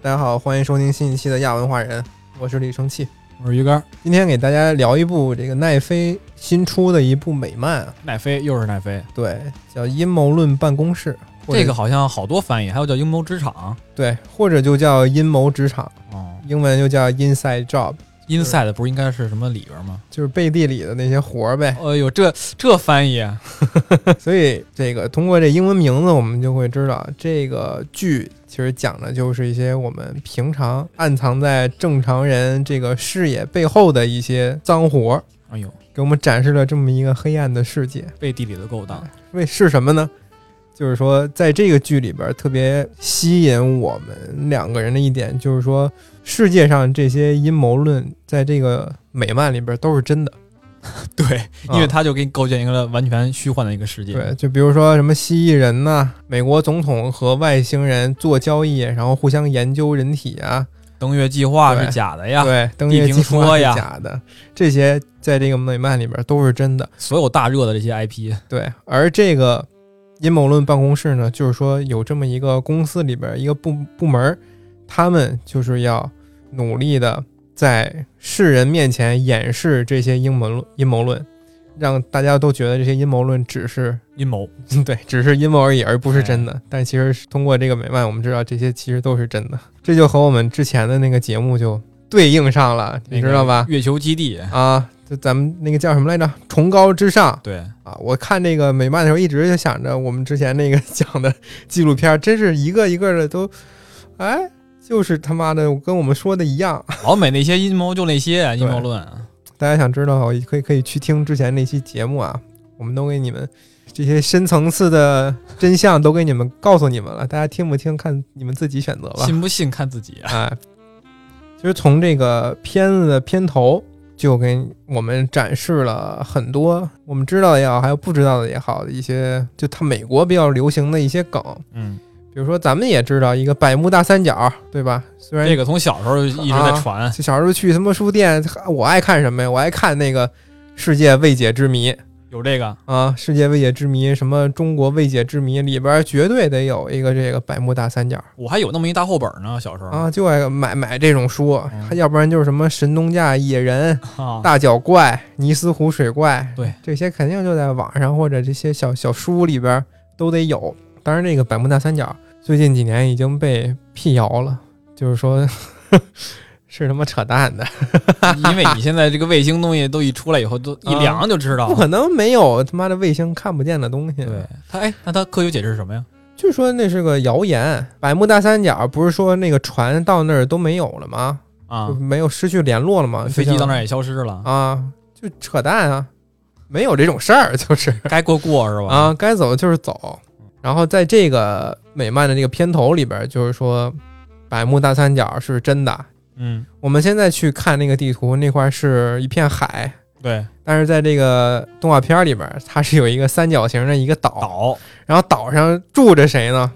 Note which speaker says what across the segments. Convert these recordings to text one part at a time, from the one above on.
Speaker 1: 大家好，欢迎收听新一期的亚文化人，我是李生气。
Speaker 2: 我是鱼竿，
Speaker 1: 今天给大家聊一部这个奈飞新出的一部美漫啊，
Speaker 2: 奈飞又是奈飞，
Speaker 1: 对，叫《阴谋论办公室》，或者
Speaker 2: 这个好像好多翻译，还有叫《阴谋职场
Speaker 1: 对，或者就叫《阴谋职场》，》
Speaker 2: 哦
Speaker 1: 英文就叫 Inside Job，
Speaker 2: ，Inside 不是应该是什么里边吗？
Speaker 1: 就是背地里的那些活儿呗。
Speaker 2: 哎呦，这这翻译啊，
Speaker 1: 所以这个通过这英文名字，我们就会知道这个剧其实讲的就是一些我们平常暗藏在正常人这个视野背后的一些脏活儿，
Speaker 2: 哎呦，
Speaker 1: 给我们展示了这么一个黑暗的世界。
Speaker 2: 背地里的勾当，
Speaker 1: 为是什么呢？就是说，在这个剧里边儿特别吸引我们两个人的一点，就是说，世界上这些阴谋论在这个美漫里边儿都是真的。
Speaker 2: 对，因为
Speaker 1: 啊
Speaker 2: 他就给你构建一个完全虚幻的一个世界，
Speaker 1: 对，就比如说什么蜥蜴人呐、美国总统和外星人做交易，然后互相研究人体啊，
Speaker 2: 登月计划
Speaker 1: 对
Speaker 2: 是假的呀，
Speaker 1: 对，登月
Speaker 2: 啊地平
Speaker 1: 计划
Speaker 2: 说
Speaker 1: 是
Speaker 2: 呀
Speaker 1: 假的，这些在这个美漫里边儿都是真的。
Speaker 2: 所有大热的这些 IP，
Speaker 1: 对，而这个阴谋论办公室呢，就是说有这么一个公司里边儿一个部部门儿，他们就是要努力的在世人面前掩饰这些阴谋论，阴谋论，让大家都觉得这些阴谋论只是
Speaker 2: 阴谋，
Speaker 1: 对，只是阴谋而已，而不是真的。但其实是通过这个美漫，我们知道这些其实都是真的，这就和我们之前的那个节目就对应上了，你
Speaker 2: 那个
Speaker 1: 知道吧？
Speaker 2: 月球基地，
Speaker 1: 啊，就咱们那个叫什么来着？崇高之上，
Speaker 2: 对，
Speaker 1: 啊，我看这个美漫的时候，一直就想着我们之前那个 讲的纪录片儿，真是一个一个的都，哎，就是他妈的跟我们说的一样。啊
Speaker 2: 老美那些阴谋就那些啊阴谋论，
Speaker 1: 大家想知道，我可以可以去听之前那期节目啊，我们都给你们这些深层次的真相都给你们告诉你们了，大家听不听看你们自己选择吧。
Speaker 2: 信不信看自己 啊，
Speaker 1: 哎，其实从这个片子的片头就给我们展示了很多我们知道的也好，还有不知道的也好的一些，就它美国比较流行的一些梗，
Speaker 2: 嗯，
Speaker 1: 比如说咱们也知道一个百慕大三角，对吧？虽然
Speaker 2: 这个从小时候就一直在
Speaker 1: 啊
Speaker 2: 传，
Speaker 1: 就小时候去他妈书店，我爱看什么呀？我爱看那个世界未解之谜。
Speaker 2: 有这个，
Speaker 1: 啊，世界未解之谜，什么中国未解之谜里边儿绝对得有一个这个百慕大三角。
Speaker 2: 我还有那么一大厚本呢，小时候
Speaker 1: 啊，就爱买买这种书，
Speaker 2: 嗯
Speaker 1: 还要不然就是什么神农架、野人、
Speaker 2: 啊，
Speaker 1: 大脚怪、尼斯湖水怪，
Speaker 2: 对，
Speaker 1: 这些肯定就在网上或者这些小小书里边都得有。当然，这个百慕大三角最近几年已经被辟谣了，就是说 是他妈扯淡的，
Speaker 2: 因为你现在这个卫星东西都一出来以后，都一
Speaker 1: 啊
Speaker 2: 量就知道
Speaker 1: 不。可能没有他妈的卫星看不见的东西。
Speaker 2: 啊对，它，哎，那它科学解释是什么呀？
Speaker 1: 据说那是个谣言。百慕大三角不是说那个船到那儿都没有了吗？
Speaker 2: 啊
Speaker 1: 就，没有失去联络了吗？就
Speaker 2: 飞机
Speaker 1: 像
Speaker 2: 到那儿也消失了，
Speaker 1: 啊，就扯淡啊，没有这种事儿，就是
Speaker 2: 该过过是吧？
Speaker 1: 啊，该走就是走。然后在这个美漫的这个片头里边儿，就是说百慕大三角是真的。
Speaker 2: 嗯，
Speaker 1: 我们现在去看那个地图，那块儿是一片海，
Speaker 2: 对，
Speaker 1: 但是在这个动画片儿里边儿，它是有一个三角形的一个岛，
Speaker 2: 岛
Speaker 1: 然后岛上住着谁呢？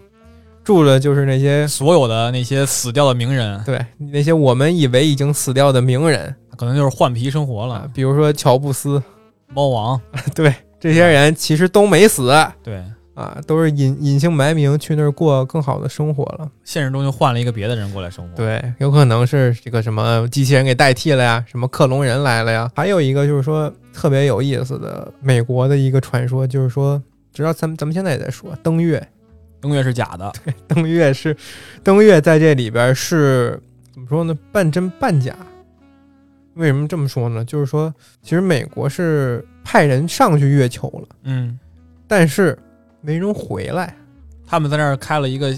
Speaker 1: 住着就是那些
Speaker 2: 所有的那些死掉的名人，
Speaker 1: 对那些我们以为已经死掉的名人
Speaker 2: 可能就是换皮生活
Speaker 1: 啊
Speaker 2: 了，，
Speaker 1: 比如说乔布斯，
Speaker 2: 猫王，
Speaker 1: 对这些人其实都没死，
Speaker 2: 对，
Speaker 1: 啊，都是隐隐姓埋名去那儿过更好的生活了。
Speaker 2: 现实中就换了一个别的人过来生活。，
Speaker 1: 对，有可能是这个什么机器人给代替了呀，什么克隆人来了呀。还有一个就是说特别有意思的美国的一个传说，就是说，直到咱们咱们现在也在说登月，
Speaker 2: 登月是假的，
Speaker 1: 登月是登月在这里边是怎么说呢？半真半假。为什么这么说呢？就是说，其实美国是派人上去月球了，
Speaker 2: 嗯，
Speaker 1: 但是没人回来。
Speaker 2: 他们在那儿开了一个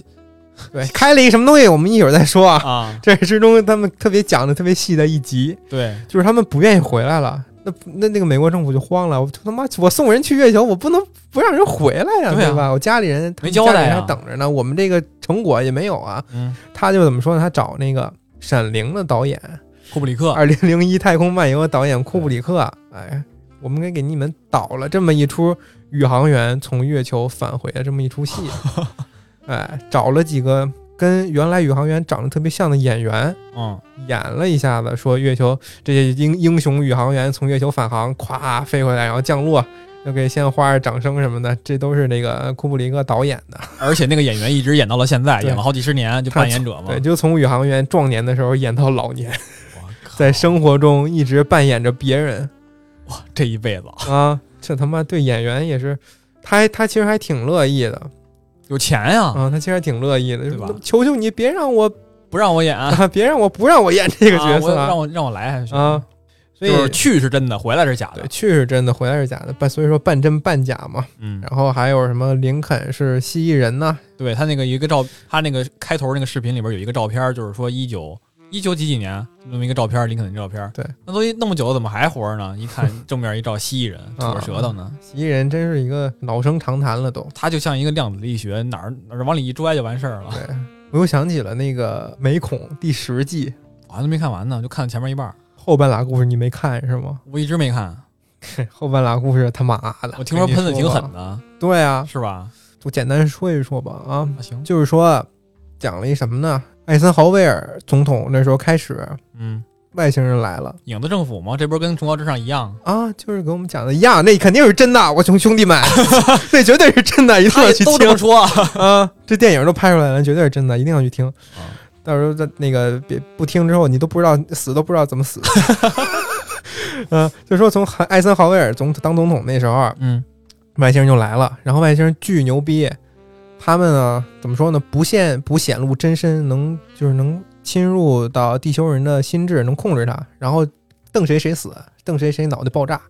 Speaker 1: 对，开了一个什么东西，我们一会儿再说啊。
Speaker 2: 啊，
Speaker 1: 这之中他们特别讲的特别细的一集，
Speaker 2: 对，
Speaker 1: 就是他们不愿意回来了。那那那个美国政府就慌了，我他妈我送人去月球，我不能不让人回来呀、
Speaker 2: 对啊
Speaker 1: 吧？我家里人
Speaker 2: 没交代啊
Speaker 1: 他们家里人还等着呢，我们这个成果也没有啊。
Speaker 2: 嗯，
Speaker 1: 他就怎么说呢？他找那个《闪灵》的导演，
Speaker 2: 库布里克，
Speaker 1: 二零零一《太空漫游》的导演库布里克，哎，我们给给你们导了这么一出宇航员从月球返回的这么一 出戏，哎，找了几个跟原来宇航员长得特别像的演员，
Speaker 2: 嗯，
Speaker 1: 演了一下子，说月球这些英英雄宇航员从月球返航，咵飞回来，然后降落，就给鲜花儿、掌声什么的，这都是那个库布里克导演的。
Speaker 2: 而且那个演员一直演到了现在，
Speaker 1: 对
Speaker 2: 演了好几十年，就扮演者嘛
Speaker 1: 对，。就从宇航员壮年的时候演到老年，
Speaker 2: 我靠
Speaker 1: 在生活中一直扮演着别人
Speaker 2: 哇这一辈子
Speaker 1: 啊，这他妈对演员也是，他还他其实还挺乐意的
Speaker 2: 有钱呀、
Speaker 1: 啊，他其实还挺乐意的，
Speaker 2: 对吧
Speaker 1: 求求你别让我
Speaker 2: 不让我演啊
Speaker 1: 啊，别让我不让我演 这个角色
Speaker 2: 我让
Speaker 1: 啊，
Speaker 2: 我让我来还是
Speaker 1: 啊所以
Speaker 2: 就是去是真的，回来是假
Speaker 1: 对
Speaker 2: 的。
Speaker 1: 去是真的，回来是假的，半所以说半真半假嘛。
Speaker 2: 嗯，
Speaker 1: 然后还有什么林肯是蜥蜴人呐、
Speaker 2: 对他那个有一个照，他那个开头那个视频里边有一个照片，就是说一九一九几几年那么一个照片，林肯的照片。
Speaker 1: 对，
Speaker 2: 那都那么久了，怎么还活着呢？一看正面一照蜥蜴人，
Speaker 1: 啊
Speaker 2: 吐着舌头呢。
Speaker 1: 蜥蜴人真是一个老生常谈了都。
Speaker 2: 他就像一个量子力学，哪儿哪儿往里一拽就完事儿了。
Speaker 1: 对，我又想起了那个《美恐》第十季
Speaker 2: 我还都没看完呢，就看了前面一半儿，
Speaker 1: 后半拉故事，你没看是吗？
Speaker 2: 我一直没看。
Speaker 1: 后半拉故事他妈的，
Speaker 2: 我听说
Speaker 1: 跟你
Speaker 2: 喷的挺狠
Speaker 1: 吧。
Speaker 2: 的，
Speaker 1: 对啊，
Speaker 2: 是吧？
Speaker 1: 我简单说一说吧啊，
Speaker 2: 那行，
Speaker 1: 就是说讲了一什么呢？艾森豪威尔总统那时候开始，
Speaker 2: 嗯，
Speaker 1: 外星人来了
Speaker 2: 影子政府嘛，这不是跟崇高之上 一样？
Speaker 1: 啊，就是给我们讲的呀，那肯定是真的，我兄兄弟们， 那绝对是真的，一定
Speaker 2: 他
Speaker 1: 要
Speaker 2: 也
Speaker 1: 去
Speaker 2: 都这么
Speaker 1: 听
Speaker 2: 说，
Speaker 1: 啊！这电影都拍出来了，绝对是真的，一定要去听
Speaker 2: 啊。
Speaker 1: 到时候在那个别不听之后，你都不知道死都不知道怎么 死。嗯、就说从艾森豪威尔总当总统那时候啊，
Speaker 2: 嗯，
Speaker 1: 外星人就来了，然后外星人巨牛逼，他们啊怎么说呢？不现不显露真身，能就是能侵入到地球人的心智，能控制他，然后瞪谁谁死，瞪谁谁脑袋爆炸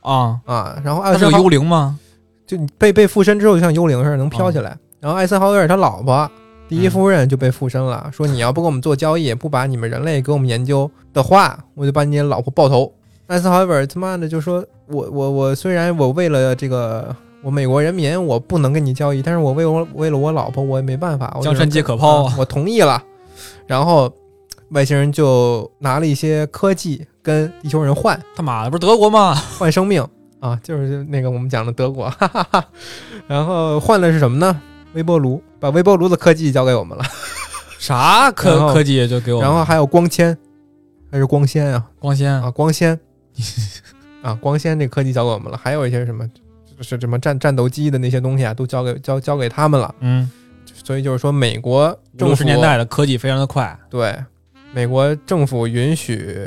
Speaker 2: 啊，
Speaker 1: 啊！然后艾
Speaker 2: 他是
Speaker 1: 森
Speaker 2: 有
Speaker 1: 豪
Speaker 2: 幽灵吗？
Speaker 1: 就你被被附身之后，就像幽灵似的能飘起
Speaker 2: 嗯
Speaker 1: 来。然后艾森豪威尔他老婆第一夫人就被附身了，
Speaker 2: 嗯
Speaker 1: 说你要不跟我们做交易，不把你们人类给我们研究的话，我就把你老婆爆头。艾森豪威尔他妈的就说，我我我虽然我为了这个我美国人民我不能跟你交易，但是我为我为了我老婆我也没办法，我只能
Speaker 2: 江山皆可抛
Speaker 1: 啊 我同意了。然后外星人就拿了一些科技跟地球人换，
Speaker 2: 他妈的，不是德国吗？
Speaker 1: 换生命啊，就是那个我们讲的德国， 哈哈哈。然后换的是什么呢？微波炉，把微波炉的科技交给我们了，
Speaker 2: 啥
Speaker 1: 然后
Speaker 2: 科科技就给我们，
Speaker 1: 然后还有光纤，还是光纤啊
Speaker 2: 光纤
Speaker 1: 啊，光 纤啊，光纤这科技交给我们了，还有一些什么。就是什么战战斗机的那些东西啊，都交给交交给他们了。
Speaker 2: 嗯，
Speaker 1: 所以就是说，美国政
Speaker 2: 六
Speaker 1: 府
Speaker 2: 十年代的科技非常的快，
Speaker 1: 对美国政府允许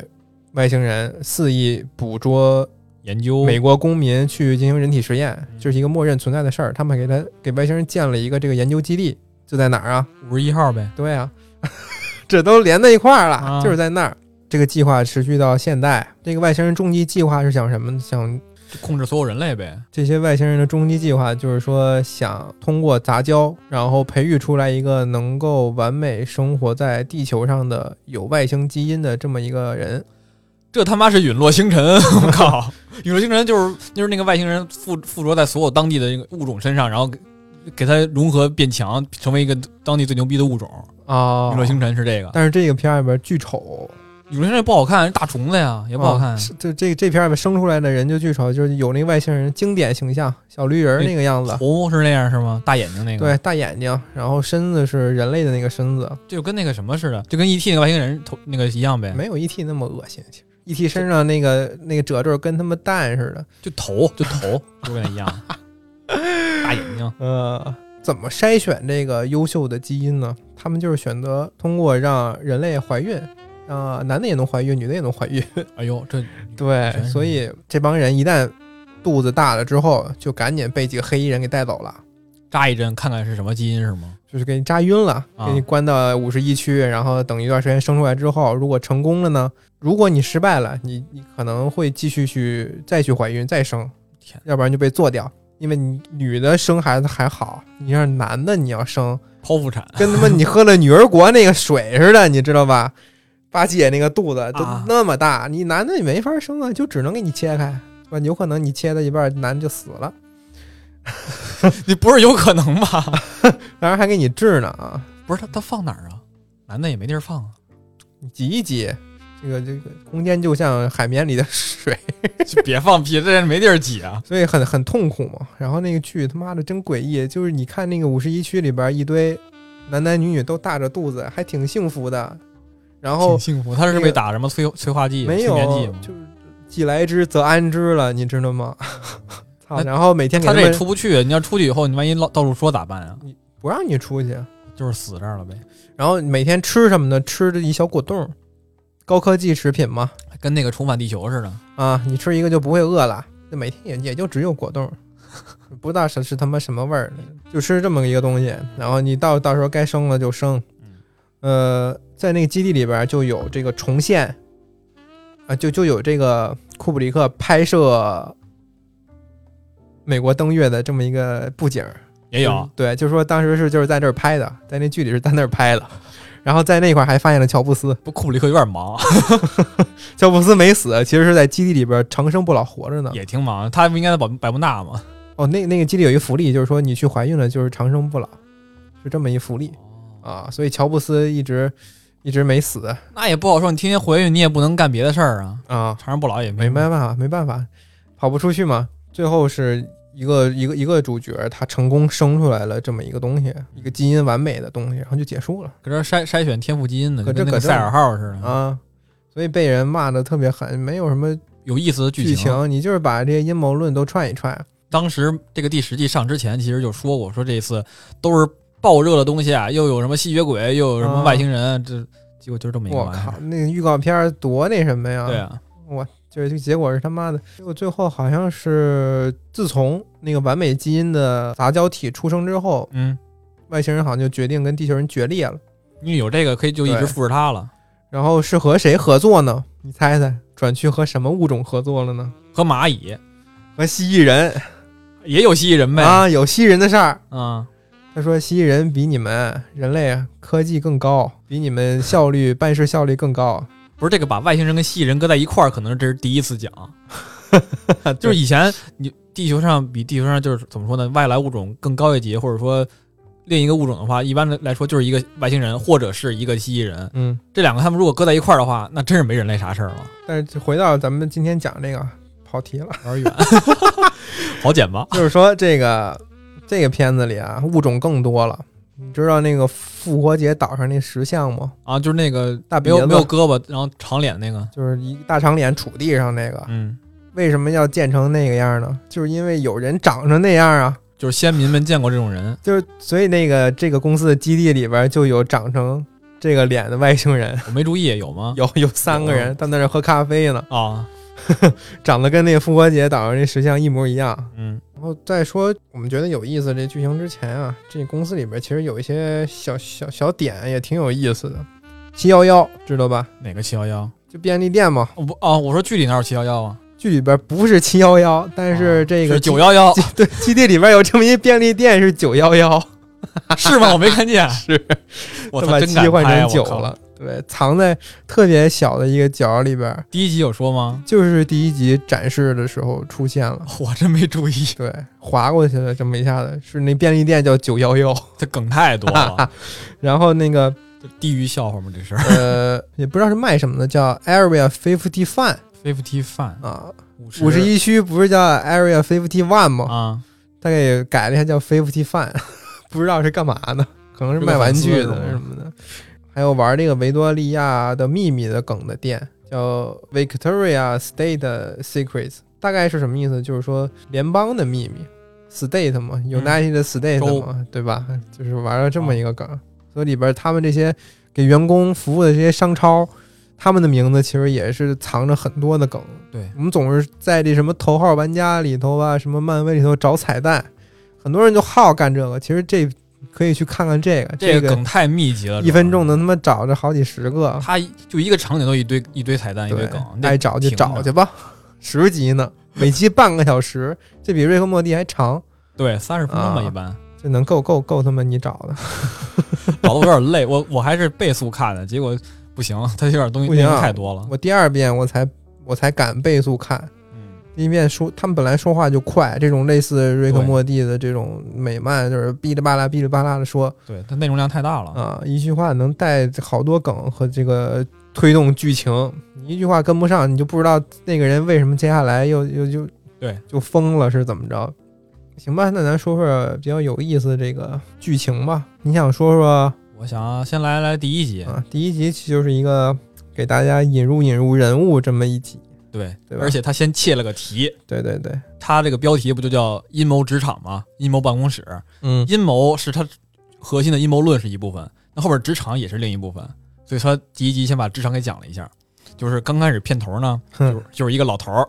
Speaker 1: 外星人肆意捕捉
Speaker 2: 研究
Speaker 1: 美国公民去进行人体实验，这是一个默认存在的事儿。他们给他给外星人建了一个这个研究基地，就在哪儿啊？
Speaker 2: 五十一号呗，
Speaker 1: 对啊， 这都连在一块儿了，
Speaker 2: 啊
Speaker 1: 就是在那儿。这个计划持续到现代。这个外星人终极计划是想什么呢？想
Speaker 2: 就控制所有人类呗，
Speaker 1: 这些外星人的终极计划就是说，想通过杂交，然后培育出来一个能够完美生活在地球上的有外星基因的这么一个人。
Speaker 2: 这他妈是陨落星辰， 我靠，陨落星辰就是就是那个外星人附附着在所有当地的这个物种身上，然后给给它融合变强，成为一个当地最牛逼的物种，
Speaker 1: 啊
Speaker 2: 陨落星辰是这个，
Speaker 1: 但是这个片儿里边巨丑，
Speaker 2: 陨落星辰不好看，大虫子呀也不好看
Speaker 1: 啊。是这这这片儿里面生出来的人就巨丑，就是有那外星人经典形象，小绿人儿那个样子，
Speaker 2: 头是那样是吗？大眼睛那个，
Speaker 1: 对，，大眼睛，然后身子是人类的那个身子，
Speaker 2: 就跟那个什么似的，就跟 E.T. 那个外星人头那个一样呗，
Speaker 1: 没有 ET 那么恶心。其实 ET 身上那个那个褶皱跟他妈蛋似的，
Speaker 2: 就头就头 就跟那一样，大眼睛，
Speaker 1: 呃，怎么筛选这个优秀的基因呢？他们就是选择通过让人类怀孕，啊、男的也能怀孕，女的也能怀 孕。
Speaker 2: 哎呦，这
Speaker 1: 对
Speaker 2: 全，是
Speaker 1: 所以这帮人一旦肚子大了之后，就赶紧被几个黑衣人给带走了。
Speaker 2: 扎一针看看是什么基因是吗？
Speaker 1: 就是给你扎晕了，
Speaker 2: 啊
Speaker 1: 给你关到五十一区，然后等一段时间生出来之后，如果成功了呢？如果你失败了，你你可能会继续去再去怀孕再生
Speaker 2: 天，
Speaker 1: 要不然就被做掉。因为你女的生孩子还好，你要是男的你要生，
Speaker 2: 剖腹产，
Speaker 1: 跟 他妈你喝了女儿国那个水似的，你知道吧？八戒那个肚子都
Speaker 2: 啊
Speaker 1: 那么大，你男的你没法生啊，就只能给你切开，是吧？有可能你切到一半，男的就死了。
Speaker 2: 你不是有可能吧？
Speaker 1: 当然还给你治呢啊！
Speaker 2: 不是他他放哪儿啊？男的也没地儿放啊，
Speaker 1: 你挤一挤，这个这个空间就像海绵里的水，
Speaker 2: 就别放屁，这人没地儿挤啊！
Speaker 1: 所以很很痛苦嘛。然后那个剧他妈的真诡异，就是你看那个五十一区里边一堆男男女女都大着肚子，还挺幸福的，然后
Speaker 2: 挺幸福，他是被打什么催催化剂、
Speaker 1: 没
Speaker 2: 催
Speaker 1: 有
Speaker 2: 眠剂吗？
Speaker 1: 就是既来之则安之了，你知道吗？ 操！
Speaker 2: 那
Speaker 1: 然后每天给
Speaker 2: 他这也
Speaker 1: 们
Speaker 2: 出不去，你要出去以后，你万一到到处说咋办啊？
Speaker 1: 不让你出去，
Speaker 2: 就是死这儿了呗，
Speaker 1: 然后每天吃什么呢？吃这一小果冻，高科技食品嘛，
Speaker 2: 跟那个重返地球似的。
Speaker 1: 啊，你吃一个就不会饿了。那每天也也就只有果冻， 不知道是是他妈什么味儿，就吃这么一个东西。然后你到到时候该生了就生。
Speaker 2: 嗯
Speaker 1: 呃，在那个基地里边就有这个重现，啊，就就有这个库布里克拍摄美国登月的这么一个布景儿。
Speaker 2: 也有
Speaker 1: 嗯，对，就是说当时是就是在这儿拍的，在那剧里是在那儿拍的， 然后在那块儿还发现了乔布斯，
Speaker 2: 不库布里克有点 忙，
Speaker 1: 乔布斯没死，其实是在基地里边长生不老活着呢。
Speaker 2: 也挺忙。他不应该在百百慕大吗？
Speaker 1: 哦，那那个基地有一福利，就是说你去怀孕了就是长生不老，是这么一福利
Speaker 2: 哦
Speaker 1: 啊，所以乔布斯一直一直没死
Speaker 2: 那也不好说，你天天回去，你也不能干别的事儿啊。
Speaker 1: 啊，
Speaker 2: 长生不老也
Speaker 1: 没
Speaker 2: 没
Speaker 1: 办法，没办法，跑不出去嘛。最后是一个一个一个主角，他成功生出来了这么一个东西，一个基因完美的东西，然后就结束了。
Speaker 2: 搁这筛筛选天赋基因呢，
Speaker 1: 搁
Speaker 2: 就
Speaker 1: 这
Speaker 2: 跟那
Speaker 1: 搁
Speaker 2: 个
Speaker 1: 这
Speaker 2: 赛尔号似的，
Speaker 1: 啊，所以被人骂的特别狠，没有什么
Speaker 2: 有意思的
Speaker 1: 剧
Speaker 2: 剧情。
Speaker 1: 情，你就是把这些阴谋论都串一串。
Speaker 2: 当时这个第十季上之前，其实就说过，说这次都是爆热的东西啊，又有什么吸血鬼，又有什么外星人，这结果就是这么一个
Speaker 1: 啊我
Speaker 2: 玩意
Speaker 1: 靠
Speaker 2: 儿。，
Speaker 1: 那个预告片儿多那什么呀？
Speaker 2: 对，啊，
Speaker 1: 就是结果是他妈的，结果最后好像是自从那个完美基因的杂交体出生之后，
Speaker 2: 嗯，
Speaker 1: 外星人好像就决定跟地球人决裂了。
Speaker 2: 因为有这个可以就一直
Speaker 1: 对
Speaker 2: 复制它了。
Speaker 1: 然后是和谁合作呢？你猜猜，转去和什么物种合作了呢？
Speaker 2: 和蚂蚁
Speaker 1: 和蜥蜴人
Speaker 2: 也有蜥蜴人呗，啊、
Speaker 1: 啊，有蜥蜴人的事儿。
Speaker 2: 嗯，
Speaker 1: 他说蜥蜴人比你们人类啊科技更高，比你们效率办事效率更高。
Speaker 2: 不是这个把外星人跟蜥蜴人搁在一块儿，可能这是第一 次讲，就是以前你地球上比地球上就是怎么说呢，外来物种更高一级，或者说另一个物种的话，一般的来说就是一个外星人或者是一个蜥蜴人，
Speaker 1: 嗯，
Speaker 2: 这两个他们如果搁在一块儿的话，那真是没人类啥事儿了，
Speaker 1: 但是回到咱们今天讲这个跑题了，
Speaker 2: 有点远，好简吧？
Speaker 1: 就是说这个这个片子里啊，物种更多了。你知道那个复活节岛上那石像吗？
Speaker 2: 啊，就是那个
Speaker 1: 大
Speaker 2: 没
Speaker 1: 鼻
Speaker 2: 有
Speaker 1: 子
Speaker 2: 没有胳膊，然后长脸那个，
Speaker 1: 就是一大长脸杵地上那个，
Speaker 2: 嗯，
Speaker 1: 为什么要建成那个样呢？就是因为有人长成那样啊，
Speaker 2: 就是先民们见过这种人，
Speaker 1: 就是所以那个这个公司的基地里边就有长成这个脸的外星人，
Speaker 2: 我没注意有吗？
Speaker 1: 有有三个
Speaker 2: 有
Speaker 1: 人，他们在那儿喝咖啡呢，
Speaker 2: 啊，
Speaker 1: 长得跟那个复活节岛上那石像一模一样。
Speaker 2: 嗯，
Speaker 1: 然后再说，我们觉得有意思这剧情之前啊，这公司里边其实有一些小小小点也挺有意思的。七幺幺知道吧？
Speaker 2: 哪个七幺幺？
Speaker 1: 就便利店嘛，
Speaker 2: 哦不啊，我说剧里哪有七幺幺啊？
Speaker 1: 剧里边不是七幺幺，但
Speaker 2: 啊
Speaker 1: 是这个
Speaker 2: 是
Speaker 1: 基、
Speaker 2: 九幺幺，
Speaker 1: 对基地里边有这么一便利店是九幺幺，
Speaker 2: 是吗？我没看见，
Speaker 1: 是
Speaker 2: 我
Speaker 1: 他
Speaker 2: 操，
Speaker 1: 把
Speaker 2: 真
Speaker 1: 七
Speaker 2: 敢
Speaker 1: 换
Speaker 2: 拍
Speaker 1: 成九。
Speaker 2: 我靠
Speaker 1: 了，对，藏在特别小的一个角里边，
Speaker 2: 第一集有说吗？
Speaker 1: 就是第一集展示的时候出现了，
Speaker 2: 我真没注意，
Speaker 1: 对，划过去了，这么一下子是那便利店叫九幺幺，
Speaker 2: 这梗太多 了，
Speaker 1: 然后那个
Speaker 2: 这地狱笑话吗？这是
Speaker 1: 呃， 也不知道是卖什么的，叫 Area Fifty One
Speaker 2: fifty fan
Speaker 1: 啊，
Speaker 2: 五
Speaker 1: 五十一区不是叫 Area Fifty One 吗？
Speaker 2: 啊，
Speaker 1: 大概也改了一下叫 Fifty One，不知 道是干嘛的，可能是卖玩具的什么的。还有玩这个维多利亚的秘密的梗的店，叫 Victoria State Secrets，大概是什么意思？就是说联邦的秘密，state 嘛，United State 嘛，对吧？就是玩了这么一个梗，所以里边他们这些给员工服务的这些商超。他们的名字其实也是藏着很多的梗，
Speaker 2: 对，
Speaker 1: 我们总是在这什么头号玩家里头啊，什么漫威里头找彩蛋，很多人就好干这个。其实这可以去看看这个，
Speaker 2: 这
Speaker 1: 这
Speaker 2: 个梗太密集了，
Speaker 1: 一分钟
Speaker 2: 的，
Speaker 1: 能他妈找着好几十个，
Speaker 2: 他就一个场景都一堆一堆彩蛋，一堆
Speaker 1: 对
Speaker 2: 梗，，
Speaker 1: 爱
Speaker 2: 那
Speaker 1: 找就
Speaker 2: 停着
Speaker 1: 找去吧，十集呢，每集半个小时，这比《瑞克莫蒂》还长，
Speaker 2: 对三十分钟吧，
Speaker 1: 啊
Speaker 2: 一般
Speaker 1: 这能够够够他妈你找的，
Speaker 2: 啊搞得我有点累，我我还是倍速看的，结果不行，它有点东西
Speaker 1: 不行啊
Speaker 2: 内容太多了，
Speaker 1: 我第二遍我才我才敢倍速看。
Speaker 2: 嗯，
Speaker 1: 第一遍说他们本来说话就快，这种类似《瑞克
Speaker 2: 对
Speaker 1: 莫蒂》的这种美漫，就是哔哩吧啦哔哩吧啦的说，
Speaker 2: 对，它内容量太大了，
Speaker 1: 啊，一句话能带好多梗和这个推动剧情，你一句话跟不上，你就不知道那个人为什么接下来又又又
Speaker 2: 对
Speaker 1: 就疯了是怎么着？行吧，那咱说说比较有意思的这个剧情吧。你想说说啊
Speaker 2: 我想先来来第一集，
Speaker 1: 啊？第一集其实就是一个给大家引入引入人物这么一集，
Speaker 2: 对，
Speaker 1: 对吧
Speaker 2: 而且他先切了个题，
Speaker 1: 对对对，
Speaker 2: 他这个标题不就叫“阴谋职场”吗？阴谋办公室，
Speaker 1: 嗯，
Speaker 2: 阴谋是他核心的阴谋论是一部分，那后边职场也是另一部分。所以他第一集先把职场给讲了一下，就是刚开始片头呢，就是就是一个老头儿，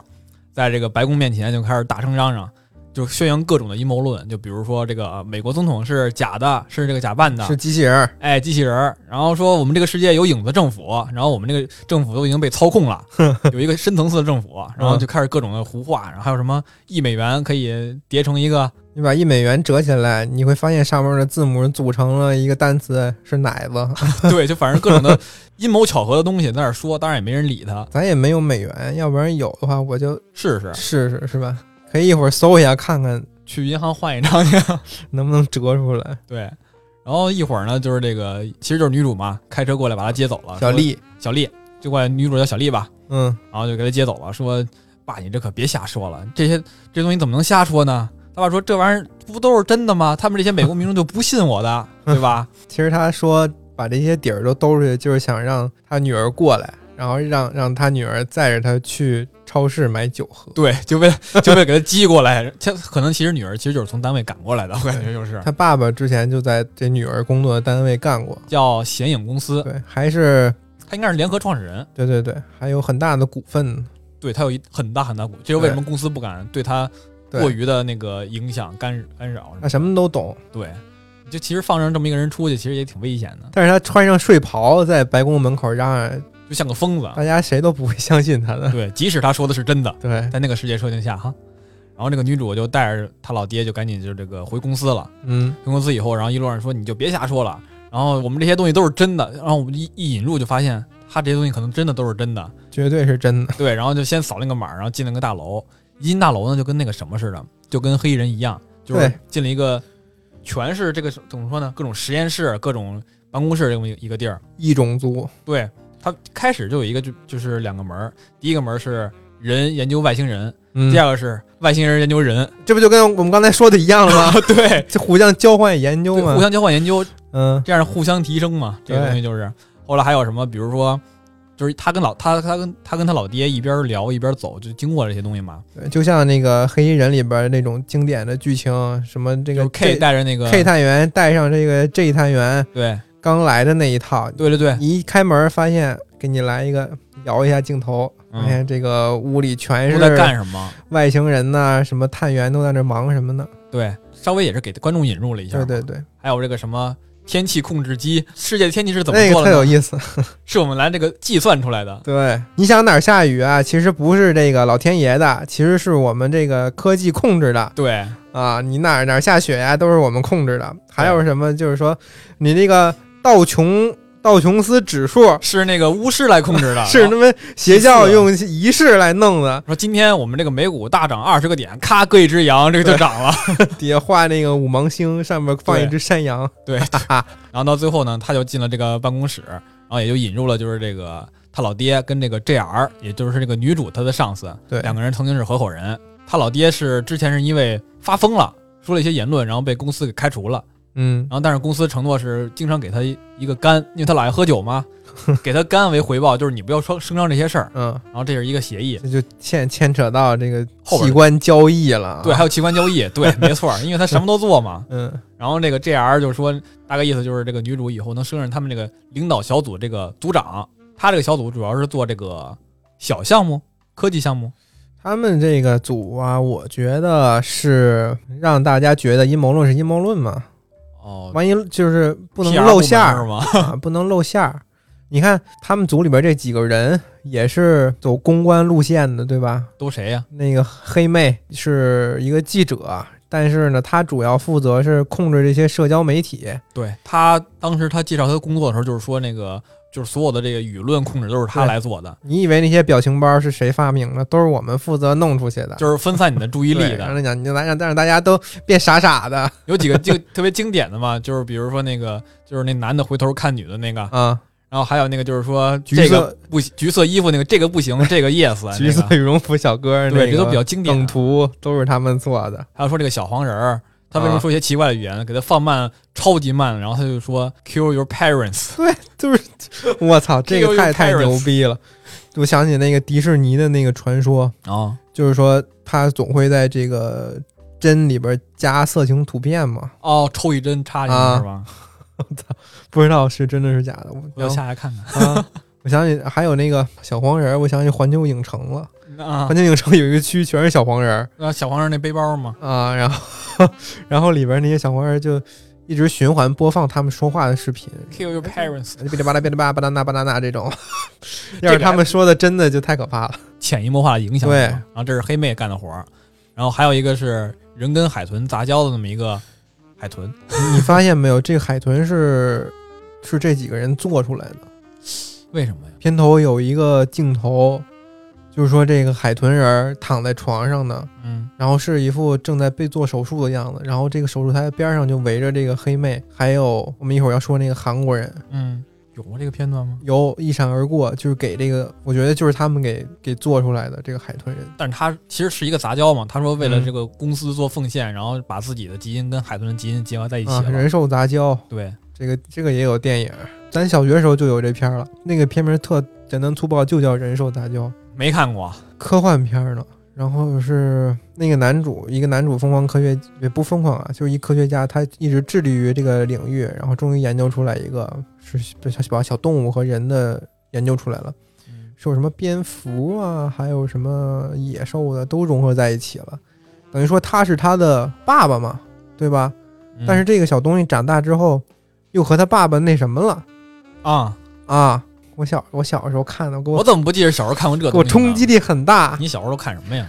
Speaker 2: 在这个白宫面前就开始大声嚷嚷，就宣扬各种的阴谋论，就比如说这个呃美国总统是假的，是这个假扮的，
Speaker 1: 是机器人儿，
Speaker 2: 哎，机器人儿，然后说我们这个世界有影子政府，然后我们这个政府都已经被操控了，有一个深层次的政府，
Speaker 1: 嗯
Speaker 2: 然后就开始各种的胡话，然后还有什么一美元可以叠成一个，
Speaker 1: 你把一美元折起来，你会发现上面的字母组成了一个单词是奶子，
Speaker 2: 对，就反正各种的阴谋巧合的东西在那儿说，当然也没人理他，
Speaker 1: 咱也没有美元，要不然有的话我就
Speaker 2: 试试
Speaker 1: 试试，是吧？可以一会儿搜一下看看
Speaker 2: 去银行换一张去，
Speaker 1: 能不能折出来。
Speaker 2: 对，然后一会儿呢就是这个，其实就是女主嘛，开车过来把他接走了，
Speaker 1: 小
Speaker 2: 说，
Speaker 1: 丽，
Speaker 2: 小丽就管女主叫小丽吧，
Speaker 1: 嗯，
Speaker 2: 然后就给他接走了，说：“爸，你这可别瞎说了，这些这东西怎么能瞎说呢？”他爸说：“这玩意儿不都是真的吗？他们这些美国民众就不信我的，对吧
Speaker 1: 其实他说把这些底儿都兜出去，就是想让他女儿过来，然后让让他女儿载着他去超市买酒喝？”。
Speaker 2: 对，就为了就为了给他激过来。他可能其实女儿其实就是从单位赶过来的，我感觉就是
Speaker 1: 他爸爸之前就在这女儿工作的单位干过，
Speaker 2: 叫显影公司，
Speaker 1: 对，还是
Speaker 2: 他应该是联合创始人，
Speaker 1: 对对对，还有很大的股份呢。
Speaker 2: 对他有一很大很大股，这就是为什么公司不敢对他
Speaker 1: 对哎
Speaker 2: 过于的那个影响干干扰
Speaker 1: 他什么都懂，
Speaker 2: 对，就其实放任这么一个人出去，其实也挺危险的，
Speaker 1: 但是他穿上睡袍在白宫门口嚷嚷，
Speaker 2: 就像个疯子。啊
Speaker 1: 大家谁都不会相信他的。
Speaker 2: 对，即使他说的是真的。
Speaker 1: 对，
Speaker 2: 在那个世界设定下哈。然后这个女主就带着她老爹就赶紧就这个回公司了。
Speaker 1: 嗯，
Speaker 2: 回公司以后，然后一路上说你就别瞎说了，然后我们这些东西都是真的。然后我们一一引入就发现他这些东西可能真的都是真的。
Speaker 1: 绝对是真的。
Speaker 2: 对，然后就先扫了个码，然后进了个大楼。一进大楼呢，就跟那个什么似的，就跟黑衣人一样，就是
Speaker 1: 对
Speaker 2: 进了一个全是这个怎么说呢，各种实验室、各种办公室这么一个一个地儿。
Speaker 1: 异种族，
Speaker 2: 对，它开始就有一个就就是两个门儿，第一个门儿是人研究外星人，
Speaker 1: 嗯
Speaker 2: 第，二个是外星人研究人，
Speaker 1: 这不就跟我们刚才说的一样了 吗？
Speaker 2: 对，
Speaker 1: 这互相交换研究嘛
Speaker 2: 互。相交换研究，
Speaker 1: 嗯，
Speaker 2: 这样互相提升嘛，这个
Speaker 1: 对
Speaker 2: 东西就是。后来还有什么，比如说，就是他跟老他他跟他跟他老爹一边聊一边走，就经过这些东西嘛。
Speaker 1: 对就像那个黑衣人里边那种经典的剧情，什么这个
Speaker 2: 就是 K 带着那个
Speaker 1: K 探员带上这个 J 探员
Speaker 2: 对
Speaker 1: 刚来的那一套，
Speaker 2: 对对对，
Speaker 1: 你一开门发现给你来一个摇一下镜头，发
Speaker 2: 嗯，
Speaker 1: 现这个屋里全
Speaker 2: 都在干
Speaker 1: 是
Speaker 2: 什么？
Speaker 1: 外星人呐、什么探员都在那忙什么呢？
Speaker 2: 对，稍微也是给观众引入了一下
Speaker 1: 对
Speaker 2: 嘛。
Speaker 1: 对对，
Speaker 2: 还有这个什么天气控制机，世界的天气是怎么
Speaker 1: 那
Speaker 2: 做
Speaker 1: 个特
Speaker 2: 的呢？
Speaker 1: 有 意思。
Speaker 2: 是我们来这个计算出来的。
Speaker 1: 对，你想哪儿下雨啊？其实不是这个老天爷的，其实是我们这个科技控制的
Speaker 2: 对
Speaker 1: 啊。你哪儿哪儿下雪呀、都是我们控制的。还
Speaker 2: 哎
Speaker 1: 有什么？就是说，你那个道琼道琼斯指数
Speaker 2: 是那个巫师来控制 的，
Speaker 1: 是他妈邪
Speaker 2: 啊
Speaker 1: 教用仪式来弄的，
Speaker 2: 说今天我们这个美股大涨二十个点，咔割一只羊，这个就涨了。
Speaker 1: 底下画那个五芒星，上面放一只山羊。
Speaker 2: 然后到最后呢，他就进了这个办公室，然后也就引入了就是这个他老爹跟这个 JR，也就是这个女主她的上司，
Speaker 1: 对
Speaker 2: 两个人曾经是合伙人。他老爹是之前是因为发疯了，说了一些言论，然后被公司给开除了。
Speaker 1: 嗯，
Speaker 2: 然后但是公司承诺是经常给他一个肝，因为他老爱喝酒嘛，给他肝为回报，就是你不要说声张这些事儿。
Speaker 1: 嗯，
Speaker 2: 然后这是一个协议，
Speaker 1: 这就牵牵扯到这个
Speaker 2: 后边
Speaker 1: 器官交易了啊。
Speaker 2: 对，还有器官交易，对，没错，因为他什么都做嘛。
Speaker 1: 嗯，
Speaker 2: 然后这个 JR 就说，大概意思就是这个女主以后能升任他们这个领导小组这个组长。他这个小组主要是做这个小项目、科技项目，
Speaker 1: 他们这个组啊，我觉得是让大家觉得阴谋论是阴谋论嘛，
Speaker 2: 哦，
Speaker 1: 万一就是不能
Speaker 2: PR
Speaker 1: 露馅儿
Speaker 2: 部门是吗？
Speaker 1: 啊，不能露馅儿。你看他们组里边这几个人也是走公关路线的，对吧？
Speaker 2: 都谁呀、
Speaker 1: 那个黑妹是一个记者，但是呢，她主要负责是控制这些社交媒体，
Speaker 2: 对他当时他介绍他的工作的时候，就是说那个就是所有的这个舆论控制都是他
Speaker 1: 对
Speaker 2: 来做的，
Speaker 1: 你以为那些表情包是谁发明的？都是我们负责弄出去的，
Speaker 2: 就是分散你的注意
Speaker 1: 一
Speaker 2: 力
Speaker 1: 让 他
Speaker 2: 的。
Speaker 1: 讲，你就来让让大家都变傻傻 的
Speaker 2: 有几个就特别经典的嘛，就是比如说那个就是那男的回头看女的那个，
Speaker 1: 啊！
Speaker 2: 然后还有那个就是说
Speaker 1: 橘
Speaker 2: 这
Speaker 1: 色
Speaker 2: 个不行橘色衣服那个这个不行，这个 yes，那
Speaker 1: 橘色
Speaker 2: 个
Speaker 1: 羽绒服小哥，
Speaker 2: 对，
Speaker 1: 那
Speaker 2: 这都比
Speaker 1: 个
Speaker 2: 较经典的
Speaker 1: 梗。图都是他们做的。
Speaker 2: 还有说这个小黄人儿，他为什么
Speaker 1: 啊
Speaker 2: 说一些奇怪的语言？给他放慢，超级慢，然后他就说 “kill your parents”。
Speaker 1: 就是我操，这个太太牛逼了！我想起那个迪士尼的那个传说，
Speaker 2: 啊，
Speaker 1: 就是说他总会在这个针里边加色情图片嘛，
Speaker 2: 哦，抽一针插进去
Speaker 1: 啊
Speaker 2: 是吧？
Speaker 1: 不知道是真的是假 的。我
Speaker 2: 我
Speaker 1: 然
Speaker 2: 要
Speaker 1: 后
Speaker 2: 下来看看。
Speaker 1: 啊，我想起还有那个小黄人儿，我想起环球影城了。
Speaker 2: 啊
Speaker 1: 环，球影城有一个区全是小黄人儿
Speaker 2: 那小黄人那背包嘛，
Speaker 1: 啊， 然后然后里边那些小黄人就一直循环播放他们说话的视频，
Speaker 2: “kill your parents”，
Speaker 1: 哔哩吧啦哔哩吧啦吧啦那吧啦那这种，
Speaker 2: 个
Speaker 1: 要是他们说的真的就太可怕了。
Speaker 2: 潜移默化的影响嘛。
Speaker 1: 对
Speaker 2: 然后这是黑妹干的活儿，然后还有一个是人跟海豚杂交的那么一个海豚，
Speaker 1: 你发现没有，这个海豚 是是这几个人做出来的。
Speaker 2: 为什么呀？
Speaker 1: 片头有一个镜头，就是说这个海豚人儿躺在床上呢，
Speaker 2: 嗯，
Speaker 1: 然后是一副正在被做手术的样子，然后这个手术台边上就围着这个黑妹，还有我们一会儿要说那个韩国人，
Speaker 2: 嗯，有过这个片段吗？
Speaker 1: 由一闪而过，就是给这个，我觉得就是他们给给做出来的这个海豚人。
Speaker 2: 但是他其实是一个杂交嘛，他说为了
Speaker 1: 嗯
Speaker 2: 这个公司做奉献，然后把自己的基因跟海豚的基因结合在一起
Speaker 1: 啊，
Speaker 2: 了。
Speaker 1: 人兽杂交，
Speaker 2: 对，
Speaker 1: 这个这个也有电影，咱小学时候就有这片儿了，那个片名特简单粗暴，就叫《人兽杂交》，
Speaker 2: 没看过，
Speaker 1: 科幻片儿呢。然后是那个男主，一个男主疯狂科学也不疯狂啊，就是一科学家，他一直致力于这个领域，然后终于研究出来一个是把小把小动物和人的研究出来了，
Speaker 2: 嗯
Speaker 1: 是有什么蝙蝠啊，还有什么野兽的都融合在一起了，等于说他是他的爸爸嘛，对吧？
Speaker 2: 嗯
Speaker 1: 但是这个小东西长大之后，又和他爸爸那什么了
Speaker 2: 啊，
Speaker 1: 啊！我小我小时候看的，给
Speaker 2: 我
Speaker 1: 我
Speaker 2: 怎么不记得小时候看过这个？啊
Speaker 1: 给我冲击！力很大。
Speaker 2: 你小时候看什么呀？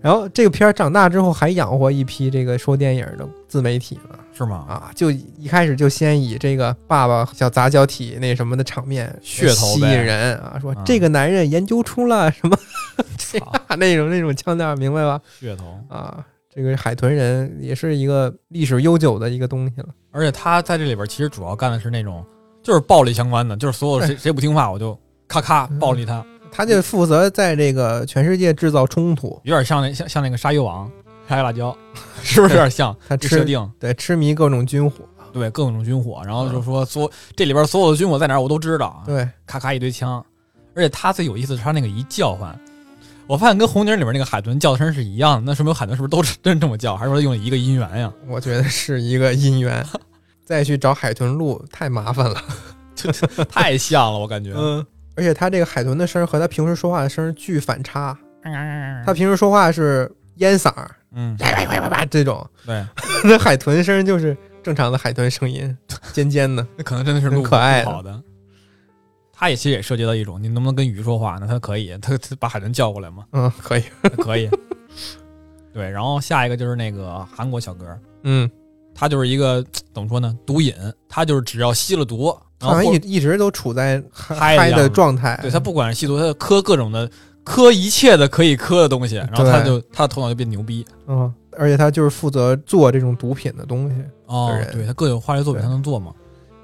Speaker 1: 然后这个片儿长大之后还养活一批这个说电影的自媒体呢
Speaker 2: 是吗？
Speaker 1: 啊！就一开始就先以这个爸爸小杂交体那什么的场面
Speaker 2: 噱头
Speaker 1: 吸
Speaker 2: 呗
Speaker 1: 引人啊，说
Speaker 2: 啊
Speaker 1: 这个男人研究出了什么 这
Speaker 2: 操
Speaker 1: 那种那种腔调，明白吧？
Speaker 2: 噱头！
Speaker 1: 啊，这个海豚人也是一个历史悠久的一个东西了。
Speaker 2: 而且他在这里边其实主要干的是那种就是暴力相关的，就是所有谁谁不听话我就咔咔
Speaker 1: 嗯
Speaker 2: 暴力他，
Speaker 1: 他就负责在这个全世界制造冲突，
Speaker 2: 有点像那像像那个鲨鱼王、鲨鱼辣椒， 是不是有点像？
Speaker 1: 他
Speaker 2: 这设
Speaker 1: 吃
Speaker 2: 定
Speaker 1: 对痴迷各种军火，
Speaker 2: 对各种军火，然后就说所这里边所有的军火在哪儿我都知道，
Speaker 1: 嗯对，
Speaker 2: 咔咔一堆枪。而且他最有意思的是他那个一叫唤，我发现跟红警里边那个海豚叫声是一样的，那说明海豚是不是都是 真这么叫，还是说用了一个音源呀？
Speaker 1: 我觉得是一个姻 缘。再去找海豚录太麻烦了，
Speaker 2: 太像了，我感觉。
Speaker 1: 嗯，而且他这个海豚的声儿和他平时说话的声儿巨反差，他平时说话是烟嗓儿，
Speaker 2: 嗯，
Speaker 1: 叭叭叭叭叭这 种，
Speaker 2: 对，
Speaker 1: 那海豚声就是正常的海豚声音，尖尖的，
Speaker 2: 那可能真的是
Speaker 1: 很
Speaker 2: 录
Speaker 1: 可爱的
Speaker 2: 好的。他也其实也涉及到一种，你能不能跟鱼说话？那他可以，他他把海豚叫过来嘛，
Speaker 1: 嗯，可以，
Speaker 2: 他 可以。对，然后下一个就是那个韩国小哥，
Speaker 1: 嗯，
Speaker 2: 他就是一个怎么说呢，毒瘾，他就是只要吸了毒，
Speaker 1: 好
Speaker 2: 然后
Speaker 1: 像一
Speaker 2: 或
Speaker 1: 一直都处在
Speaker 2: 嗨
Speaker 1: 嗨
Speaker 2: 的
Speaker 1: 嗨
Speaker 2: 样
Speaker 1: 的
Speaker 2: 子
Speaker 1: 状态，
Speaker 2: 对他不管是吸毒，他磕各种的，磕一切的可以磕的东西，然后他就他的头脑就变牛逼。
Speaker 1: 嗯，而且他就是负责做这种毒品的东西，
Speaker 2: 哦
Speaker 1: 对，
Speaker 2: 对他各有化学作品
Speaker 1: 对
Speaker 2: 他能做嘛？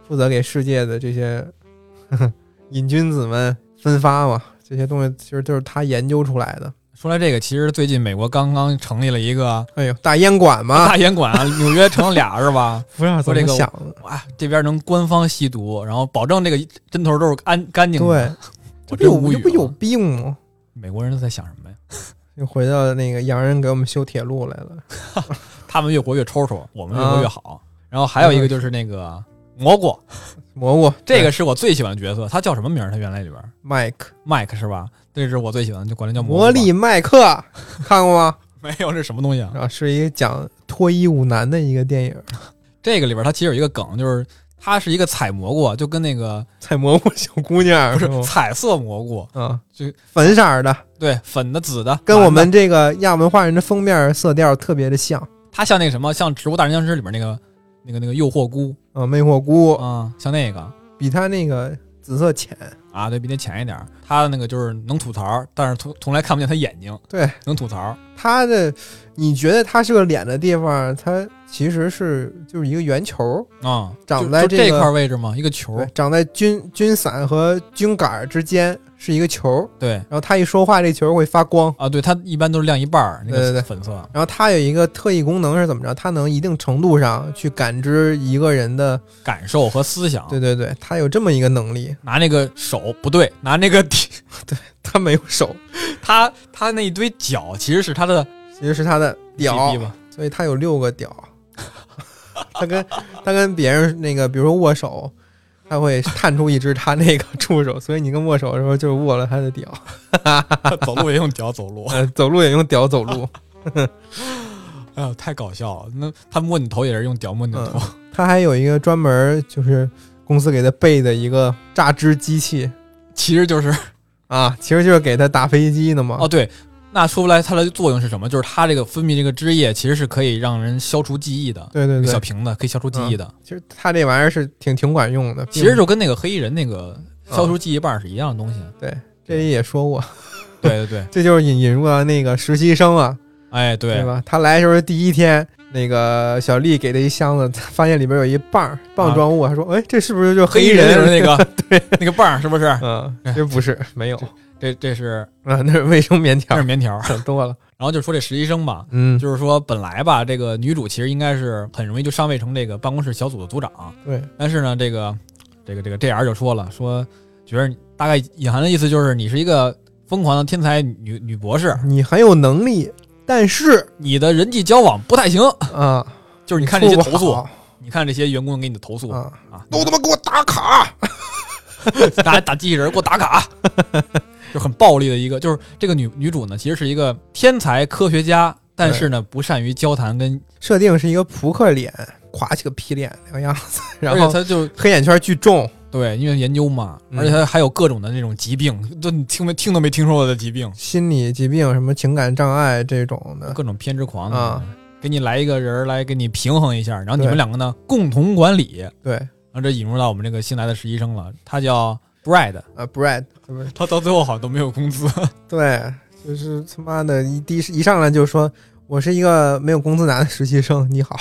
Speaker 1: 负责给世界的这些 呵呵瘾君子们分发嘛。这些东西其实都是他研究出来的。
Speaker 2: 说来这个，其实最近美国刚刚成立了一个
Speaker 1: 哎呦，大烟馆嘛，
Speaker 2: 大烟馆啊，纽约成了俩是吧？
Speaker 1: 不知道
Speaker 2: 怎么
Speaker 1: 想
Speaker 2: 想
Speaker 1: 的。
Speaker 2: 哇，这边能官方吸毒，然后保证这个针头都是干干净的。
Speaker 1: 对，这不
Speaker 2: 我真
Speaker 1: 有
Speaker 2: 无语
Speaker 1: 这不有
Speaker 2: 了
Speaker 1: 病吗？
Speaker 2: 美国人都在想什么呀？
Speaker 1: 又回到那个洋人给我们修铁路来了。
Speaker 2: 他们越活越抽抽，我们
Speaker 1: 啊
Speaker 2: 越活越好。然后还有一个就是那个蘑菇，
Speaker 1: 蘑菇，
Speaker 2: 这个是我最喜欢的角色，他叫什么名儿？他原来里边儿
Speaker 1: 麦克，
Speaker 2: Mike 是吧？这是我最喜欢的，就管他叫啊蘑菇
Speaker 1: 魔
Speaker 2: 吧
Speaker 1: 力麦克，看过吗？
Speaker 2: 没有，这什么东西啊？
Speaker 1: 啊，是一个讲脱衣舞男的一个电影，
Speaker 2: 这个里边它其实有一个梗，就是它是一个采蘑菇，啊就跟那个
Speaker 1: 采蘑菇小姑娘
Speaker 2: 不是
Speaker 1: 吗
Speaker 2: 彩色蘑菇，
Speaker 1: 啊，
Speaker 2: 就
Speaker 1: 粉色儿的，
Speaker 2: 对，粉的、紫的，
Speaker 1: 跟我
Speaker 2: 蓝的
Speaker 1: 们这个亚文化人的封面色调特别的像
Speaker 2: 它像那个什么，像《植物大战僵尸》里边那个那个那个诱惑菇
Speaker 1: 啊，魅惑菇，
Speaker 2: 啊、像那个
Speaker 1: 比他那个紫色浅。
Speaker 2: 啊，对比那浅一点儿。它的那个就是能吐槽，但是从从来看不见它眼睛，
Speaker 1: 对，
Speaker 2: 能吐槽。
Speaker 1: 他的，你觉得他是个脸的地方，他其实是就是一个圆球，
Speaker 2: 啊，
Speaker 1: 长
Speaker 2: 就
Speaker 1: 在
Speaker 2: 就
Speaker 1: 这
Speaker 2: 这
Speaker 1: 个
Speaker 2: 块位置嘛，一个球
Speaker 1: 对，，长在菌菌伞和菌杆儿之间是一个球，
Speaker 2: 对
Speaker 1: 然后它一说话，这球会发光。
Speaker 2: 啊，对，它一般都是亮一半儿，那
Speaker 1: 对对对
Speaker 2: 个粉色，
Speaker 1: 然后它有一个特异功能是怎么着？它能一定程度上去感知一个人的，
Speaker 2: 感受和思想。
Speaker 1: 对对对，它有这么一个能力。
Speaker 2: 拿那个手不对，拿那个
Speaker 1: 它没有手，
Speaker 2: 他他那一堆脚其实是他的
Speaker 1: 其实是它的屌
Speaker 2: GB，嘛，
Speaker 1: 所以它有六个屌。它跟它跟别人那个，比如说握手，它会探出一只它那个触手，所以你跟握手的时候就是握了它的屌。
Speaker 2: 走路也用脚走路。
Speaker 1: 呃，走路也用屌走路。
Speaker 2: 哎呦，太搞笑了！那他摸你头也是用脚摸你的头，
Speaker 1: 它还有一个专门就是公司给它备的一个榨汁机器
Speaker 2: 其实就是
Speaker 1: 啊，其实就是给它打飞机的嘛。
Speaker 2: 哦对。那说不来它的作用是什么？就是它这个分泌这个汁液，其实是可以让人消除记忆的，
Speaker 1: 对对
Speaker 2: 一个
Speaker 1: 对嗯
Speaker 2: 小，瓶子可以消除记忆的。
Speaker 1: 其实它这玩意儿是挺挺管用的。
Speaker 2: 其实
Speaker 1: 并
Speaker 2: 就跟那个黑衣人那个消除记忆棒是一样的东西。
Speaker 1: 嗯这里也说过，
Speaker 2: 对对对，
Speaker 1: 这就是引引入到那个实习生啊，
Speaker 2: 哎
Speaker 1: 对
Speaker 2: 对，
Speaker 1: 吧？他来的时候第一天，那个小丽给他一箱子， 他发现里边有一棒棒状物，他说：“哎，这是不是就是
Speaker 2: 啊黑衣
Speaker 1: 衣
Speaker 2: 人就是
Speaker 1: 人
Speaker 2: 那个对那个棒是不是？
Speaker 1: 嗯，其实不是，没有
Speaker 2: 这这是
Speaker 1: 啊，那是卫生棉条
Speaker 2: 那，是棉条。
Speaker 1: 想多了。
Speaker 2: 然后就说这实习生吧，
Speaker 1: 嗯，
Speaker 2: 就是说本来吧，这个女主其实应该是很容易就上位成这个办公室小组的组长，
Speaker 1: 对，
Speaker 2: 但是呢，这个这个这个 JR 就说了，说觉得你大概隐含的意思就是你是一个疯狂的天才女女博士，
Speaker 1: 你很有能力，但是
Speaker 2: 你的人际交往不太行，
Speaker 1: 啊，
Speaker 2: 就是你看这些
Speaker 1: 做不
Speaker 2: 投诉，
Speaker 1: 好
Speaker 2: 你看这些员工给你的投诉啊，
Speaker 1: 啊，都他妈给我打卡。
Speaker 2: 打打机器人给我打卡， 就很暴力的一个，就是这个女女主呢，其实是一个天才科学家，但是呢不善于交谈跟，
Speaker 1: 设定是一个扑克脸，垮起个屁脸那个样子，然
Speaker 2: 而且
Speaker 1: 后
Speaker 2: 她就
Speaker 1: 黑眼圈巨重，
Speaker 2: 对，因为研究嘛，
Speaker 1: 嗯
Speaker 2: 而且他还有各种的那种疾病，都你听没听都没听说过的疾病，
Speaker 1: 心理疾病什么情感障碍这种的。
Speaker 2: 各种偏执狂
Speaker 1: 啊
Speaker 2: 给你来一个人儿来给你平衡一下，然后你
Speaker 1: 对
Speaker 2: 们两个呢共同管理，然
Speaker 1: 对
Speaker 2: 后这引入到我们这个新来的实习生了，他叫 Brad，
Speaker 1: 啊，bread 不是
Speaker 2: 他到最后好像都没有工资，
Speaker 1: 对，就是他妈的一第一一上来就说我是一个没有工资拿的实习生，你好，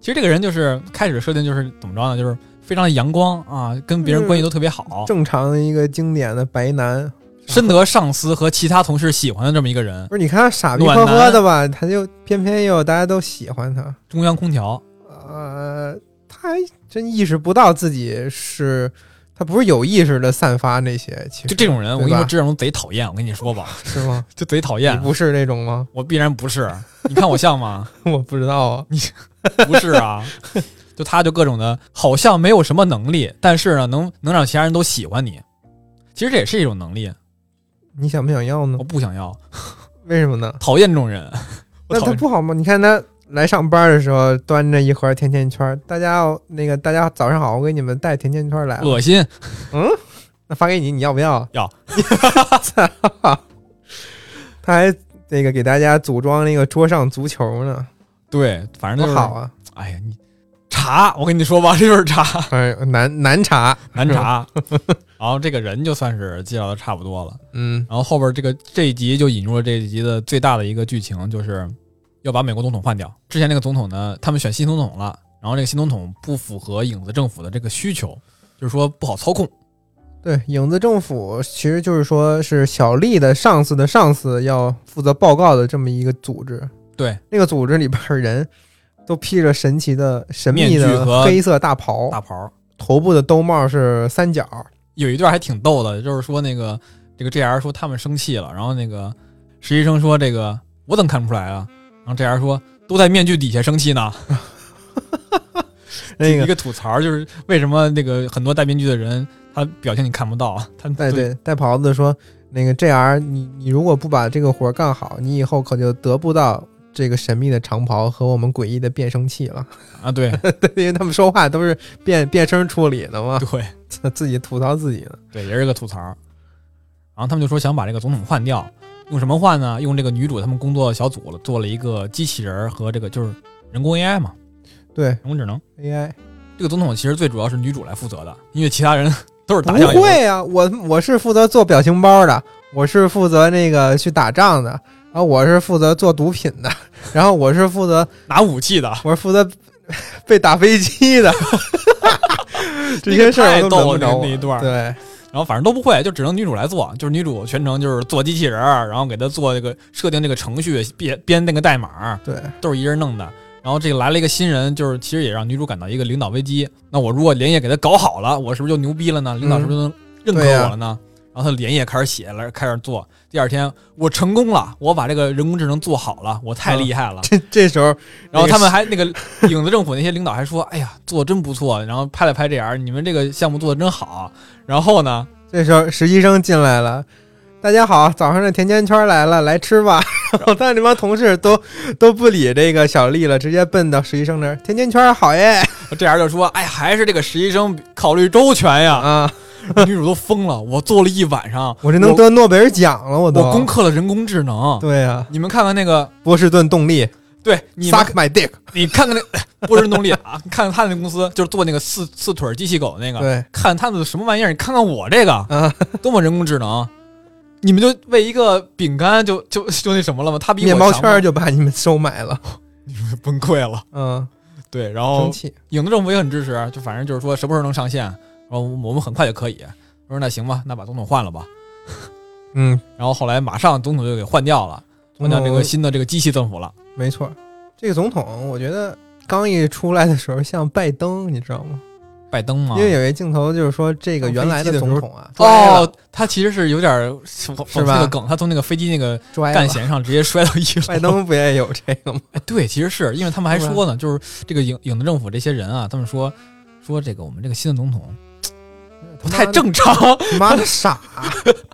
Speaker 2: 其实这个人就是开始设定就是怎么着呢，就是非常的阳光啊，跟
Speaker 1: 嗯
Speaker 2: 别人关系都特别好，
Speaker 1: 正常的一个经典的白男，
Speaker 2: 深得上司和其他同事喜欢的这么一个人，
Speaker 1: 不是你看他傻逼
Speaker 2: 暖
Speaker 1: 呵
Speaker 2: 男
Speaker 1: 呵的吧，他就偏偏又大家都喜欢他，
Speaker 2: 中央空调，
Speaker 1: 呃，他还真意识不到自己是，他不是有意识的散发那些，其
Speaker 2: 就
Speaker 1: 实
Speaker 2: 这种人，我
Speaker 1: 哎对
Speaker 2: 跟你说
Speaker 1: 吧
Speaker 2: 这种人贼讨厌，我跟你说吧，
Speaker 1: 是吗？
Speaker 2: 就贼讨
Speaker 1: 你
Speaker 2: 厌，
Speaker 1: 不是那种吗？
Speaker 2: 我必然不是，你看我像吗？
Speaker 1: 我不知道啊，
Speaker 2: 不是啊，就他就各种的，好像没有什么能力，但是呢，能能让其他人都喜欢你。其实这也是一种能力，
Speaker 1: 你想不想要呢
Speaker 2: 我？不想要，
Speaker 1: 为什么呢？
Speaker 2: 讨厌这种人。 我
Speaker 1: 那
Speaker 2: 讨
Speaker 1: 他
Speaker 2: 厌
Speaker 1: 不好吗？你看他来上班的时候端着一盒甜甜圈儿，大家好那个大家早上好，我给你们带甜甜圈儿来了，
Speaker 2: 恶心，
Speaker 1: 那发给你，你要不要？
Speaker 2: 要。
Speaker 1: 操！ 他还那个给大家组装那个桌上足球 呢，
Speaker 2: 对，反正
Speaker 1: 多
Speaker 2: 就是
Speaker 1: 好啊！
Speaker 2: 哎呀，你茶，我跟你说吧，这就是茶，
Speaker 1: 哎，难难查，
Speaker 2: 难茶。 然后这个人就算是介绍的差不多了。
Speaker 1: 嗯，
Speaker 2: 然后后边这个这一集就引入了这一集的最大的一个剧情，就是要把美国总统换掉。之前那个总统呢，他们选新总统了，然后这个新总统不符合影子政府的这个需求，就是说不好操控。
Speaker 1: 对，影子政府其实就是说是小丽的上司的上司要负责报告的这么一个组织。
Speaker 2: 对，
Speaker 1: 那个组织里边儿人都披着神奇的、神秘
Speaker 2: 面具
Speaker 1: 的
Speaker 2: 和
Speaker 1: 黑色大袍，
Speaker 2: 大袍
Speaker 1: 头部的兜帽是三角。
Speaker 2: 有一段还挺逗的，就是说那个这个 JR 说他们生气了，然后那个实习生说这个我怎么看不出来啊？然后 JR 说都在面具底下生气呢。
Speaker 1: 那
Speaker 2: 一
Speaker 1: 个
Speaker 2: 个吐槽就是为什么那个很多戴面具的人他表情你看不到，他
Speaker 1: 戴哎对戴袍子说：“那个 JR，你你如果不把这个活儿干好，你以后可就得不到这个神秘的长袍和我们诡异的变声器了。
Speaker 2: 啊对对
Speaker 1: 对”因为他们说话都是变变声处理的嘛，自己吐槽自己呢。
Speaker 2: 对，也是个吐槽。然后他们就说想把这个总统换掉，用什么换呢？用这个女主他们工作小组了做了一个机器人儿和这个就是人工 AI 嘛，
Speaker 1: 对
Speaker 2: 人工智能。
Speaker 1: AI
Speaker 2: 这个总统其实最主要是女主来负责的，因为其他人 都是
Speaker 1: 不
Speaker 2: 打酱油。
Speaker 1: 会啊，我我是负责做表情包的，我是负责那个去打仗的。啊，我是负责做毒品的，然后我是负责
Speaker 2: 拿武器的，
Speaker 1: 我是负责被打飞机的， 这些事儿
Speaker 2: 那个太
Speaker 1: 我
Speaker 2: 逗
Speaker 1: 都轮不
Speaker 2: 了
Speaker 1: 着我。
Speaker 2: 那一段儿
Speaker 1: 对，
Speaker 2: 然后反正都不会，就只能女主来做，就是女主全程就是做机器人儿，然后给她做这个设定这个程序，编编那个代码，
Speaker 1: 对，
Speaker 2: 都是一人弄的。然后这个来了一个新人，就是其实也让女主感到一个领导危机。那我如果连夜给他搞好了，我是不是就牛逼了呢？领导是不是就能认可
Speaker 1: 对呀
Speaker 2: 我了呢？然后他连夜开始写了，开始做。第二天我成功了，我把这个人工智能做好了，我太厉害了。
Speaker 1: 这这时候
Speaker 2: 然后他们还那个影子政府那些领导还说：“哎呀，做得真不错。”然后拍了拍这 r 你们这个项目做的真好。然后呢，
Speaker 1: 这时候实习生进来了，大家好，早上的甜甜圈来了，来吃吧。 然后他那帮同事都都不理这个小丽了，直接奔到实习生那儿，甜甜圈好耶
Speaker 2: 这样就说：“哎，还是这个实习生考虑周全呀！”
Speaker 1: 啊！
Speaker 2: 女主都疯了，我做了一晚上，
Speaker 1: 我这能得诺贝尔奖了，我都。
Speaker 2: 我攻克了人工智能。
Speaker 1: 对啊呀、
Speaker 2: 你们看看那个，
Speaker 1: 波士顿动力
Speaker 2: 对你们
Speaker 1: ，suck my dick。
Speaker 2: 你看 看那波士顿动力啊，看看他那公司就是做那个四四腿机器狗那个，
Speaker 1: 对，
Speaker 2: 看他们什么玩意儿，你看看我这个
Speaker 1: 啊，
Speaker 2: 多么人工智能！你们就为一个饼干就就就那什么了吗？他比我
Speaker 1: 面包
Speaker 2: 强
Speaker 1: 圈儿就把你们收买了，
Speaker 2: 吗崩溃了。
Speaker 1: 嗯，
Speaker 2: 对，然
Speaker 1: 生
Speaker 2: 后
Speaker 1: 气。
Speaker 2: 影子政府也很支持，就反正就是说什么时候能上线，然后我们很快就可以。我说那行吧，那把总统换了吧。
Speaker 1: 嗯，
Speaker 2: 然后后来马上总统就给换掉了，换掉这
Speaker 1: 哦
Speaker 2: 个新的这个机器政府了。
Speaker 1: 没错，这个总统我觉得刚一出来的时候像拜登，你知道吗？
Speaker 2: 拜登嘛
Speaker 1: 因，为有一镜头就是说这个原来
Speaker 3: 飞机的时
Speaker 1: 总
Speaker 3: 候
Speaker 1: 统啊，
Speaker 2: 哦，他其实是有点儿讽
Speaker 1: 是
Speaker 2: 刺
Speaker 1: 吧哎
Speaker 2: 的梗，他从那个飞机那个
Speaker 1: 拽了
Speaker 2: 干弦上直接摔到一楼。
Speaker 1: 拜登不也有这个吗？
Speaker 2: 哎， 对，其实是因为他们还说呢，就是这个影影子政府这些人啊，他 们说说这个我们这个新的总统 不太，正常，
Speaker 1: 他妈的 傻，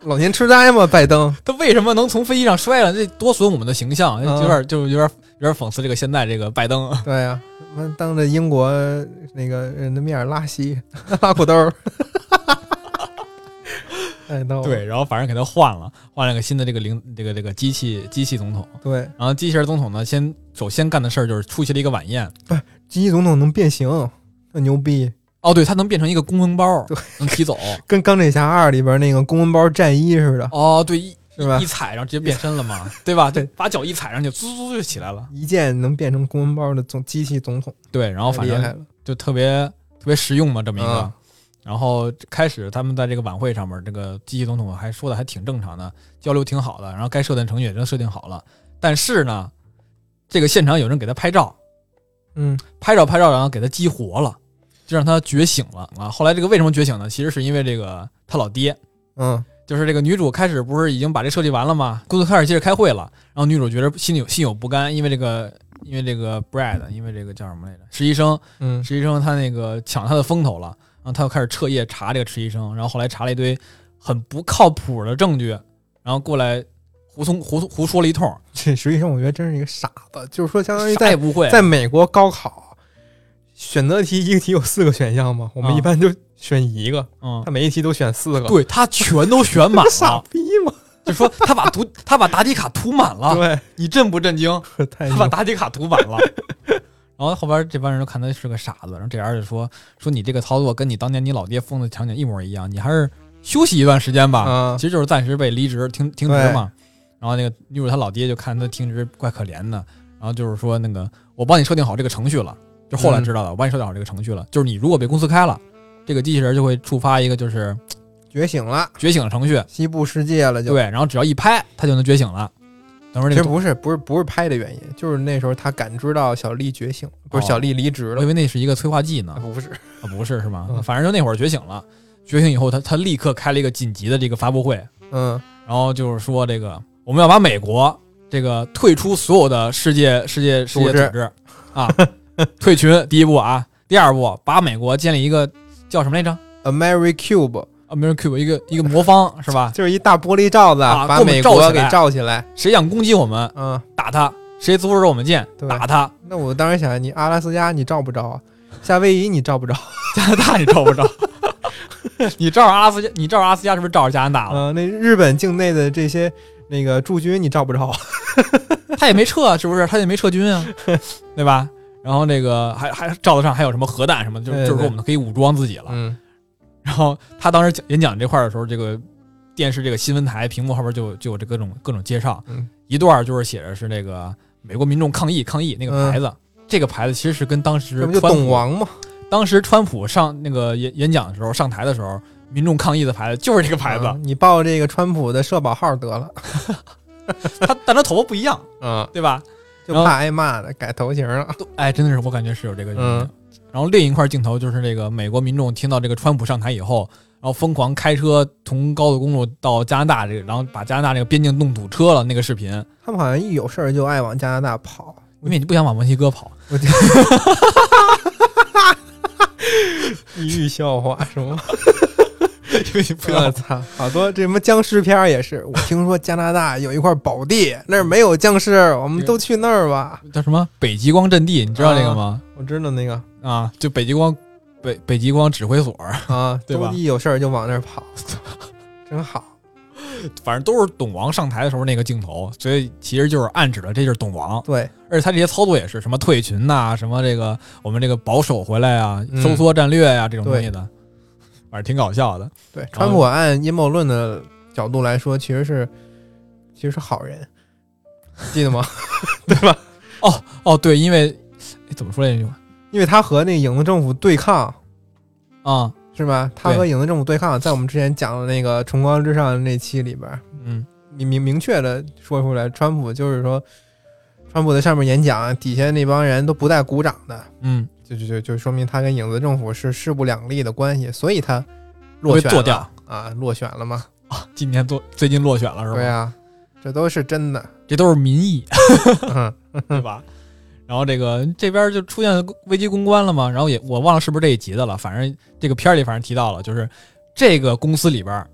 Speaker 1: 老年痴呆吗？拜登，
Speaker 2: 他为什么能从飞机上摔了？这多损我们的形象，
Speaker 1: 嗯哦
Speaker 2: 有点就是有点有点讽刺这个现在这个拜登。
Speaker 1: 对呀、妈当着英国那个人的面儿拉稀拉裤兜儿， 哎，逗了
Speaker 2: 对，然后反正给他换了，换了个新的这个领这个这个机器机器总统。
Speaker 1: 对，
Speaker 2: 然后机器人总统呢，先首先干的事儿就是出席了一个晚宴。
Speaker 1: 机器总统能变形，特牛逼，
Speaker 2: 哦，对，它能变成一个公文包
Speaker 1: 对，
Speaker 2: 能 提走。
Speaker 1: 跟《钢铁侠二》里边那个公文包战衣似的，
Speaker 2: 哦，对，一
Speaker 1: 是吧
Speaker 2: 一？踩，然后直接变身了嘛，对吧？对，把脚一踩上去，滋滋就起来了。
Speaker 1: 一键能变成公文包的总机器总统，
Speaker 2: 对，然后
Speaker 1: 太
Speaker 2: 哦反
Speaker 1: 厉
Speaker 2: 正
Speaker 1: 害了，
Speaker 2: 就特别特别实用嘛，这么一个。
Speaker 1: 嗯
Speaker 2: 然后开始他们在这个晚会上面，这个机器总统还说的还挺正常的，交流挺好的，然后该设定程序也都设定好了。但是呢，这个现场有人给他拍照，
Speaker 1: 嗯，
Speaker 2: 拍照拍照，然后给他激活了，就让他觉醒了啊。后来这个为什么觉醒呢？其实是因为这个他老爹，
Speaker 1: 嗯，
Speaker 2: 就是这个女主开始不是已经把这设计完了吗？工作开始接着开会了，然后女主觉得心里有心有不甘，因为这个因为这个 Brad，因为这个叫什么来着，实习生，
Speaker 1: 嗯，
Speaker 2: 实习生他那个抢他的风头了，然后他又开始彻夜查这个实习生，然后后来查了一堆很不靠谱的证据，然后过来胡从胡胡说了一通，
Speaker 1: 这实际上我觉得真是一个傻子，就是说相当于
Speaker 2: 啥
Speaker 1: 呃在
Speaker 2: 也不会，
Speaker 1: 在美国高考选择题一个题有四个选项嘛，我们
Speaker 2: 啊
Speaker 1: 一般就选一个，
Speaker 2: 嗯
Speaker 1: 他，每一题都选四个，
Speaker 2: 对他全都选满
Speaker 1: 傻
Speaker 2: 了，
Speaker 1: 逼嘛，
Speaker 2: 就说他把涂他把答题卡涂满了，
Speaker 1: 对，
Speaker 2: 你震不震惊？
Speaker 1: 太
Speaker 2: 他把答题卡涂满了。哎 然后后边这帮人都看他是个傻子，然后这人就说说你这个操作跟你当年你老爹疯的场景一模一样，你还是休息一段时间吧，
Speaker 1: 啊
Speaker 2: 其实就是暂时被离职停停职嘛。然后那个女主她老爹就看他停职怪可怜的，然后就是说那个我帮你设定好这个程序了，就后来知道了，我帮你设定好这个程序了，就是你如果被公司开了，这个机器人就会触发一个就是
Speaker 1: 觉醒了，
Speaker 2: 觉醒程序，
Speaker 1: 西部世界了就。
Speaker 2: 对，然后只要一拍它就能觉醒了。等会儿
Speaker 1: 其
Speaker 2: 那
Speaker 1: 实
Speaker 2: 个
Speaker 1: 不是，不是，不是拍的原因，就是那时候他感知到小丽觉醒，不是
Speaker 2: 哦
Speaker 1: 小丽离职
Speaker 2: 我以
Speaker 1: 了，
Speaker 2: 为那是一个催化剂
Speaker 1: 啊，
Speaker 2: 呢
Speaker 1: 不是，
Speaker 2: 啊，不是是吗？
Speaker 1: 嗯
Speaker 2: 反正就那会儿觉醒了，觉醒以后他他立刻开了一个紧急的这个发布会，
Speaker 1: 嗯，
Speaker 2: 然后就是说这个我们要把美国这个退出所有的世界世界世界
Speaker 1: 组织
Speaker 2: 组织啊，退群第一步啊，第二步把美国建立一个叫什么来着啊
Speaker 1: Ameri Cube
Speaker 2: ？American Cube 一个一个魔方是吧？
Speaker 1: 就是一大玻璃罩子，
Speaker 2: 啊
Speaker 1: 把
Speaker 2: 给我们
Speaker 1: 美
Speaker 2: 罩
Speaker 1: 国
Speaker 2: 起
Speaker 1: 给
Speaker 2: 来
Speaker 1: 罩起来。
Speaker 2: 谁想攻击我们，
Speaker 1: 嗯，
Speaker 2: 打他；谁阻止我们建，
Speaker 1: 对
Speaker 2: 打他。
Speaker 1: 那我当时想，你阿拉斯加你罩不着啊，夏威夷你罩不着，
Speaker 2: 加拿大你照不照？ 你照着阿拉斯加，你照着阿拉斯加是不是照着加拿大了？
Speaker 1: 嗯、那日本境内的这些那个驻军你罩不着啊，
Speaker 2: 他也没撤，是不是？他也没撤军 啊，对吧？然后那个还还照得上，还有什么核弹什么的，就
Speaker 1: 对对
Speaker 2: 就是说我们可以武装自己了。
Speaker 1: 嗯，
Speaker 2: 然后他当时讲演讲这块儿的时候，这个电视这个新闻台屏幕后边就就有这各种各种介绍，
Speaker 1: 嗯
Speaker 2: 一段儿就是写着是那个美国民众抗议抗议那个牌子，这个牌子其实是跟当时
Speaker 1: 嗯这不就啊
Speaker 2: 川
Speaker 1: 懂
Speaker 2: 普
Speaker 1: 王嘛？
Speaker 2: 当时川普上那个演演讲的时候上台的时候，民众抗议的牌子就是这个牌子，
Speaker 1: 啊你报这个川普的社保号得了
Speaker 2: 他但他头发不一样，
Speaker 1: 啊，
Speaker 2: 对吧？
Speaker 1: 就
Speaker 2: 嗯然后
Speaker 1: 怕挨骂的，改头型了。
Speaker 2: 都哎，真的是我感觉是有这个原因的。
Speaker 1: 嗯
Speaker 2: 然后另一块镜头就是这个美国民众听到这个川普上台以后，然后疯狂开车从高速公路到加拿大这个，然后把加拿大这个边境弄堵车了那个视频，
Speaker 1: 他们好像一有事儿就爱往加拿大跑。
Speaker 2: 因为你不想往墨西哥跑，
Speaker 1: 我就地狱笑话是吗？
Speaker 2: 因为你不
Speaker 1: 我
Speaker 2: 想
Speaker 1: 操，好多这什么僵尸片儿也是。我听说加拿大有一块宝地，那儿没有僵尸，我们都去那儿吧。
Speaker 2: 叫什么北极光阵地，你知道这个吗？
Speaker 1: 我知道那个
Speaker 2: 啊，就北极光北北极光指挥所，
Speaker 1: 啊，
Speaker 2: 对吧
Speaker 1: 周一有事儿就往那儿跑，真好。
Speaker 2: 反正都是董王上台的时候那个镜头，所以其实就是暗指了这就是董王。
Speaker 1: 对，
Speaker 2: 而且他这些操作也是什么退群呐、什么这个我们这个保守回来啊，
Speaker 1: 嗯
Speaker 2: 收缩战略呀、这种东西的，反正挺搞笑的。
Speaker 1: 对，川普按阴谋论的角度来说，其实是其实是好人，记得吗？对吧？
Speaker 2: 哦，对，因为哎怎么说来着？
Speaker 1: 因为他和那影子政府对抗，
Speaker 2: 啊，
Speaker 1: 是吧？他
Speaker 2: 对
Speaker 1: 和影子政府对抗，在我们之前讲的那个《崇高之上》那期里边儿，
Speaker 2: 嗯，
Speaker 1: 明明明确的说出来，川普就是说，川普在上面演讲，底下那帮人都不带鼓掌的，
Speaker 2: 嗯，
Speaker 1: 就就就就说明他跟影子政府是势不两立的关系，所以他落
Speaker 2: 被
Speaker 1: 选
Speaker 2: 做
Speaker 1: 了
Speaker 2: 掉
Speaker 1: 啊，落选了嘛？
Speaker 2: 啊，今年做最近落选了是吧？
Speaker 1: 对啊，这都是真的。
Speaker 2: 这都是 民意，
Speaker 1: 嗯
Speaker 2: 对吧？然后这个这边就出现危机公关了嘛，然后也我忘了是不是这一集的了，反正这个片儿里反正提到了，就是这个公司里边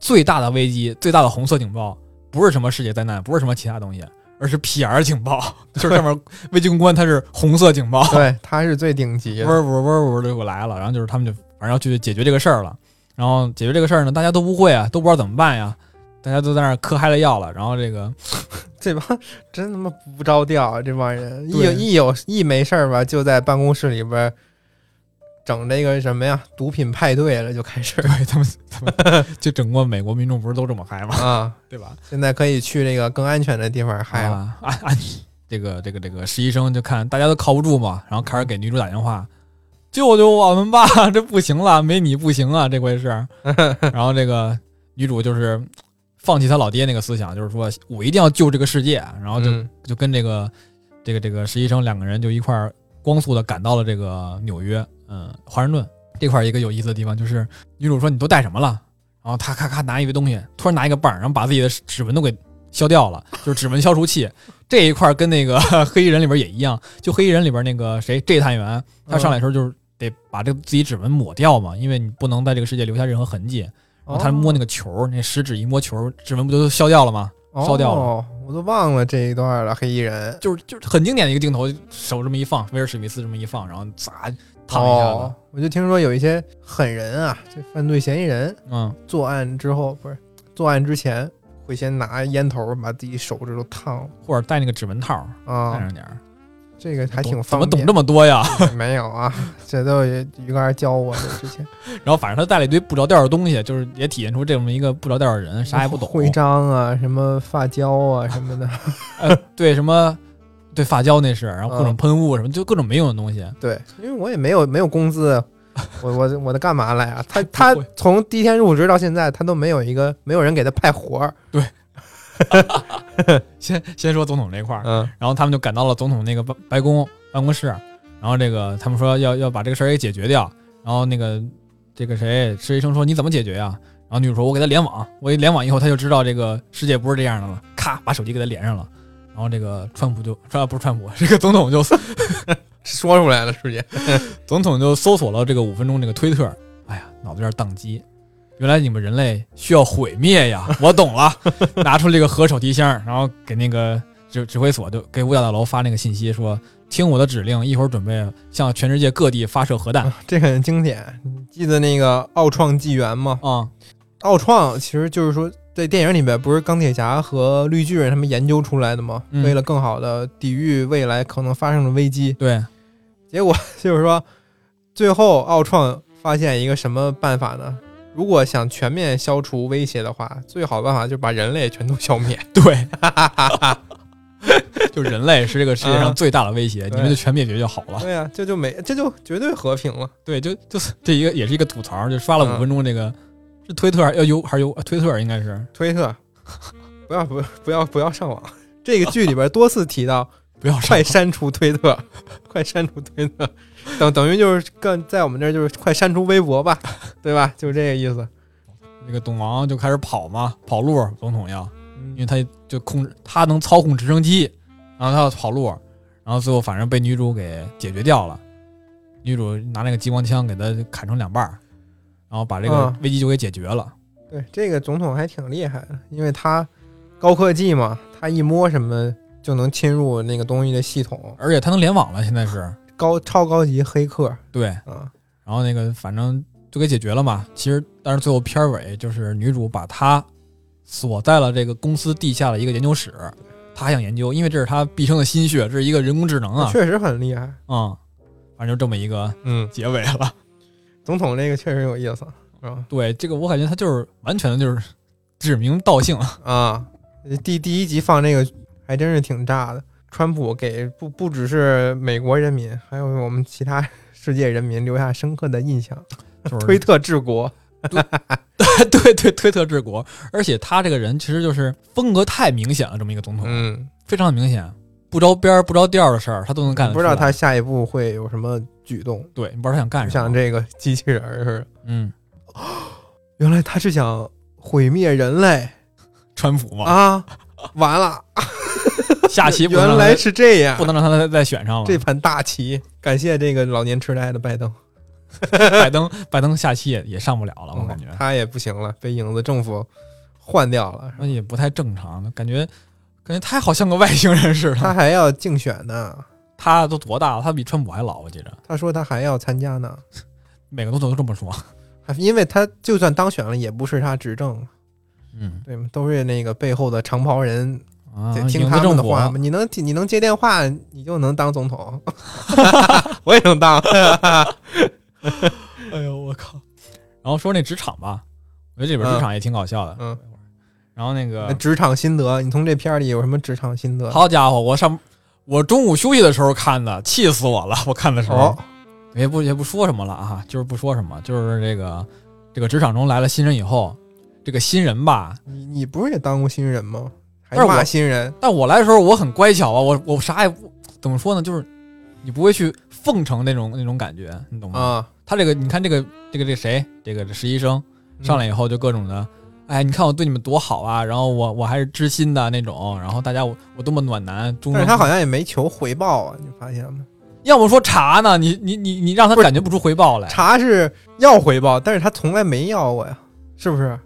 Speaker 2: 最大的危机、最大的红色警报，不是什么世界灾难，不是什么其他东西，而是 PR 警报， 就是 上面危机公关它是红色警报，
Speaker 1: 对，他是最顶级
Speaker 2: 嗡
Speaker 1: 的。
Speaker 2: 嗡嗡嗡嗡就给我来了，然后就是他们就反正要去解决这个事儿了，然后解决这个事儿呢，大家都不会啊，都不知道怎么办呀，大家都在那儿嗑嗨了药了，然后这个
Speaker 1: 这帮真他妈不着调啊，这帮人一
Speaker 2: 对
Speaker 1: 有一有一没事儿吧，就在办公室里边儿整这个什么呀，毒品派对了，就开始
Speaker 2: 对他们他们就整个美国民众不是都这么嗨吗？
Speaker 1: 啊。
Speaker 2: 对吧？
Speaker 1: 现在可以去那个更安全的地方嗨了。
Speaker 2: 啊，啊啊这个这个这个实习生就看大家都靠不住嘛，然后开始给女主打电话，救救我们吧，这不行了，没你不行啊，这回是。然后这个女主就是放弃她老爹那个思想，就是说我一定要救这个世界，然后就、
Speaker 1: 嗯
Speaker 2: 就跟这个这个这个实习生两个人就一块儿光速的赶到了这个纽约，嗯，华盛顿这块儿一个有意思的地方就是女主说你都带什么了？然后她咔咔拿一个东西，突然拿一个棒儿，然后把自己的指指纹都给消掉了，就是指纹消除器这一块儿跟那个 黑衣人里边也一样，就黑衣人里边那个谁侦探员，他上来的时候就是得把这个自己指纹抹掉嘛，因为你不能在这个世界留下任何痕迹。
Speaker 1: 哦
Speaker 2: 然后他摸那个球儿，那食指一摸球儿，指纹不就都消掉了吗？
Speaker 1: 哦
Speaker 2: 烧掉了
Speaker 1: 哦，我都忘了这一段了。黑衣人
Speaker 2: 就是就是很经典的一个镜头，手这么一放，威尔史密斯这么一放，然后砸躺一下子，
Speaker 1: 哦，我就听说有一些狠人啊，这犯罪嫌疑人
Speaker 2: 嗯，
Speaker 1: 作案之后不是作案之前会先拿烟头把自己手指头烫
Speaker 2: 或者戴那个指纹套儿，
Speaker 1: 了
Speaker 2: 戴
Speaker 1: 啊，
Speaker 2: 上点儿，
Speaker 1: 这个还挺
Speaker 2: 懂怎
Speaker 1: 方
Speaker 2: 么
Speaker 1: 便。
Speaker 2: 懂这么多呀？
Speaker 1: 没有啊，这都是鱼竿教我的。之前
Speaker 2: 然后反正他带了一堆不着调的东西，就是也体现出这么一个不着调的人， 啥也不懂。
Speaker 1: 徽章啊，什么发胶啊，什么的。
Speaker 2: 呃，对什么，对发胶那是，然后各种
Speaker 1: 嗯
Speaker 2: 喷雾什么，就各种没用的东西。
Speaker 1: 对，因为我也没有没有工 资，我我我的干嘛 来啊？他他从第一天入职到现在，他都没有一个没有人给他派活儿。
Speaker 2: 先先说总统这块儿，
Speaker 1: 嗯
Speaker 2: 然后他们就赶到了总统那个白白宫办公室，然后这个他们说要要把这个事儿给解决掉，然后那个这个谁实习生说你怎么解决呀、然后女主说我给他联网，我一联网以后他就知道这个世界不是这样的了，咔把手机给他连上了，然后这个川普就川不是川普，这个总统就
Speaker 1: 说出来了，师姐。
Speaker 2: 总统就搜索了这个五分钟这个推特，哎呀，脑子有点宕机。原来你们人类需要毁灭呀！ 我懂了，拿出这个核手提箱，然后给那个指指挥所就给五角大楼发那个信息说，听我的指令，一会儿准备向全世界各地发射 核弹。
Speaker 1: 啊 这个很经典。你记得那个奥创纪元吗？
Speaker 2: 啊、
Speaker 1: 奥创其实就是说，在电影里面不是钢铁侠和绿巨人他们研究出来的吗？
Speaker 2: 嗯
Speaker 1: 为了更好的抵御未来可能发生的危机，
Speaker 2: 对，
Speaker 1: 结果就是说，最后奥创发现一个什么办法呢？如果想全面消除威胁的话，最好的办法就是把人类全都消灭。
Speaker 2: 对， 就人类是这个世界
Speaker 1: 啊
Speaker 2: 上最大的威胁，你们
Speaker 1: 对
Speaker 2: 就全灭绝就好了。
Speaker 1: 对呀、这就没，这就绝对和平了。
Speaker 2: 对，就就是这一个也是一个吐槽，就刷了
Speaker 1: 嗯
Speaker 2: 五分钟这个。是推特要有还是有推特应该是
Speaker 1: 推特，不要不要不要不要上网。这个剧里边多次提到，
Speaker 2: 不要上
Speaker 1: 快删除推特，快删除推特，等等于就是更在我们这儿就是快删除微博吧，对吧？就这个意思。
Speaker 2: 那个董王就开始跑嘛，跑路总统要，因
Speaker 1: 嗯，
Speaker 2: 为他就控制他能操控直升机，然后他要跑路，然后最后反正被女主给解决掉了，女主拿那个激光枪给他砍成两半儿，然后把这个
Speaker 1: 嗯
Speaker 2: 危机就给解决了。
Speaker 1: 对，这个总统还挺厉害的，因为他高科技嘛，他一摸什么就能侵入那个东西的系统，
Speaker 2: 而且他能联网了，现在是
Speaker 1: 高超高级黑客
Speaker 2: 对，
Speaker 1: 啊，
Speaker 2: 然后那个反正就给解决了嘛。其实，但是最后片尾就是女主把她锁在了这个公司地下的一个研究室，她还想研究，因为这是她毕生的心血，这是一个人工智能啊，
Speaker 1: 确实很厉害。
Speaker 2: 嗯，反正就这么一个
Speaker 1: 嗯，
Speaker 2: 结尾了。
Speaker 1: 总统这个确实有意思，是吧？
Speaker 2: 对，这个我感觉他就是完全的就是指名道姓，
Speaker 1: 啊，第第一集放这个还真是挺炸的。川普给不不只是美国人民，还有我们其他世界人民留下深刻的印象。
Speaker 2: 就是
Speaker 1: 推特治国，
Speaker 2: 对对推特治国，而且他这个人其实就是风格太明显了，这么一个总统、
Speaker 1: 嗯，
Speaker 2: 非常明显，不着边儿不着调的事儿他都能干得
Speaker 1: 不知道
Speaker 2: 出来
Speaker 1: 他下一步会有什么举动，
Speaker 2: 对，你不知道他想干
Speaker 1: 就
Speaker 2: 什么，
Speaker 1: 像这个机器人儿似的。
Speaker 2: 嗯，
Speaker 1: 原来他是想毁灭人类
Speaker 2: 川普嘛，
Speaker 1: 啊！完了，
Speaker 2: 下棋不能
Speaker 1: 原
Speaker 2: 让他
Speaker 1: 来是这样
Speaker 2: 不，能让他再再选上了，
Speaker 1: 这盘大棋。感谢这个老年痴呆的拜登，
Speaker 2: 拜登拜登下棋也也上不了了，我感觉
Speaker 1: 嗯、他也不行了，被影子政府换掉了。
Speaker 2: 那也不太正常，感觉感觉他好像个外星人似的，
Speaker 1: 他还要竞选呢，
Speaker 2: 他都多大了，他比川普还老，我记着，
Speaker 1: 他说他还要参加呢，
Speaker 2: 每个总统都这么说，
Speaker 1: 因为他就算当选了，也不是他执政，
Speaker 2: 嗯
Speaker 1: 对吗？都是那个背后的长袍人
Speaker 2: 啊
Speaker 1: 得，
Speaker 2: 影
Speaker 1: 听
Speaker 2: 子
Speaker 1: 他们
Speaker 2: 政
Speaker 1: 的
Speaker 2: 府
Speaker 1: 话嘛。你能你能接电话，你就能当总统， 我也能当。
Speaker 2: 哎呦我靠！然后说那职场吧，我觉得这里
Speaker 1: 嗯
Speaker 2: 边职场也挺搞笑的。
Speaker 1: 嗯
Speaker 2: 然后那个，
Speaker 1: 职场心得，你从这片儿里有什么职场心得？
Speaker 2: 好家伙，我上我中午休息的时候看的，气死我了！我 看的时候、
Speaker 1: 哦，
Speaker 2: 也不也不说什么了啊，就是不说什么，就是这个这个职场中来了新人以后，这个新人吧，
Speaker 1: 你你不是也当过新人吗？还
Speaker 2: 但是我
Speaker 1: 骂新人？
Speaker 2: 但我来的时候我很乖巧啊，我我啥也不怎么说呢，就是你不会去奉承那种那种感觉，你懂吗？
Speaker 1: 啊，
Speaker 2: 他这个你看这个这个这个谁这个实习生。
Speaker 1: 嗯
Speaker 2: 上来以后就各种的，哎，你看我对你们多好啊，然后我我还是知心的那种，然后大家我我多么暖男，
Speaker 1: 嗯，
Speaker 2: 中
Speaker 1: 但是他好像也没求回报啊，你发现了吗？
Speaker 2: 要么说茶呢，你你你你让他
Speaker 1: 不是
Speaker 2: 感觉不出回 报来，
Speaker 1: 查是要回报，但是他从来没要过呀，是不是？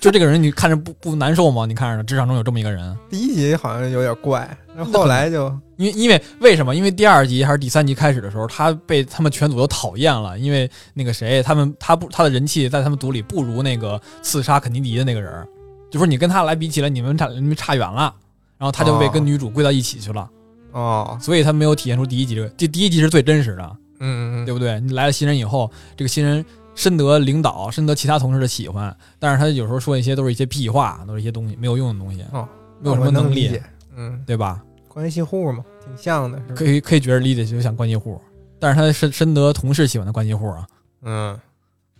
Speaker 2: 就这个人你看着不不难受吗？你看着职场中有这么一个人，
Speaker 1: 第一集好像有点怪，然后后来就
Speaker 2: 因为因为为什么？因为第二集还是第三集开始的时候，他被他们全组都讨厌了，因为那个谁，他们他不他的人气在他们组里不如那个刺杀肯尼迪的那个人儿，就说你跟他来比起来，你们差你们差远了，然后他就被
Speaker 1: 哦
Speaker 2: 跟女主归到一起去了。
Speaker 1: 哦，
Speaker 2: 所以他没有体现出第一集这个，这第一集是最真实的，
Speaker 1: 嗯嗯
Speaker 2: 对不对？你来了新人以后，这个新人深得领导、深得其他同事的喜欢，但是他有时候说一些都是一些屁话，都是一些东西没有用的东西，
Speaker 1: 哦
Speaker 2: 没有什么
Speaker 1: 我能
Speaker 2: 能
Speaker 1: 理
Speaker 2: 力，
Speaker 1: 解，嗯，
Speaker 2: 对吧？
Speaker 1: 关系户嘛，挺像的，是吧
Speaker 2: 可？以可以觉得理解就像关系户，但是他深深得同事喜欢的关系户啊，
Speaker 1: 嗯，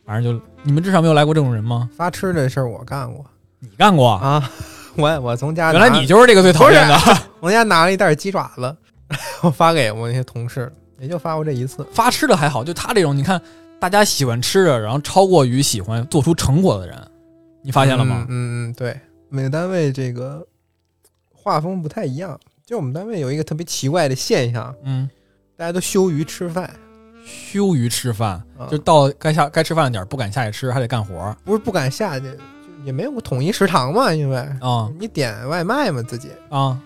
Speaker 2: 反正就你们至少没有来过这种人吗？
Speaker 1: 发吃的事儿我干过
Speaker 2: 你干过？
Speaker 1: 啊，我我从家
Speaker 2: 原来
Speaker 1: 拿
Speaker 2: 你就是这个最讨厌的，
Speaker 1: 我从家拿了一袋鸡爪子， 我发给我那些同事，也就发过这一次，
Speaker 2: 发吃的还好，就他这种，你看大家喜欢吃的，然后超过于喜欢做出成果的人，你发现了吗？
Speaker 1: 嗯嗯嗯，对，每个单位这个画风不太一样，就我们单位有一个特别奇怪的现象，
Speaker 2: 嗯，
Speaker 1: 大家都羞于吃饭，
Speaker 2: 羞于吃饭，
Speaker 1: 啊、
Speaker 2: 就到该下该吃饭的点儿不敢下去吃，还得干活儿
Speaker 1: 不是不敢下去，就也没有统一食堂嘛，因为
Speaker 2: 啊
Speaker 1: 你点外卖嘛自己，
Speaker 2: 啊！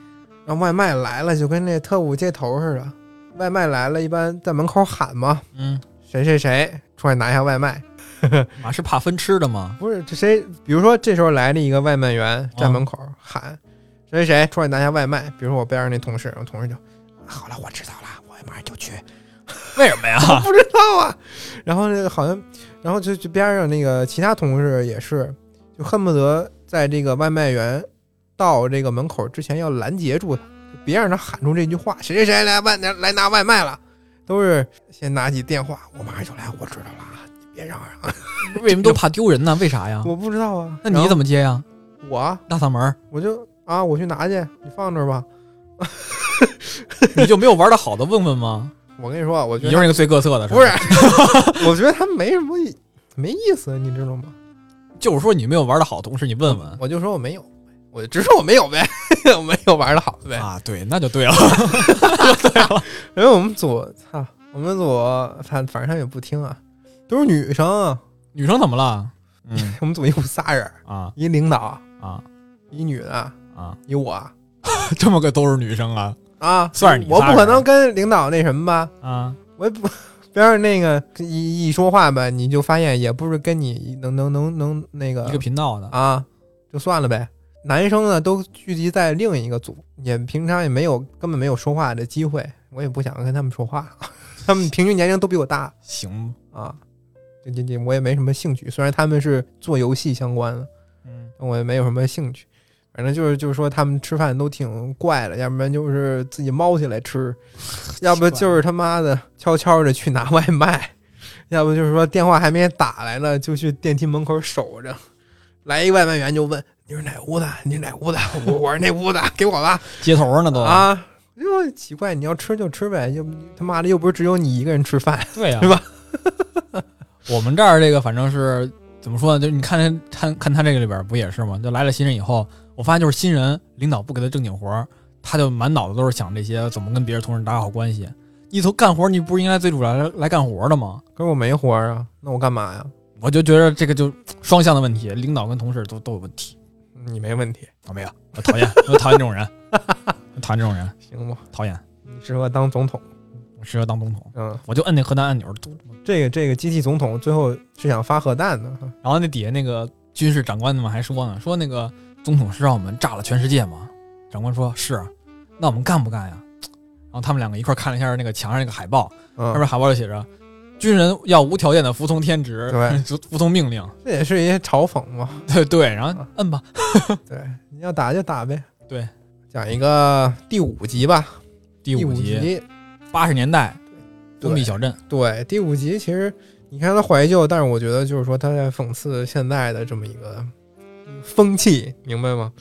Speaker 1: 然后外卖来了就跟那特务接头似的，外卖来了一般在门口喊嘛，
Speaker 2: 嗯，
Speaker 1: 谁谁谁出来拿一下外卖，
Speaker 2: 马是怕分吃的吗？
Speaker 1: 不是这谁，比如说这时候来了一个外卖员
Speaker 2: 啊
Speaker 1: 站门口喊，谁谁谁出来拿一下外卖，比如说我边上那同事，我同事就、啊好了， 我知道了，我马上就去，
Speaker 2: 为什么呀？
Speaker 1: 不知道啊，然后那个好像然后就就边上那个其他同事也是，就恨不得在这个外卖员到这个门口之前要拦截住他，就别让他喊出这句话：“谁谁谁来外来拿外卖了。”都是先拿起电话，我马上就来，我知道了啊，你别嚷嚷，
Speaker 2: 为什么都怕丢人呢？为啥呀？
Speaker 1: 我不知道啊。
Speaker 2: 那你怎
Speaker 1: 么
Speaker 2: 么接呀？
Speaker 1: 我啊
Speaker 2: 大嗓 门儿，
Speaker 1: 我就啊我去拿去，你放这儿吧。
Speaker 2: 你就没有玩的好的问问吗？
Speaker 1: 我跟你说啊，我觉
Speaker 2: 你
Speaker 1: 得
Speaker 2: 就是那个最各色的，
Speaker 1: 不
Speaker 2: 是
Speaker 1: 是
Speaker 2: 吧？，
Speaker 1: 我觉得他没什么意没意思，你知道吗？
Speaker 2: 就是说你没有玩的好，同事你问问
Speaker 1: 我就说我没有，我就只说我没有呗， 我没有玩的好呗。
Speaker 2: 啊，对，那就对了。
Speaker 1: 因为我们组，操，我们组反反正他也不听啊，都是女生啊。
Speaker 2: 女生怎么了？嗯
Speaker 1: 我们组一共仨人，
Speaker 2: 啊
Speaker 1: 一领导，
Speaker 2: 啊
Speaker 1: 一女的，
Speaker 2: 啊，
Speaker 1: 一我
Speaker 2: 这么个都是女生啊
Speaker 1: 啊。
Speaker 2: 算是你
Speaker 1: 我
Speaker 2: 仨
Speaker 1: 不
Speaker 2: 人
Speaker 1: 可能跟领导那什么吧，
Speaker 2: 啊！
Speaker 1: 我也不。别让那个一一说话吧，你就发现也不是跟你能能能能那个
Speaker 2: 一个频道的，
Speaker 1: 啊，就算了呗。男生呢都聚集在另一个组，也平常也没有根本没有说话的机会，我也不想跟他们说话， 他们平均年龄都比我大
Speaker 2: 行，
Speaker 1: 啊，这这这我也没什么兴趣。虽然他们是做游戏相关的，
Speaker 2: 嗯，
Speaker 1: 但我也没有什么兴趣。反正就是就是说他们吃饭都挺怪的，要不然就是自己猫起来吃，要不就是他妈的悄悄的去拿外卖，要不就是说电话还没打来呢，就去电梯门口守着，来一个外卖员就问你是哪屋的？你是哪屋的？我我是那屋的，给我吧。
Speaker 2: 接头呢都，
Speaker 1: 啊，就奇怪，你要吃就吃呗，又他妈的又不是只有你一个人吃饭。
Speaker 2: 对呀，
Speaker 1: 是吧？
Speaker 2: 我们这儿这个反正是怎么说呢？就是你看他看看他这个里边儿不也是吗？就来了新人以后，我发现就是新人领导不给他正经活儿，他就满脑子都是想这些怎么跟别的同事打好关系。你从干活儿，你不是应该最主要来来干活儿的吗？
Speaker 1: 可是我没活儿啊，那我干嘛呀？
Speaker 2: 我就觉得这个就双向的问题，领导跟同事都都有问题。
Speaker 1: 嗯你没问题，
Speaker 2: 我没有， 我讨厌，我讨厌这种人，我讨厌这种人，
Speaker 1: 行吧？
Speaker 2: 讨厌。
Speaker 1: 你适合当总统，
Speaker 2: 我适合当总统，
Speaker 1: 嗯。
Speaker 2: 我就摁那核弹按钮，嘟
Speaker 1: 这个这个机器总统最后是想发核弹的，
Speaker 2: 然后那底下那个军事长官们还说呢，说那个总统是让我们炸了全世界吗？长官说是啊，那我们干不干呀？然后他们两个一块儿看了一下那个墙上那个海报，上
Speaker 1: 嗯，
Speaker 2: 面海报就写着“军人要无条件的服从天职，
Speaker 1: 对
Speaker 2: 服服从命令
Speaker 1: 这也是一些嘲讽嘛。”，
Speaker 2: 对对，然后摁吧，
Speaker 1: 对，你要打就打呗。
Speaker 2: 对，
Speaker 1: 讲一个第五集吧，
Speaker 2: 第
Speaker 1: 五
Speaker 2: 五集，八十年代
Speaker 1: 对
Speaker 2: 封闭小镇，
Speaker 1: 对，第五集其实你看他怀旧，但是我觉得就是说他在讽刺现在的这么一个风气，明白吗？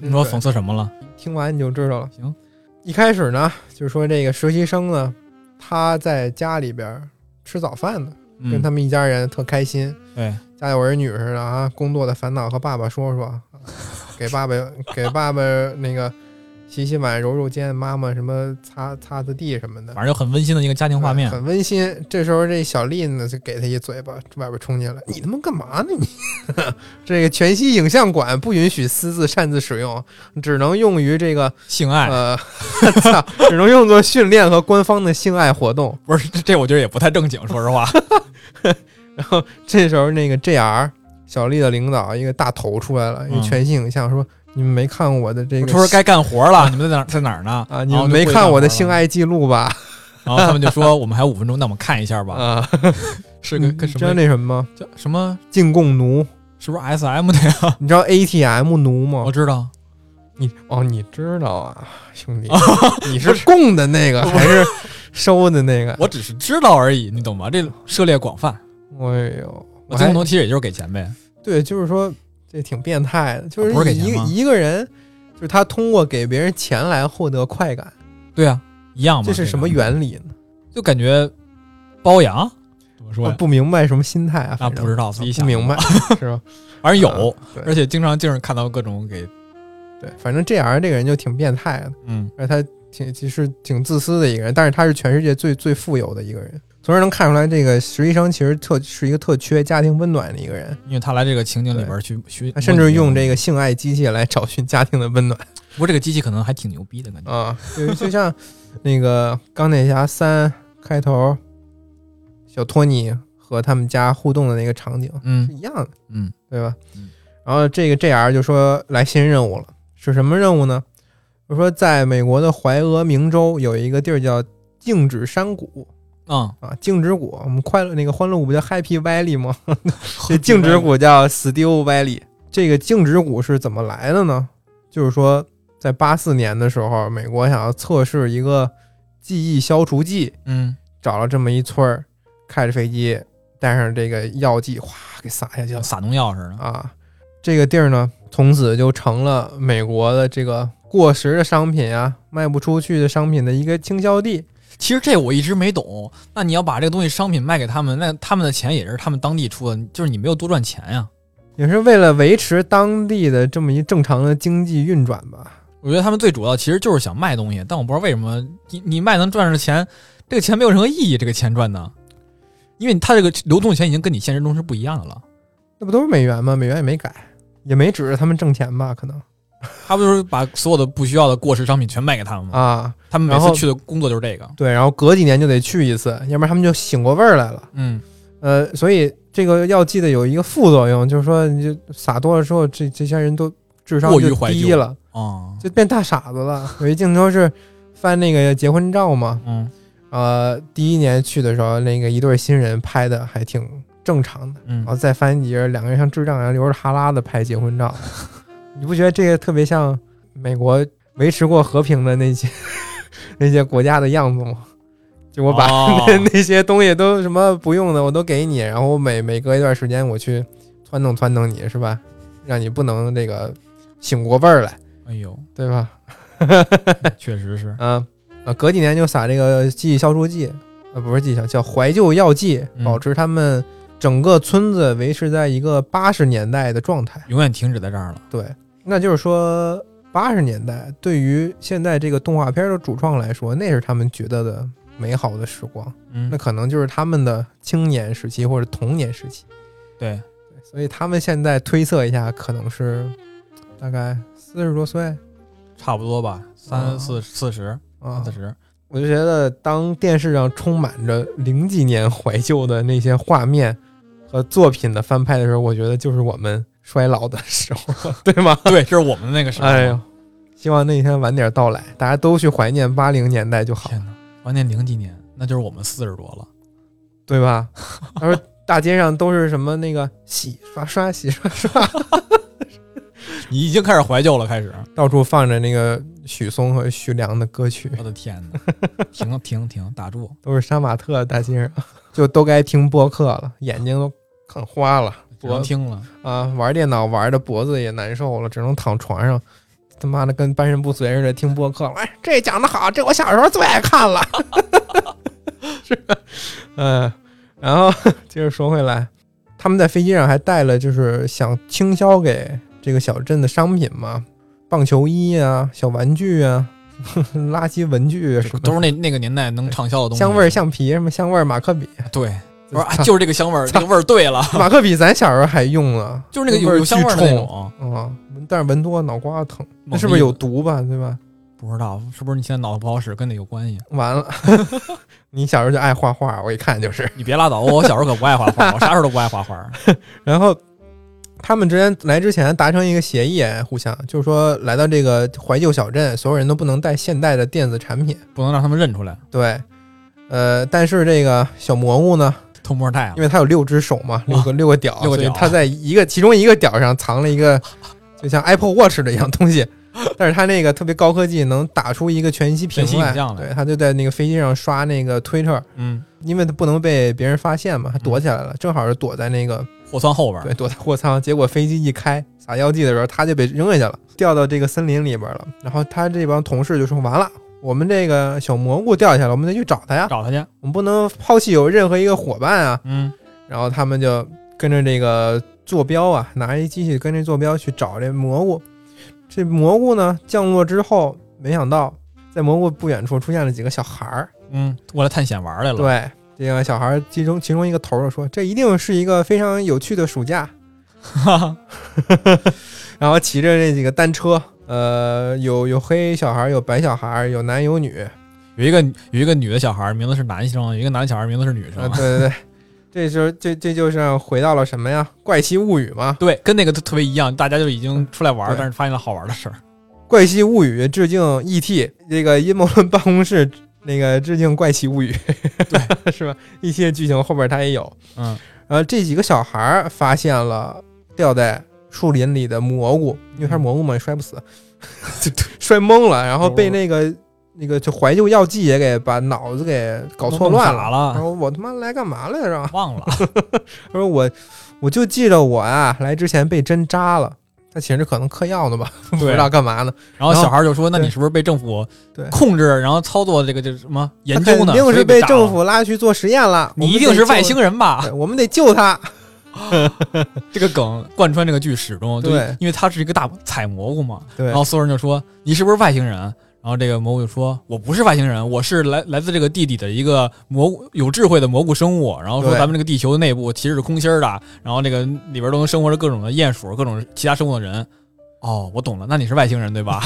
Speaker 2: 你说
Speaker 1: 对
Speaker 2: 讽刺什么了？
Speaker 1: 听完你就知道了。
Speaker 2: 行，
Speaker 1: 一开始呢，就是说这个实习生呢，他在家里边吃早饭呢，跟
Speaker 2: 嗯
Speaker 1: 他，们一家人特开心。
Speaker 2: 对，
Speaker 1: 家有儿女似的啊，工作的烦恼和爸爸说 说，给爸爸给爸爸那个洗洗碗、揉揉肩，妈妈什么擦擦擦地什么的，
Speaker 2: 反正就很温馨的一个家庭画面
Speaker 1: 对，很温馨。这时候这小丽呢就给他一嘴巴，外边冲进来，你他妈干嘛呢你？ 这个全息影像馆不允许私自擅自使用，只能用于这个
Speaker 2: 性爱
Speaker 1: 呃， 操，只能用作训练和官方的性爱活动。
Speaker 2: 不是这这我觉得也不太正经，说实话，
Speaker 1: 然后 这时候那个 JR 小丽的领导一个大头出来了，一个
Speaker 2: 嗯
Speaker 1: 全息影像说：“你们没看我的这
Speaker 2: 我
Speaker 1: 个
Speaker 2: 说是该干活 了，你们在哪儿在哪儿呢？
Speaker 1: 啊，你
Speaker 2: 然后
Speaker 1: 们
Speaker 2: 就
Speaker 1: 没
Speaker 2: 过去干
Speaker 1: 看我的
Speaker 2: 活了
Speaker 1: 性爱记录吧？
Speaker 2: 然后他们就说我们还有五分钟，那我们看一下吧，
Speaker 1: 啊，
Speaker 2: 是个
Speaker 1: 你
Speaker 2: 跟
Speaker 1: 你
Speaker 2: 什
Speaker 1: 知道
Speaker 2: 么
Speaker 1: 嗯那什么吗？
Speaker 2: 叫什么？
Speaker 1: 进贡奴，
Speaker 2: 是不是 S M 的 呀？
Speaker 1: 你知道 ATM 奴吗
Speaker 2: 我？知道，
Speaker 1: 你哦，你知道啊，兄
Speaker 2: 哦
Speaker 1: 弟， 你是供的 那个
Speaker 2: 不是
Speaker 1: 还是收的那个？
Speaker 2: 我只是知道而已，你懂吗？这涉猎广泛，
Speaker 1: 哎呦，我
Speaker 2: 我京
Speaker 1: 还
Speaker 2: 东其实也就是给钱 呗。
Speaker 1: 对，就是说这挺变态的，就是
Speaker 2: 哦不是给钱
Speaker 1: 一个
Speaker 2: 吗
Speaker 1: 一个人，就是他通过给别人钱来获得快感，
Speaker 2: 对啊，一样嘛。
Speaker 1: 这是
Speaker 2: 个
Speaker 1: 什么？原理呢？
Speaker 2: 就感觉包养怎么说
Speaker 1: 我
Speaker 2: 呀？
Speaker 1: 啊不明白什么心态啊，
Speaker 2: 那
Speaker 1: 反正
Speaker 2: 不知道自己
Speaker 1: 不
Speaker 2: 想
Speaker 1: 明白， 是吧？
Speaker 2: 反正 有
Speaker 1: 啊，对
Speaker 2: 而且经常就是看到各种给
Speaker 1: 对，反正 J R 这个人就挺变态的，
Speaker 2: 嗯
Speaker 1: 而他挺其实挺自私的一个人，但是他是全世界最最富有的一个人，从而能看出来，这个实习生其实特是一个特缺家庭温暖的一个人。
Speaker 2: 因为他来这个情景里边去去，
Speaker 1: 他甚至用这
Speaker 2: 个，
Speaker 1: 个性爱机器来找寻家庭的温暖
Speaker 2: 不过这个机器可能还挺牛逼的感 觉。
Speaker 1: 啊，就就 像那个钢铁侠三开头，小托尼和他们家互动的那个场景是
Speaker 2: 嗯
Speaker 1: 一样的。
Speaker 2: 嗯，
Speaker 1: 对吧？
Speaker 2: 嗯
Speaker 1: 然后这个 JR 就说来新任务了，是什么任务呢？就说在美国的怀俄明州有一个地儿叫静止山谷，
Speaker 2: 嗯，
Speaker 1: 啊，静止谷，我们快乐那个欢乐谷不叫 Happy Valley 吗？ 这静止谷叫 Steel Valley。这个静止谷是怎么来的呢？就是说，在八四年的时候，美国想要测试一个记忆消除剂，
Speaker 2: 嗯，
Speaker 1: 找了这么一村儿，开着飞机，带上这个药剂，哗给撒下去了
Speaker 2: 像撒农药似的。
Speaker 1: 啊！这个地儿呢，从此就成了美国的这个过时的商品啊，卖不出去的商品的一个倾销地。
Speaker 2: 其实这我一直没懂，那你要把这个东西商品卖给他们，那他们的钱也是他们当地出的，就是你没有多赚钱呀。
Speaker 1: 也是为了维持当地的这么一正常的经济运转吧。
Speaker 2: 我觉得他们最主要其实就是想卖东西，但我不知道为什么你你卖能赚着钱，这个钱没有任何意义，这个钱赚的，因为他这个流动钱已经跟你现实中是不一样的了。
Speaker 1: 那不都是美元吗？美元也没改，也没指着他们挣钱吧？可能
Speaker 2: 他不就是把所有的不需要的过时商品全卖给他们吗？
Speaker 1: 啊，
Speaker 2: 他们每
Speaker 1: 然
Speaker 2: 次
Speaker 1: 后
Speaker 2: 去的工作就是这个。
Speaker 1: 对，然后隔几年就得去一次，要不然他们就醒过味儿来了。
Speaker 2: 嗯，
Speaker 1: 呃，所以这个药剂的有一个副作用，就是说你就撒多了之后，这这些人都智商
Speaker 2: 过于
Speaker 1: 就
Speaker 2: 怀
Speaker 1: 低
Speaker 2: 旧
Speaker 1: 了，
Speaker 2: 哦，
Speaker 1: 就变大傻子 了。有一镜头是翻那个结婚照嘛，
Speaker 2: 嗯
Speaker 1: 呃，第一年去的时候，那个一对新人拍的还挺正常的。
Speaker 2: 嗯
Speaker 1: 然后再翻几页，两个人像智障一样流着哈喇子拍结婚照， 你不觉得这个特别像美国维持过和平的那些 那些国家的样子吗？就我把
Speaker 2: 哦
Speaker 1: 那、那些东西都什么不用的我都给你，然后我每每隔一段时间我去撺弄撺弄你是吧？让你不能这个醒过味儿来，
Speaker 2: 哎呦，
Speaker 1: 对吧？
Speaker 2: 确实是，
Speaker 1: 啊啊，隔几年就撒这个记忆消除剂，呃，不是记忆消，叫怀旧药剂，
Speaker 2: 嗯
Speaker 1: 保持他们整个村子维持在一个八十年代的状态。
Speaker 2: 永远停止在这儿了。
Speaker 1: 对，那就是说八十年代对于现在这个动画片的主创来说，那是他们觉得的美好的时光，
Speaker 2: 嗯
Speaker 1: 那可能就是他们的青年时期或者童年时期。
Speaker 2: 对，
Speaker 1: 所以他们现在推测一下，可能是大概四十多岁
Speaker 2: 差不多吧，
Speaker 1: 啊
Speaker 2: 三四四十，
Speaker 1: 啊
Speaker 2: 三四，十。
Speaker 1: 我就觉得，当电视上充满着零几年怀旧的那些画面和作品的翻拍的时候，我觉得就是我们衰老的时候，对吗？
Speaker 2: 对，这是我们的那个时候。
Speaker 1: 哎呦，，希望那一天晚点到来，大家都去怀念八零年代就好，
Speaker 2: 天哪！关键零几年，那就是我们四十多了。
Speaker 1: 对 吧？他说大街上都是什么那个洗刷刷洗刷刷，
Speaker 2: 你已经开始怀旧了，开始。
Speaker 1: 到处放着那个许嵩和徐良的歌曲，
Speaker 2: 我的天哪！停停停，打住！
Speaker 1: 都是杀马特大街上，就都该听播客了，眼睛都看花了。
Speaker 2: 不能听了。
Speaker 1: 啊，玩电脑玩的脖子也难受了，只能躺床上，他妈的跟半身不遂似的听播客。哎，这讲的好，这我小时候最爱看了， 是吧？嗯，然后接着说回来，他们在飞机上还带了就是想倾销给这个小镇的商品嘛，棒球衣啊、小玩具啊、 垃圾文具啊什么
Speaker 2: 都是那那个年代能畅销的东西，
Speaker 1: 香味儿橡皮什么香味儿马克笔，
Speaker 2: 对，我说啊，就是这个香味儿，这个味儿对了，
Speaker 1: 马克笔咱小时候还用呢，
Speaker 2: 就是那个
Speaker 1: 味儿
Speaker 2: 有有香
Speaker 1: 巨
Speaker 2: 味儿的那
Speaker 1: 冲
Speaker 2: 种。
Speaker 1: 啊、但是闻多了脑瓜子疼，那
Speaker 2: 猛
Speaker 1: 是不是
Speaker 2: 力
Speaker 1: 有毒吧？对吧？
Speaker 2: 不知道是不是你现在脑子不好使，跟那有关系？
Speaker 1: 完了， 你小时候就爱画画，我一看就是。
Speaker 2: 你别拉倒，我小时候可不爱画画，我啥时候都不爱画画。
Speaker 1: 然后他们之前来之前达成一个协议，互相就是说来到这个怀旧小镇，所有人都不能带现代的电子产品。
Speaker 2: 不能让他们认出来，
Speaker 1: 对，呃，但是这个小蘑菇呢，
Speaker 2: 偷摸带啊
Speaker 1: 因！为它有六只手嘛，六个六个屌，
Speaker 2: 哦六个屌
Speaker 1: 所以它在一个其中一个屌上藏了一 个就像 Apple Watch 的一样东西，但是它那个特别高科技，能打出一个全息屏
Speaker 2: 全息
Speaker 1: 来
Speaker 2: 影像。来
Speaker 1: 对，它就在那个飞机上刷那个推特，
Speaker 2: 嗯，
Speaker 1: 因为它不能被别人发现嘛，它躲起来了，正好是躲在那个
Speaker 2: 货仓后边儿
Speaker 1: 对，躲在货仓，结果飞机一开撒药剂的时候，它就被扔下去了，掉到这个森林里边了。然后他这帮同事就说：“完了，我们这个小蘑菇掉下来了，我们得去找它呀，
Speaker 2: 找他去。
Speaker 1: 我们不能抛弃有任何一个伙伴啊。”
Speaker 2: 嗯，
Speaker 1: 然后他们就跟着这个坐标啊，拿一机器跟着坐标去找这蘑菇。这蘑菇呢降落之后，没想到在蘑菇不远处出现了几个小孩儿。
Speaker 2: 嗯，我来探险玩儿来了。，
Speaker 1: 对，这个小孩儿其中其中一个头儿就说：“这一定是一个非常有趣的暑假。”然后骑着这几个单车，呃，有有黑小孩儿，有白小孩儿，有男有女，
Speaker 2: 有一个有一个女的小孩儿，名字是男生；有一个男小孩儿，名字是女
Speaker 1: 啊，
Speaker 2: 生。
Speaker 1: 对对对，这就是这这就是让回到了什么呀？怪奇物语嘛，
Speaker 2: 对，跟那个特特别一样，大家就已经出来玩儿，
Speaker 1: 对
Speaker 2: 但 是发现了好玩的事儿。
Speaker 1: E 《怪奇物语》致敬 E.T.，这个阴谋论办公室那个致敬《怪奇物语》，对， 是吧？一些剧情后边它也有。
Speaker 2: 嗯
Speaker 1: 然后这几个小孩儿发现了掉在树林里的蘑菇，因为它是蘑菇嘛，也摔不死，就 摔懵了，然后被那个那个就怀旧药剂也给把脑子给搞错乱了。
Speaker 2: 都弄
Speaker 1: 嗯
Speaker 2: 傻了
Speaker 1: 然后我他妈来干嘛来着？
Speaker 2: 忘 了，
Speaker 1: 他说我我就记着我啊，来之前被针扎了。他其实可能嗑药呢吧， 不知道干嘛呢。
Speaker 2: 然后小孩就说：“那
Speaker 1: 对
Speaker 2: 你是不是被政府
Speaker 1: 对
Speaker 2: 控制，然后操作这个这什么研
Speaker 1: 他
Speaker 2: 究
Speaker 1: 肯
Speaker 2: 呢？
Speaker 1: 定
Speaker 2: 所
Speaker 1: 是
Speaker 2: 以被
Speaker 1: 被
Speaker 2: 炸
Speaker 1: 政
Speaker 2: 了，
Speaker 1: 府拉去做实验了。
Speaker 2: 你一定是外星
Speaker 1: 人，
Speaker 2: 人啊吧
Speaker 1: 对我们得救他。？”
Speaker 2: 这个梗贯穿这个剧始终，就
Speaker 1: 对
Speaker 2: 因为它是一个大采蘑菇嘛。
Speaker 1: 对
Speaker 2: 然，后所有人就说：“你是不是外星人？”然后这个蘑菇就说：“我不是外星人，我是来来自这个地底的一个蘑菇有智慧的蘑菇生物。”然后说
Speaker 1: 对
Speaker 2: 咱们这个地球内部其实是空心儿的，然后这个里边都能生活着各种的鼹鼠、各种其他生物的人。哦，我懂了，那你是外星人对 吧？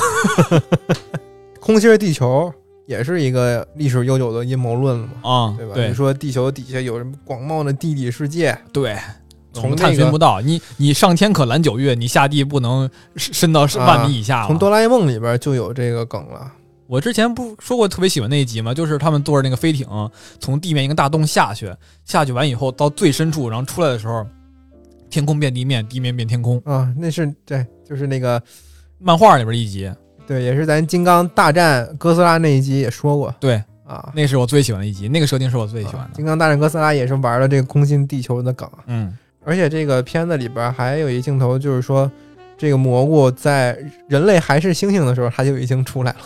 Speaker 1: 空心儿地球也是一个历史悠久的阴谋论了嘛。
Speaker 2: 啊、
Speaker 1: 对吧？
Speaker 2: 对
Speaker 1: 你说地球底下有什么广袤的地理世界，
Speaker 2: 对，
Speaker 1: 从
Speaker 2: 我们
Speaker 1: 那
Speaker 2: 探寻
Speaker 1: 个
Speaker 2: 不到。你你上天可揽九月，你下地不能深深到
Speaker 1: 啊
Speaker 2: 万米以下了。
Speaker 1: 从哆啦 A 梦里边就有这个梗了。
Speaker 2: 我之前不说过特别喜欢那一集吗？就是他们坐着那个飞艇从地面一个大洞下去，下去完以后到最深处，然后出来的时候，天空变地面，地面变天空。
Speaker 1: 啊，那是对，就是那个
Speaker 2: 漫画里边一集，
Speaker 1: 对，也是咱《金刚大战哥斯拉》那一集也说过
Speaker 2: 对，
Speaker 1: 啊。
Speaker 2: 那是我最喜欢的一集，那个设定是我最喜欢
Speaker 1: 啊
Speaker 2: 的。
Speaker 1: 金刚大战哥斯拉》也是玩了这个空心地球的梗，
Speaker 2: 嗯，
Speaker 1: 而且这个片子里边还有一镜头，就是说这个蘑菇在人类还是猩猩的时候，它就已经出来了，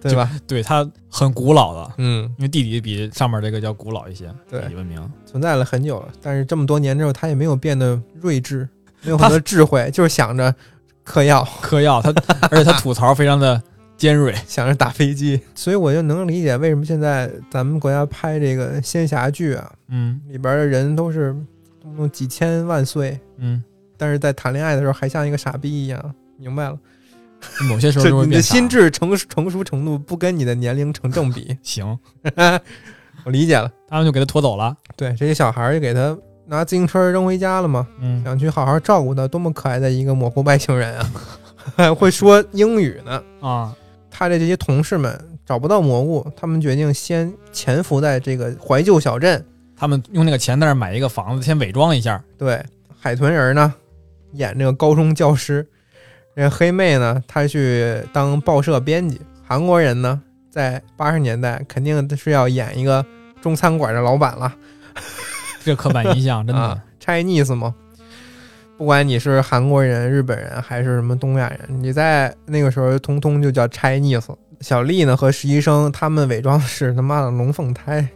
Speaker 1: 对吧？
Speaker 2: 对，它很古老的，
Speaker 1: 嗯，
Speaker 2: 因为地底比上面这个要古老一些，
Speaker 1: 对
Speaker 2: 地理文明。
Speaker 1: 存在了很久了，但是这么多年之后，它也没有变得睿智，没有很多智慧，就是想着嗑药，
Speaker 2: 嗑药，它而且它吐槽非常的尖锐。
Speaker 1: 想着打飞机，所以我就能理解为什么现在咱们国家拍这个仙侠剧啊，
Speaker 2: 嗯
Speaker 1: 里边的人都是动不动几千万岁，
Speaker 2: 嗯，
Speaker 1: 但是在谈恋爱的时候还像一个傻逼一样。明白了，
Speaker 2: 嗯某些时候就
Speaker 1: 就
Speaker 2: 会
Speaker 1: 你
Speaker 2: 变
Speaker 1: 的
Speaker 2: 傻
Speaker 1: 心智成成熟程度不跟你的年龄成正比。
Speaker 2: 行，
Speaker 1: 我理解了，
Speaker 2: 他们就给它拖走了。
Speaker 1: 对这些小孩儿就给他拿自行车扔回家了嘛，
Speaker 2: 嗯，
Speaker 1: 想去好好照顾他，多么可爱的一个蘑菇外星人啊！ 还会说英语呢。
Speaker 2: 啊，
Speaker 1: 他的这些同事们找不到蘑菇，他们决定先潜伏在这个怀旧小镇。
Speaker 2: 他们用那个钱在那儿买一个房子，先伪装一下。
Speaker 1: 对，海豚人呢演这个高中教师，这黑妹呢她去当报社编辑，韩国人呢在八十年代肯定是要演一个中餐馆的老板了。
Speaker 2: 这刻板印象真的、
Speaker 1: 啊、Chinese 嘛。不管你是韩国人、日本人还是什么东亚人，你在那个时候通通就叫 Chinese。小丽呢和实习生他们伪装是他妈的龙凤胎，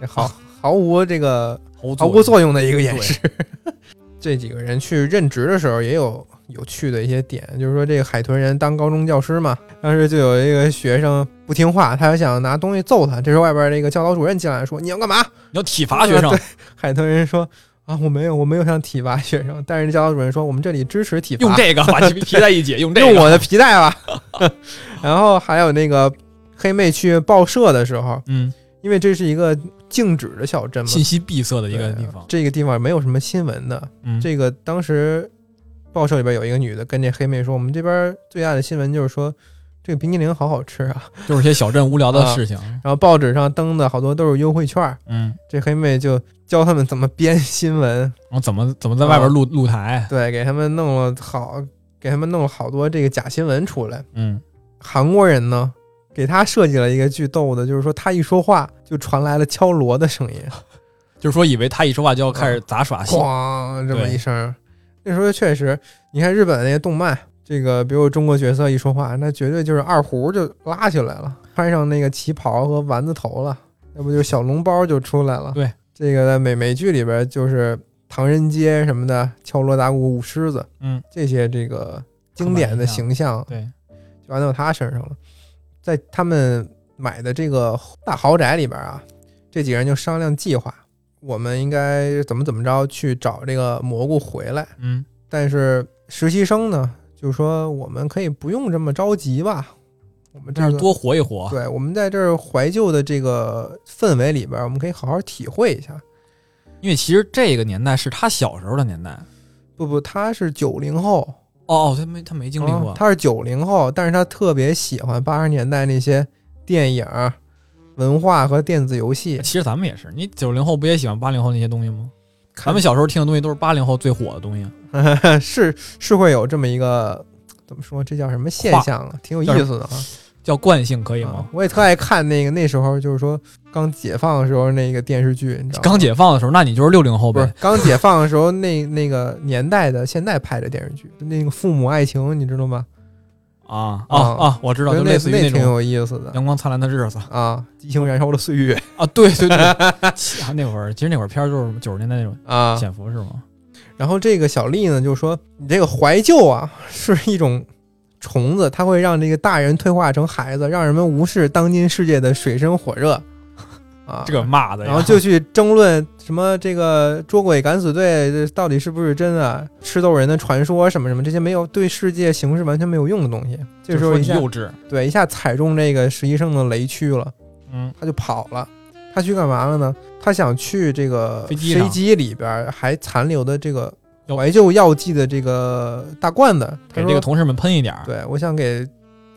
Speaker 1: 这毫毫无这个
Speaker 2: 毫无
Speaker 1: 毫
Speaker 2: 作
Speaker 1: 无
Speaker 2: 用。
Speaker 1: 作用的一个演示。 这几个人去任职的时候也有有趣的一些点，就是说这个海豚人当高中教师嘛，当时就有一个学生不听话，他想拿东西揍他，这时候外边那个教导主任进来说：“你要干嘛？”
Speaker 2: 你要体罚学生
Speaker 1: 啊，对海豚人说啊，我没有，我没有想体罚学生，但是教导主任说我们这里支持体罚，
Speaker 2: 用这个把皮皮带 一解，用这个。
Speaker 1: 啊用我的皮带吧。然后还有那个黑妹去报社的时候，
Speaker 2: 嗯，
Speaker 1: 因为这是一个静止的小镇嘛，
Speaker 2: 信息闭塞的一个
Speaker 1: 嗯对
Speaker 2: 地方。
Speaker 1: 这个地方没有什么新闻的。
Speaker 2: 嗯，
Speaker 1: 这个当时报社里边有一个女的跟这黑妹说，我们这边最大的新闻就是说。这个冰激凌好好吃啊！
Speaker 2: 就是些小镇无聊的事情。
Speaker 1: 然后报纸上登的好多都是优惠券儿，
Speaker 2: 嗯，
Speaker 1: 这黑妹就教他们怎么编新闻，
Speaker 2: 然后怎么怎么在
Speaker 1: 啊
Speaker 2: 外边露露台？
Speaker 1: 对，给他们弄了好，给他们弄了好多这个假新闻出来。
Speaker 2: 嗯，
Speaker 1: 韩国人呢，给他设计了一个巨逗的，就是说他一说话就传来了敲锣的声音，
Speaker 2: 就是说以为他一说话就要开始杂耍戏。
Speaker 1: 啊哐这么
Speaker 2: 对
Speaker 1: 一声。那时候确实，你看日本的那些动漫，这个比如中国角色一说话，那绝对就是二胡就拉起来了，穿上那个旗袍和丸子头了，要不就是小笼包就出来了。
Speaker 2: 对，
Speaker 1: 这个在美美剧里边就是唐人街什么的，敲锣打鼓舞狮子。
Speaker 2: 嗯，
Speaker 1: 这些这个经典的形象
Speaker 2: 对，
Speaker 1: 就安到他身上了。在他们买的这个大豪宅里边啊，这几个人就商量计划，我们应该怎么怎么着去找这个蘑菇回来。
Speaker 2: 嗯，
Speaker 1: 但是实习生呢，就说我们可以不用这么着急吧，我们
Speaker 2: 这
Speaker 1: 这
Speaker 2: 样
Speaker 1: 个
Speaker 2: 多啊活一活。
Speaker 1: 对，我们在这儿怀旧的这个氛围里边，我们可以好好体会一下。
Speaker 2: 因为其实这个年代是他小时候的年代。
Speaker 1: 不不，他是九零后，啊
Speaker 2: 哦哦，他没他没经历过
Speaker 1: 啊。他是九零后，但是他特别喜欢八十年代那些电影儿，文化和电子游戏。
Speaker 2: 其实咱们也是，你九零后不也喜欢八零后那些东西吗？咱们小时候听的东西都是八零后最火的东西啊，
Speaker 1: 是是会有这么一个怎么说，这叫什么现象啊？挺有意思的啊。
Speaker 2: 叫惯性可以吗？
Speaker 1: 啊我也特爱看那个那时候就是说刚解放的时候那个电视剧，你知道吗？
Speaker 2: 刚解放的时候，那你就是六零后
Speaker 1: 不是
Speaker 2: 呗。
Speaker 1: 刚解放的时候那那个年代的现在拍的电视剧，那个《父母爱情》，你知道吗？
Speaker 2: 啊啊
Speaker 1: 啊
Speaker 2: 啊！我知道，
Speaker 1: 那
Speaker 2: 就类似于
Speaker 1: 那挺
Speaker 2: 种
Speaker 1: 有意思的
Speaker 2: 阳光灿烂的日子
Speaker 1: 啊，激情燃烧的岁月
Speaker 2: 啊，对对对。 其啊那会儿其实那会儿片儿就是九十年代那种
Speaker 1: 啊。
Speaker 2: 潜伏是吗？
Speaker 1: 然后这个小丽呢，就说你这个怀旧啊，是一种虫子，它会让这个大人退化成孩子，让人们无视当今世界的水深火 热啊。
Speaker 2: 这个骂的呀，
Speaker 1: 然后 就去争论什么这个捉鬼敢死队这到底是不是真啊，吃豆人的传说什么什么这些没有对世界形势完全没有用的东西。这
Speaker 2: 就
Speaker 1: 时
Speaker 2: 说
Speaker 1: 候
Speaker 2: 你
Speaker 1: 一下
Speaker 2: 幼稚，
Speaker 1: 对一下踩中这个实习生的雷区了，
Speaker 2: 嗯，
Speaker 1: 他就跑了。他去干嘛了呢？他想去这个飞
Speaker 2: 飞机上
Speaker 1: 机里边还残留的这个
Speaker 2: 药
Speaker 1: 怀旧药剂的这个大罐子，他
Speaker 2: 给这个
Speaker 1: 说
Speaker 2: 同事们喷一点儿，
Speaker 1: 对我想给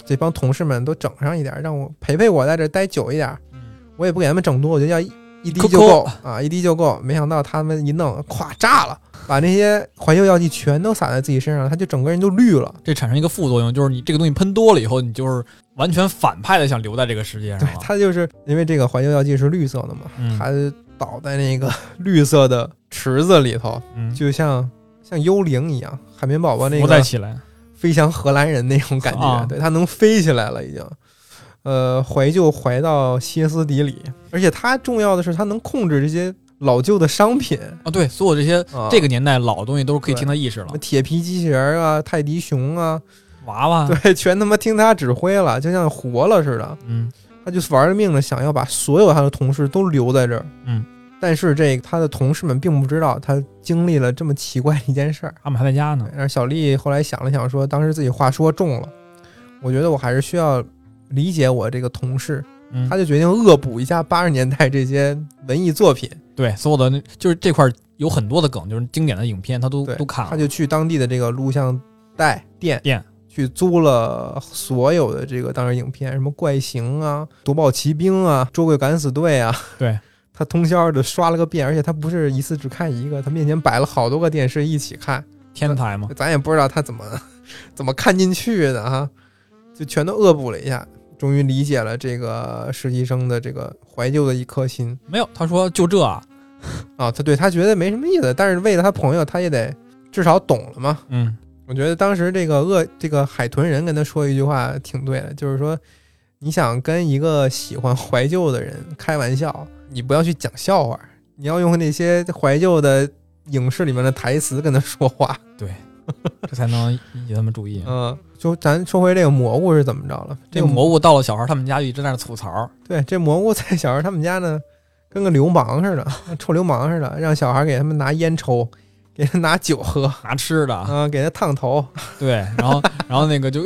Speaker 1: 这帮同事们都整上一点，让我陪陪我在这待久一点。
Speaker 2: 嗯
Speaker 1: 我也不给他们整多，我就要一一滴
Speaker 2: 扣
Speaker 1: 就
Speaker 2: 扣
Speaker 1: 够啊，一滴就够。没想到他们一弄，咵炸了，把那些怀旧药剂全都撒在自己身上，他就整个人就绿了。
Speaker 2: 这产生一个副作用，就是你这个东西喷多了以后，你就是完全反派的想留在这个世界上了。
Speaker 1: 他就是因为这个怀旧药剂是绿色的嘛，
Speaker 2: 哎嗯
Speaker 1: 他倒在那个 绿色的池子里头，
Speaker 2: 嗯，
Speaker 1: 就像像幽灵一样，海绵宝宝那
Speaker 2: 不再
Speaker 1: 个
Speaker 2: 起来，
Speaker 1: 飞翔荷兰人那种感觉，
Speaker 2: 啊
Speaker 1: 对他能飞起来了已经。呃，怀旧怀到歇斯底里，而且他重要的是他能控制这些老旧的商品。
Speaker 2: 啊，对，所有这些
Speaker 1: 啊、
Speaker 2: 这个年代老的东西都是可以听他意识
Speaker 1: 什
Speaker 2: 了
Speaker 1: 么。铁皮机器人儿啊、泰迪熊啊，
Speaker 2: 娃娃，
Speaker 1: 对，全他妈听他指挥了，就像活了似的。
Speaker 2: 嗯，
Speaker 1: 他就玩了命的想要把所有他的同事都留在这儿。
Speaker 2: 嗯，
Speaker 1: 但是这个他的同事们并不知道他经历了这么奇怪的一件事儿。
Speaker 2: 他们还在家呢。
Speaker 1: 然后小丽后来想了想说，当时自己话说重了，我觉得我还是需要理解我这个同事。
Speaker 2: 嗯
Speaker 1: 他，就决定恶补一下八十年代这些文艺作品。
Speaker 2: 对，所有的那就是这块儿有很多的梗，就是经典的影片，他都
Speaker 1: 对
Speaker 2: 都看
Speaker 1: 他
Speaker 2: 了。
Speaker 1: 就去当地的这个录像带店
Speaker 2: 啊店
Speaker 1: 去租了所有的这个当时影片，什么《怪形》啊，《夺宝奇兵》啊，《捉鬼敢死队》啊，
Speaker 2: 对。
Speaker 1: 他通宵的刷了个遍，而且他不是一次只看一个，他面前摆了好多个电视一起看，
Speaker 2: 天才嘛，
Speaker 1: 咱也不知道他怎么 怎么看进去的哈、就全都恶补了一下，终于理解了这个实习生的这个怀旧的一颗心
Speaker 2: 没有，他说就这啊，
Speaker 1: 啊，他对他觉得没什么意思，但是为了他朋友，他也得至少懂了嘛，
Speaker 2: 嗯，
Speaker 1: 我觉得当时这个恶这个海豚人跟他说一句话挺对的，就是说，你想跟一个喜欢怀旧的人开玩笑，你不要去讲笑话，你要用那些怀旧的影视里面的台词跟他说话。
Speaker 2: 这才能引起他们注意。
Speaker 1: 嗯，就咱说回这个蘑菇是怎么着了？
Speaker 2: 这
Speaker 1: 个
Speaker 2: 个
Speaker 1: 蘑
Speaker 2: 蘑菇到了小孩他们家就一直在那儿吐槽，
Speaker 1: 对这蘑菇在小孩他们家呢，跟个流氓似的，臭流氓似的，让小孩给他们拿烟抽，给他拿酒喝，
Speaker 2: 拿吃的，
Speaker 1: 啊、给他烫头，
Speaker 2: 对，然后然后那个就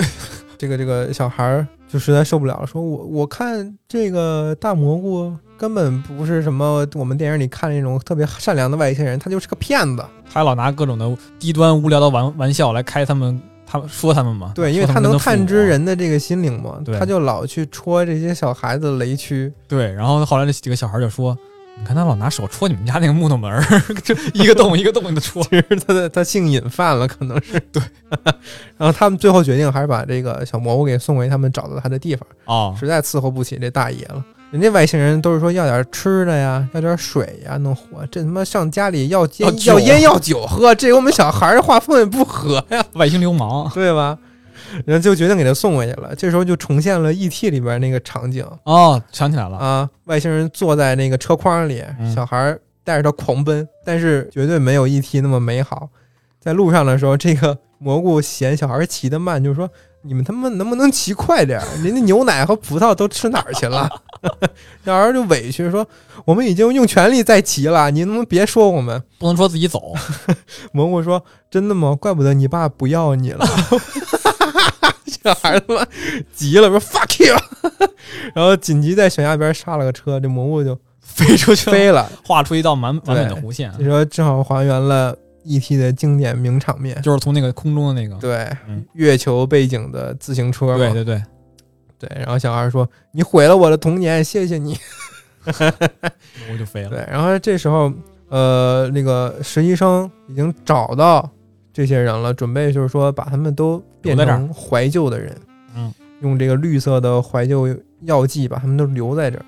Speaker 1: 这个这个小孩儿就实在受不了了，说我我看这个大蘑菇根本不是什么我们电影里看那种特别善良的外星人，他就是个骗子。
Speaker 2: 他老拿各种的低端无聊的玩玩笑来开他们，他们说他们嘛，
Speaker 1: 对，因为
Speaker 2: 说
Speaker 1: 他
Speaker 2: 们跟
Speaker 1: 能
Speaker 2: 啊他父母
Speaker 1: 探知人的这个心灵嘛，
Speaker 2: 对
Speaker 1: 他就老去戳这些小孩子雷区。
Speaker 2: 对，然后后来这几个小孩就说：“你看他老拿手戳你们家那个木头门儿， 这一个洞一个洞的戳。
Speaker 1: 其实 他的他性瘾犯了，可能是对。 然后他们最后决定还是把这个小蘑菇给送回他们找到他的地方，”
Speaker 2: 哦，
Speaker 1: 实在伺候不起这大爷了。人家外星人都是说要点吃的呀，要点水呀，弄活。这他妈上家里要
Speaker 2: 要啊
Speaker 1: 烟
Speaker 2: 酒
Speaker 1: 要烟要酒喝，这跟我们小孩儿的画风也不合呀，
Speaker 2: 外星 流氓
Speaker 1: 对吧？然后就决定给他送回去了。这时候就重现了《E.T.》里边那个场景
Speaker 2: 哦，想起来了，
Speaker 1: 啊，外星人坐在那个车筐里，
Speaker 2: 嗯
Speaker 1: 小孩儿带着他狂奔，但是绝对没有《E.T.》那么美好。在路上的时候，这个蘑菇嫌小孩儿骑得慢，就说：“你们他妈能不能骑快点儿？人家牛奶和葡萄都吃哪儿去 了？”小孩儿就委屈说：“我们已经用全力在骑了，你能不能别说我们
Speaker 2: 不能说自 己走，？”
Speaker 1: 蘑菇说：“真的吗？怪不得你爸不要你 了。”小孩儿他妈急了，说 “fuck you”，然后紧急在悬崖边刹了个车，这蘑菇就
Speaker 2: 飞出去了，
Speaker 1: 飞了。
Speaker 2: 画出一道满完美的弧线
Speaker 1: 这，时候正好还原了 E.T. 的经典名场面，
Speaker 2: 就是从那个空中的那个，
Speaker 1: 对
Speaker 2: 嗯
Speaker 1: 月球背景的自行车嘛，
Speaker 2: 对对对，
Speaker 1: 对，然后小孩说：“你毁了我的童年，谢谢你。
Speaker 2: 我就飞”了。
Speaker 1: 对，然后这时候，呃，那个实习生已经找到这些人了，准备就是说把他们都变
Speaker 2: 留在
Speaker 1: 成怀旧的人，
Speaker 2: 嗯，
Speaker 1: 用这个绿色的怀旧药剂把他们都留在这儿。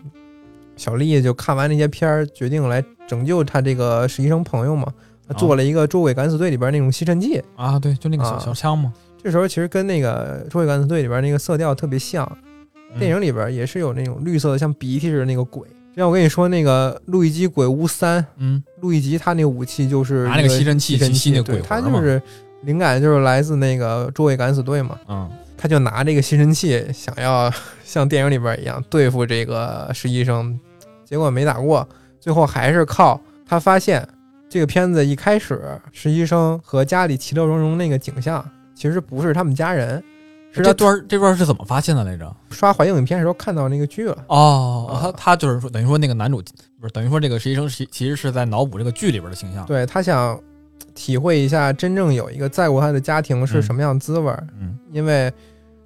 Speaker 1: 小丽就看完那些片儿，决定来拯救她这个实习生朋友嘛，她
Speaker 2: 哦
Speaker 1: 做了一个《捉鬼敢死队》里边那种吸尘器，
Speaker 2: 啊，对，就那个小、
Speaker 1: 啊
Speaker 2: 小枪嘛，
Speaker 1: 这时候其实跟那个《捉鬼敢死队》里边那个色调特别像，
Speaker 2: 嗯
Speaker 1: 电影里边也是有那种绿色的像鼻涕似的那个鬼。就像我跟你说，那个《路易吉鬼屋三》，
Speaker 2: 嗯，
Speaker 1: 路易吉他那个武器就是
Speaker 2: 拿那个吸尘器
Speaker 1: 吸尘
Speaker 2: 去吸那
Speaker 1: 对
Speaker 2: 鬼
Speaker 1: 他
Speaker 2: 魂
Speaker 1: 就
Speaker 2: 嘛，
Speaker 1: 是灵感就是来自那个《捉鬼敢死队》嘛，
Speaker 2: 嗯，
Speaker 1: 他就拿这个吸尘器想要 像电影里边一样对付这个实习生，结果没打过，最后还是靠他发现这个片子一开始实习生和家里其乐融融那个景象，其实不是他们家人，是
Speaker 2: 这
Speaker 1: 他
Speaker 2: 段儿这段儿是怎么发现的来着？
Speaker 1: 刷怀旧影片的时候看到那个剧了。
Speaker 2: 哦，
Speaker 1: 啊
Speaker 2: 他他就是说，等于说那个男主不是等于说这个实习生其其实是在脑补这个剧里边的形象，，
Speaker 1: 对他想体会一下真正有一个在乎他的家庭是什么样的滋味儿，
Speaker 2: 嗯
Speaker 1: 因为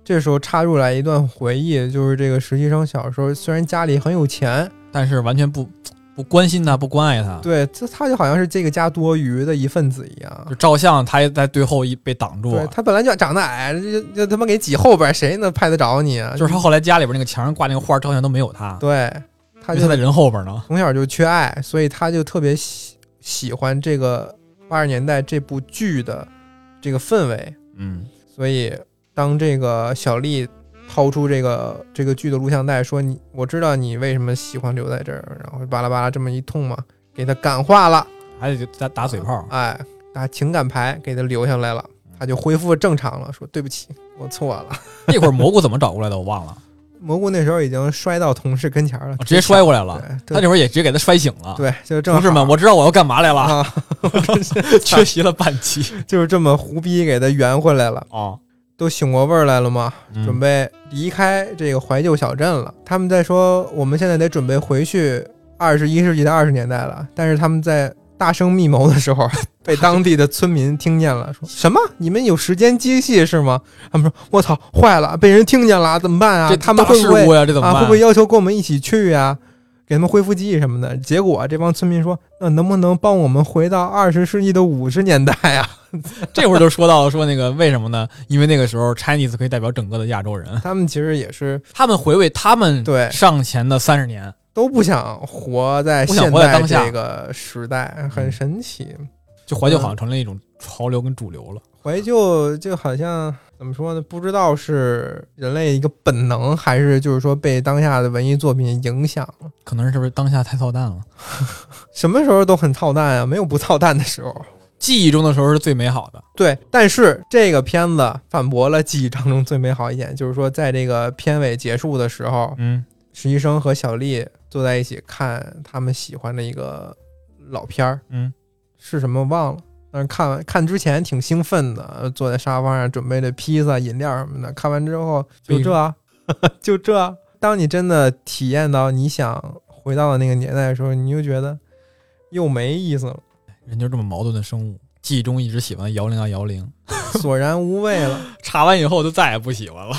Speaker 1: 这时候插入来一段回忆，就是这个实习生小时候虽然家里很有钱，
Speaker 2: 但是完全不不关心他，不关爱他，，
Speaker 1: 对他他就好像是这个家多余的一份子一
Speaker 2: 就
Speaker 1: 样。
Speaker 2: 照相他也在最后一被挡住
Speaker 1: 对，他本来就长得矮，这这他妈给挤后边儿，谁能拍得着你啊？
Speaker 2: 就是他后来家里边那个墙上挂那个画照相都没有他，
Speaker 1: 对，他
Speaker 2: 因为
Speaker 1: 就
Speaker 2: 他在人后边呢，
Speaker 1: 从小就缺爱，所以他就特别喜喜欢这个八十年代这部剧的这个氛围。
Speaker 2: 嗯
Speaker 1: 所以当这个小丽掏出这个这个剧的录像带，说你我知道你为什么喜欢留在这儿，然后巴拉巴拉这么一通嘛，给他感化了，
Speaker 2: 还得就打打嘴炮，
Speaker 1: 哎，打情感牌给他留下来了，
Speaker 2: 嗯
Speaker 1: 他就恢复正常了，说对不起，我错了。
Speaker 2: 那会儿蘑菇怎么找过来的我 忘了，
Speaker 1: 蘑菇那时候已经摔到同事跟前了，
Speaker 2: 哦我直接摔过来了，
Speaker 1: 对，
Speaker 2: 他那会儿也直接给他摔醒了，
Speaker 1: 对，就正好
Speaker 2: 同志们，我知道我要干嘛来了，
Speaker 1: 啊，
Speaker 2: 缺席了半期
Speaker 1: 就是这么胡逼给他圆回来了，
Speaker 2: 哦，
Speaker 1: 都醒过味儿来了吗？
Speaker 2: 嗯
Speaker 1: 准备离开这个怀旧小镇了。他们在说我们现在得准备回去二十一世纪的二十年代了，但是他们在大声密谋的时候， 被当地的村民听见了，说 什么你们有时间机器是吗？他们说我操，坏了，被人听见了，怎么办啊
Speaker 2: 这？
Speaker 1: 他们
Speaker 2: 大
Speaker 1: 会不
Speaker 2: 事故
Speaker 1: 会
Speaker 2: 呀？这怎么
Speaker 1: 啊
Speaker 2: 办？
Speaker 1: 会不会要求跟我们一起去呀、给他们恢复记忆什么的，结果这帮村民说：“那能不能帮我们回到二十世纪的五十年代 啊？”
Speaker 2: 这会儿就说到说那个为什么呢？因为那个时候 Chinese 可以代表整个的亚洲人，
Speaker 1: 他们其实也是
Speaker 2: 他们回味他们
Speaker 1: 对
Speaker 2: 上前的三十年，
Speaker 1: 都不想活在
Speaker 2: 不想
Speaker 1: 现
Speaker 2: 活在
Speaker 1: 代
Speaker 2: 当下嗯
Speaker 1: 这个时代，很神奇。
Speaker 2: 就
Speaker 1: 嗯
Speaker 2: 怀旧好像成了一种潮流跟主流了。
Speaker 1: 怀旧就好像怎么说呢？不知道是人类一个本能，还是就是说被当下的文艺作品影响了。
Speaker 2: 可能是不是当下太操蛋了？
Speaker 1: 什么时候都很操蛋啊，没有不操蛋的时候。
Speaker 2: 记忆中的时候是最美好的，
Speaker 1: 对，但是这个片子反驳了记忆当中最美好一点，就是说在这个片尾结束的时候，
Speaker 2: 嗯，
Speaker 1: 实习生和小丽坐在一起看他们喜欢的一个老片儿，
Speaker 2: 嗯，
Speaker 1: 是什么忘了，但是看完看之前挺兴奋的，呃坐在沙发上准备着披萨、饮料什么的，看完之后就这啊， 就这啊。当你真的体验到你想回到的那个年代的时候，你就觉得又没意思了，
Speaker 2: 人就这么矛盾的生物。记忆中一直喜欢摇铃啊摇铃，
Speaker 1: 索然无味了。
Speaker 2: 查完以后就再也不喜欢了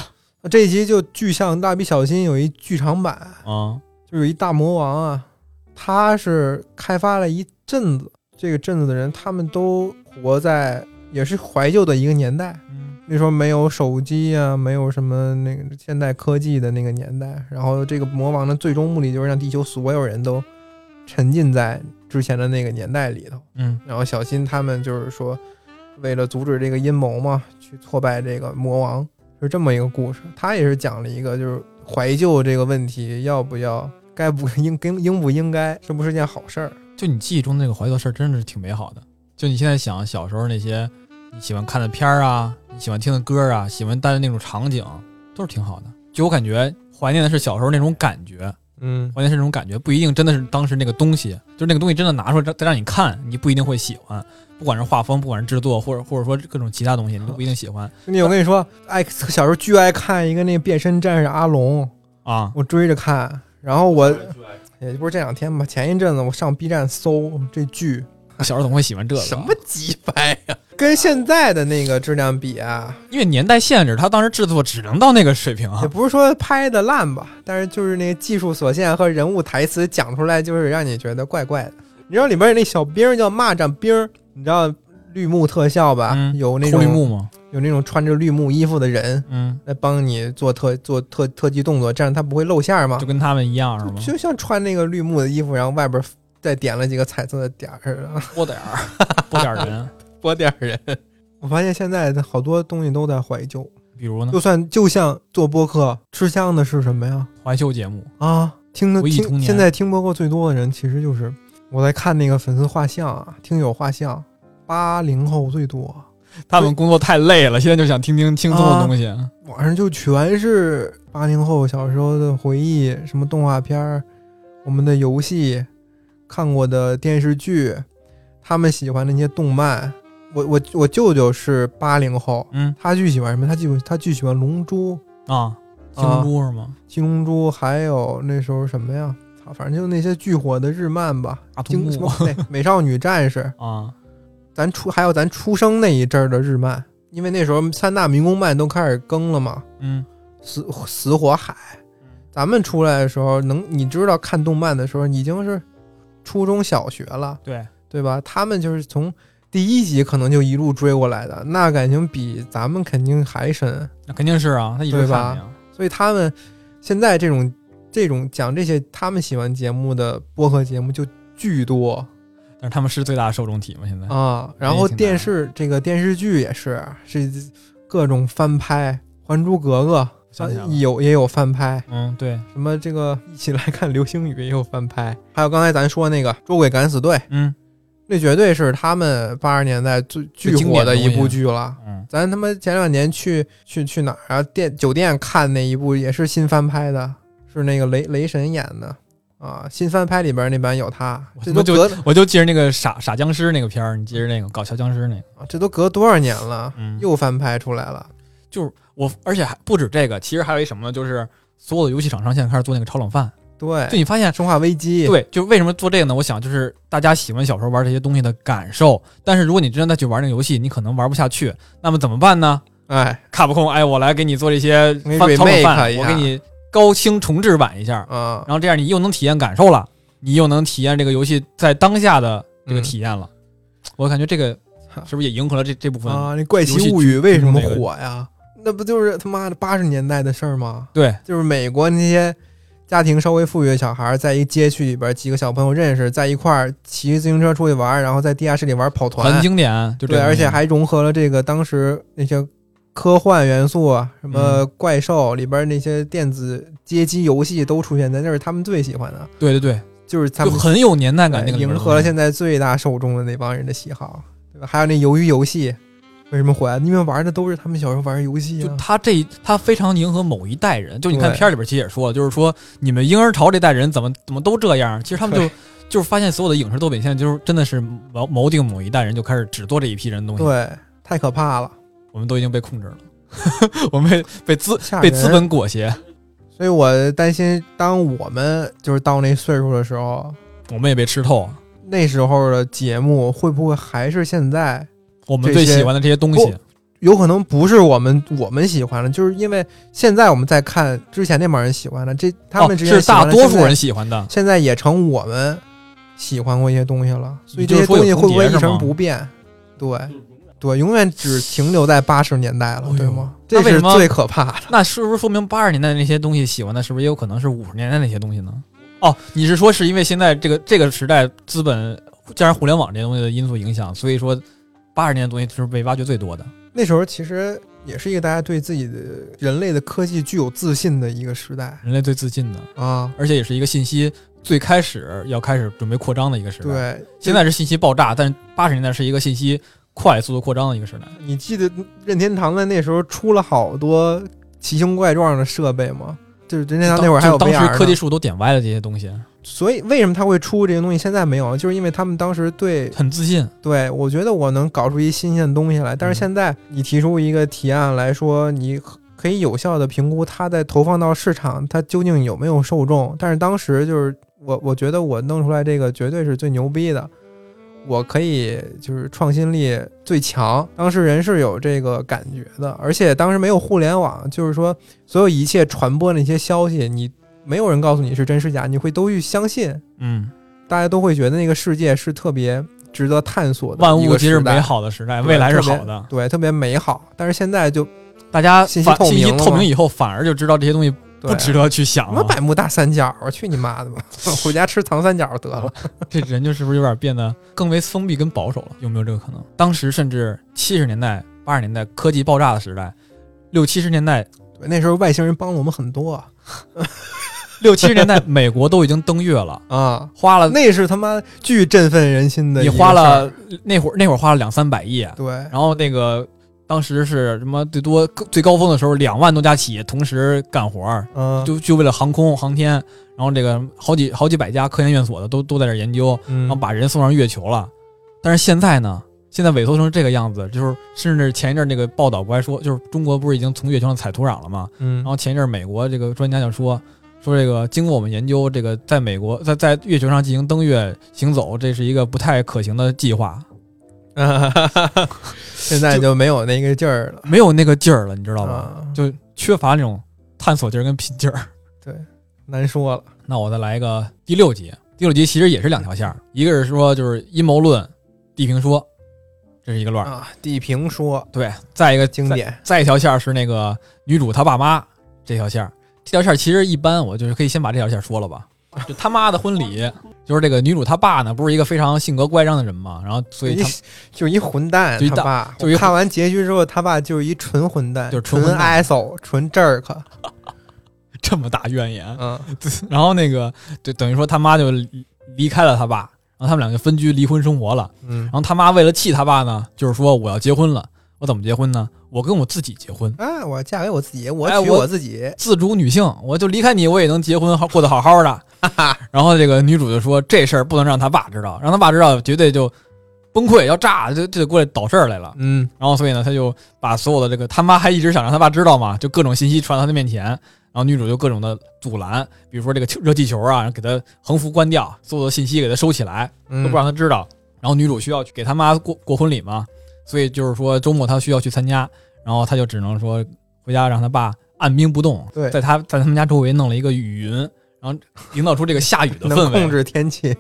Speaker 1: 那这一集就巨像《蜡笔小新》有一剧场版，
Speaker 2: 啊、
Speaker 1: 就有一大魔王啊，他是开发了一镇子，这个镇子的人他们都活在也是怀旧的一个年代。
Speaker 2: 嗯。
Speaker 1: 那时候没有手机啊，没有什么那个现代科技的那个年代。然后这个魔王的最终目的就是让地球所有人都沉浸在之前的那个年代里头。
Speaker 2: 嗯，
Speaker 1: 然后小新他们就是说，为了阻止这个阴谋嘛，去挫败这个魔王，是这么一个故事。他也是讲了一个就是怀旧这个问题，要不要，该不应该应不应该，是不是件好事儿？
Speaker 2: 就你记忆中那个怀旧的事儿，真的是挺美好的。就你现在想小时候那些你喜欢看的片儿啊，你喜欢听的歌儿啊，喜欢待的那种场景，都是挺好的。就我感觉怀念的是小时候那种感觉，
Speaker 1: 嗯，
Speaker 2: 怀念是那种感觉，不一定真的是当时那个东西，就是那个东西真的拿出来再再让你看，你不一定会喜欢。不管是画风，不管是制作，或者或者说各种其他东西，你都不一定喜欢
Speaker 1: 兄弟，我跟你说，爱小时候巨爱看一个那变身战士阿龙，
Speaker 2: 啊。
Speaker 1: 我追着看，然后我也不是这两天吧，前一阵子我上 B 站搜这剧，
Speaker 2: 小时候怎么会喜欢这个？
Speaker 1: 什么鸡掰呀、跟现在的那个质量比啊，
Speaker 2: 因为年代限制，他当时制作只能到那个水平啊
Speaker 1: 也。不是说拍的烂吧，但是就是那个技术所限和人物台词讲出来，就是让你觉得怪怪的。你知道里边有那小兵儿叫蚂蚱兵儿，你知道绿幕特效吧？
Speaker 2: 嗯
Speaker 1: 有那
Speaker 2: 库
Speaker 1: 种
Speaker 2: 里木嘛，
Speaker 1: 有那种穿着绿幕衣服的人
Speaker 2: 嗯，
Speaker 1: 来帮你做特做特特技动作，这样他不会露馅儿吗
Speaker 2: 就？跟他们一样是吗？
Speaker 1: 就像穿那个绿幕的衣服，然后外边再点了几个彩色的点儿似的。
Speaker 2: 拨点儿，拨点儿人，
Speaker 1: 拨点人。我发现现在好多东西都在怀旧，
Speaker 2: 比如呢
Speaker 1: 就，算就像做播客，吃香的是什么呀？
Speaker 2: 怀旧节目，
Speaker 1: 啊，听的
Speaker 2: 回忆童
Speaker 1: 听
Speaker 2: 年
Speaker 1: 现在听播客最多的人，其实就是我在看那个粉丝画像啊，听友画像，八零后最多，
Speaker 2: 他们工作太累了，现在就想听听轻松的东西。啊
Speaker 1: 网上就全是八零后小时候的回忆，什么动画片儿，我们的游戏，看过的电视剧，他们喜欢的那些动漫。我我我舅舅是八零后，
Speaker 2: 嗯
Speaker 1: 他巨喜欢什么？他巨他巨喜欢《龙珠》《
Speaker 2: 啊，青龙珠是吗？
Speaker 1: 七龙珠》，还有那时候什么呀？操，反正就那些巨火的日漫吧，
Speaker 2: 大
Speaker 1: 精
Speaker 2: 童
Speaker 1: 什
Speaker 2: 木
Speaker 1: 么对 美少女战士，
Speaker 2: 啊，
Speaker 1: 咱出还有咱出生那一阵儿的日漫，因为那时候三大迷宫漫都开始更了嘛，
Speaker 2: 嗯，
Speaker 1: 死死火海，咱们出来的时候能你知道看动漫的时候已经是初中小学了，
Speaker 2: 对，
Speaker 1: 对吧？他们就是从第一集可能就一路追过来的，那感情比咱们肯定还深。
Speaker 2: 那肯定是啊，他一直
Speaker 1: 对吧
Speaker 2: 看你啊。
Speaker 1: 所以他们现在这种 这种讲这些他们喜欢节目的播客节目就巨多
Speaker 2: 但是他们是最大的受众体嘛？现在
Speaker 1: 啊，然
Speaker 2: 也
Speaker 1: 后
Speaker 2: 挺难
Speaker 1: 电视这个电视剧也是是各种翻拍，《还珠格格
Speaker 2: 想起来》了
Speaker 1: 有也有翻拍，
Speaker 2: 嗯，对，
Speaker 1: 什么这个一起来看流星雨也有翻拍，还有刚才咱说那个《捉鬼敢死队》，
Speaker 2: 嗯
Speaker 1: 那绝对是他们八十年代最
Speaker 2: 最
Speaker 1: 巨
Speaker 2: 经
Speaker 1: 火
Speaker 2: 典
Speaker 1: 的
Speaker 2: 的
Speaker 1: 一
Speaker 2: 东西
Speaker 1: 部剧了。
Speaker 2: 嗯，
Speaker 1: 咱他妈前两年去去去哪儿啊？店酒店看那一部也是新翻拍的，是那个雷雷神演的啊。新翻拍里边那版有他，
Speaker 2: 我
Speaker 1: 这
Speaker 2: 他
Speaker 1: 都
Speaker 2: 妈就
Speaker 1: 隔了
Speaker 2: 我就记着那个傻傻僵尸那个片儿，你记着那个搞笑僵尸那个，
Speaker 1: 啊这都隔多少年了，
Speaker 2: 嗯，
Speaker 1: 又翻拍出来了。
Speaker 2: 就是我，而且还不止这个，其实还有一什么呢？就是所有的游戏厂商现在开始做那个炒冷饭，就
Speaker 1: 对，
Speaker 2: 你发现。
Speaker 1: 生化危机，
Speaker 2: 对，就是为什么做这个呢？我想就是大家喜欢小时候玩这些东西的感受，但是如果你真的再去玩那个游戏，你可能玩不下去，那么怎么办呢？
Speaker 1: 哎
Speaker 2: 卡普空，哎，我来给你做这些
Speaker 1: 给你
Speaker 2: 翻炒冷
Speaker 1: remake
Speaker 2: 饭，
Speaker 1: 一
Speaker 2: 我
Speaker 1: 下
Speaker 2: 给你高清重制版一下，
Speaker 1: 啊
Speaker 2: 然，后这样你又能体验感受了，你又能体验这个游戏在当下的这个
Speaker 1: 嗯
Speaker 2: 体验了。我感觉这个
Speaker 1: 操
Speaker 2: 是不是也迎合了这这部分？
Speaker 1: 啊，那《怪
Speaker 2: 游
Speaker 1: 奇
Speaker 2: 戏
Speaker 1: 物语》为什么
Speaker 2: 那个
Speaker 1: 火呀？那不就是他妈的八十年代的事儿吗？
Speaker 2: 对，
Speaker 1: 就是美国那些家庭稍微富裕的小孩儿，在一街区里边几个小朋友认识，在一块儿骑自行车出去玩儿，然后在地下室里玩儿跑团
Speaker 2: 很，经典，就这嗯
Speaker 1: 对，
Speaker 2: 个
Speaker 1: 而且
Speaker 2: 东西
Speaker 1: 还融合了这个当时那些科幻元素啊，什么
Speaker 2: 嗯
Speaker 1: 怪兽里边那些电子街机游戏都出现在那儿，他们最喜欢的，
Speaker 2: 对对对，
Speaker 1: 就是他
Speaker 2: 就
Speaker 1: 们
Speaker 2: 很有年代感。
Speaker 1: 对
Speaker 2: 那个里边的
Speaker 1: 呃迎合了
Speaker 2: 东西
Speaker 1: 现在最大受众的那帮人的喜好，对吧？还有那鱿鱼游戏，为什么火啊？因为玩的都是他们小时候玩的游戏
Speaker 2: 就
Speaker 1: 啊。
Speaker 2: 他这他非常迎合某一代人。就你看
Speaker 1: 对
Speaker 2: 片儿里边其实也说了，就是说你们婴儿潮这代人怎么怎么都这样，其实他们就
Speaker 1: 对
Speaker 2: 就是发现所有的影视作品现在就是真的是锚锚定某一代人，就开始只做这一批人的东西。
Speaker 1: 对，太可怕了。
Speaker 2: 我们都已经被控制了， 我们被被资
Speaker 1: 吓
Speaker 2: 被资
Speaker 1: 人
Speaker 2: 本裹挟，
Speaker 1: 所以我担心，当我们就是到那岁数的时候，
Speaker 2: 我们也被吃透。
Speaker 1: 那时候的节目会不会还是现在？
Speaker 2: 我们
Speaker 1: 这
Speaker 2: 最
Speaker 1: 些
Speaker 2: 喜欢的这些东西，
Speaker 1: 有可能不是我们我们喜欢的，就是因为现在我们在看之前那帮人喜欢的，这他们
Speaker 2: 哦
Speaker 1: 之前
Speaker 2: 是
Speaker 1: 喜欢
Speaker 2: 大
Speaker 1: 的、
Speaker 2: 多数人喜欢的。
Speaker 1: 现在也成我们喜欢过一些东西了，所以
Speaker 2: 你
Speaker 1: 这
Speaker 2: 就是
Speaker 1: 些
Speaker 2: 说
Speaker 1: 东
Speaker 2: 有
Speaker 1: 西会不会
Speaker 2: 重叠
Speaker 1: 一
Speaker 2: 是
Speaker 1: 成
Speaker 2: 吗
Speaker 1: 不变？对，对，永远只停留在八十年代
Speaker 2: 哎
Speaker 1: 了
Speaker 2: 呦，
Speaker 1: 对吗？
Speaker 2: 那
Speaker 1: 这
Speaker 2: 为什
Speaker 1: 是
Speaker 2: 么
Speaker 1: 最可怕的。
Speaker 2: 那是不是说明八十年代那些东西喜欢的，是不是也有可能是五十年代那些东西呢？哦，你是说是因为现在这个这个时代资本加上互联网这些东西的因素影响，所以说八十年代的东西是被挖掘最多的？
Speaker 1: 那时候其实也是一个大家对自己的人类的科技具有自信的一个时代
Speaker 2: 人类最自信的，
Speaker 1: 啊。
Speaker 2: 而且也是一个信息最开始要开始准备扩张的一个时代。，
Speaker 1: 对，
Speaker 2: 现在是信息爆炸，但八十年代是一个信息快速的扩张的一个时代。
Speaker 1: 你记得任天堂在那时候出了好多奇形怪状的设备吗？就是任天堂那会儿还有
Speaker 2: 就当
Speaker 1: VR
Speaker 2: 时科技
Speaker 1: 呢
Speaker 2: 树都点歪了这些东西，
Speaker 1: 所以为什么他会出这些东西？现在没有，就是因为他们当时对
Speaker 2: 很自信。
Speaker 1: 对，我觉得我能搞出一新鲜的东西来，但是
Speaker 2: 嗯
Speaker 1: 现在你提出一个提案来说，你可可以有效的评估它在投放到市场，它究竟有没有受众。但是当时就是我，我觉得我弄出来这个绝对是最牛逼的，我可以就是创新力最强，当事人是有这个感觉的，而且当时没有互联网，就是说所有一切传播那些消息，你没有人告诉你是真是假，你会都去相信，
Speaker 2: 嗯，
Speaker 1: 大家都会觉得那个世界是特别值得探索的，
Speaker 2: 万物皆
Speaker 1: 皆
Speaker 2: 是美，好的时代，
Speaker 1: 对
Speaker 2: 未来是
Speaker 1: 特别
Speaker 2: 好的。
Speaker 1: 对，特别美好。但是现在就
Speaker 2: 大家
Speaker 1: 信息
Speaker 2: 反
Speaker 1: 透
Speaker 2: 信息
Speaker 1: 明了
Speaker 2: 透
Speaker 1: 吗
Speaker 2: 明以后，反而就知道这些东西不值
Speaker 1: 得。
Speaker 2: 得去想
Speaker 1: 什么
Speaker 2: 了。
Speaker 1: 百慕大三角啊！去你妈的 吧！回家吃糖三角得了。
Speaker 2: 这人就是不是有点变得更为封闭跟保守了？有没有这个可能？当时甚至七十年代、八十年代科技爆炸的时代，六七十年 代、
Speaker 1: 对，那时候外星人帮了我们很多啊
Speaker 2: 六七十年代，美国都已经登月了，
Speaker 1: 啊！
Speaker 2: 花了
Speaker 1: 那是他妈巨振奋人心的一
Speaker 2: 你
Speaker 1: 个事儿。
Speaker 2: 花了那会儿那会儿花了两三百亿，
Speaker 1: 对
Speaker 2: 然后那个当时是什么最多最高峰的时候，两万多家企业同时干活儿，
Speaker 1: 嗯，
Speaker 2: 就就为了航空航天，然后这个好几好几百家科研院所的都都在这儿研究，
Speaker 1: 嗯
Speaker 2: 然后把人送上月球了。但是现在呢，现在萎缩成这个样子，就是甚至前一阵那个报道不还说，就是中国不是已经从月球上采土壤了吗？
Speaker 1: 嗯
Speaker 2: 然后前一阵美国这个专家就说。说这个，经过我们研究，这个在美国在在月球上进行登月行走，这是一个不太可行的计划，
Speaker 1: 嗯， 现在就没有那个劲儿了，
Speaker 2: 没有那个劲儿了，你知道吧？
Speaker 1: 啊，
Speaker 2: 就缺乏那种探索劲儿跟拼劲儿。
Speaker 1: 难说了。
Speaker 2: 那我再来一个第六集，第六集其实也是两条线儿，一个是说就是阴谋论、地平说，这是一个乱儿。
Speaker 1: 啊，地平说
Speaker 2: 对，再一个
Speaker 1: 经典，
Speaker 2: 再一条线儿是那个女主她爸妈这条线儿，这条线儿其实一般，我就是可以先把这条线儿说了吧。就他妈的婚礼，就是这个女主她爸呢，不是一个非常性格乖张的人嘛，然后所以
Speaker 1: 一
Speaker 2: 他
Speaker 1: 就一混蛋，
Speaker 2: 就一
Speaker 1: 他
Speaker 2: 大
Speaker 1: 爸。
Speaker 2: 就一
Speaker 1: 我看完结局之后，他爸就是一纯混蛋，
Speaker 2: 就是纯
Speaker 1: 纯
Speaker 2: 混蛋
Speaker 1: ISO，纯 jerk。
Speaker 2: 这么大怨言，
Speaker 1: 嗯
Speaker 2: 然后那个就等于说他妈就离离开了他爸，然后他们俩就分居离婚生活了。
Speaker 1: 嗯
Speaker 2: 然后他妈为了气他爸呢，就是说我要结婚了，我怎么结婚呢？我跟我自己结婚，
Speaker 1: 啊，我嫁给我自己，我
Speaker 2: 哎
Speaker 1: 娶
Speaker 2: 我
Speaker 1: 我自己。
Speaker 2: 自主女性，我就离开你，我也能结婚，好过得好好的。然后这个女主就说这事儿不能让他爸知道，让他爸知道绝对就崩溃要炸，就就得过来捣事儿来了。
Speaker 1: 嗯
Speaker 2: 然后所以呢，他就把所有的这个他妈还一直想让他爸知道嘛，就各种信息传到他面前，然后女主就各种的阻拦，比如说这个球热气球啊，给他横幅关掉，所有的信息给他收起来，
Speaker 1: 嗯，
Speaker 2: 都不让他知道。然后女主需要去给他妈过过婚礼嘛，所以就是说周末她需要去参加，然后她就只能说回家让他爸按兵不动，
Speaker 1: 对
Speaker 2: 在他在他们家周围弄了一个雨云，然后营造出这个下雨的氛
Speaker 1: 能控
Speaker 2: 围，
Speaker 1: 制天气。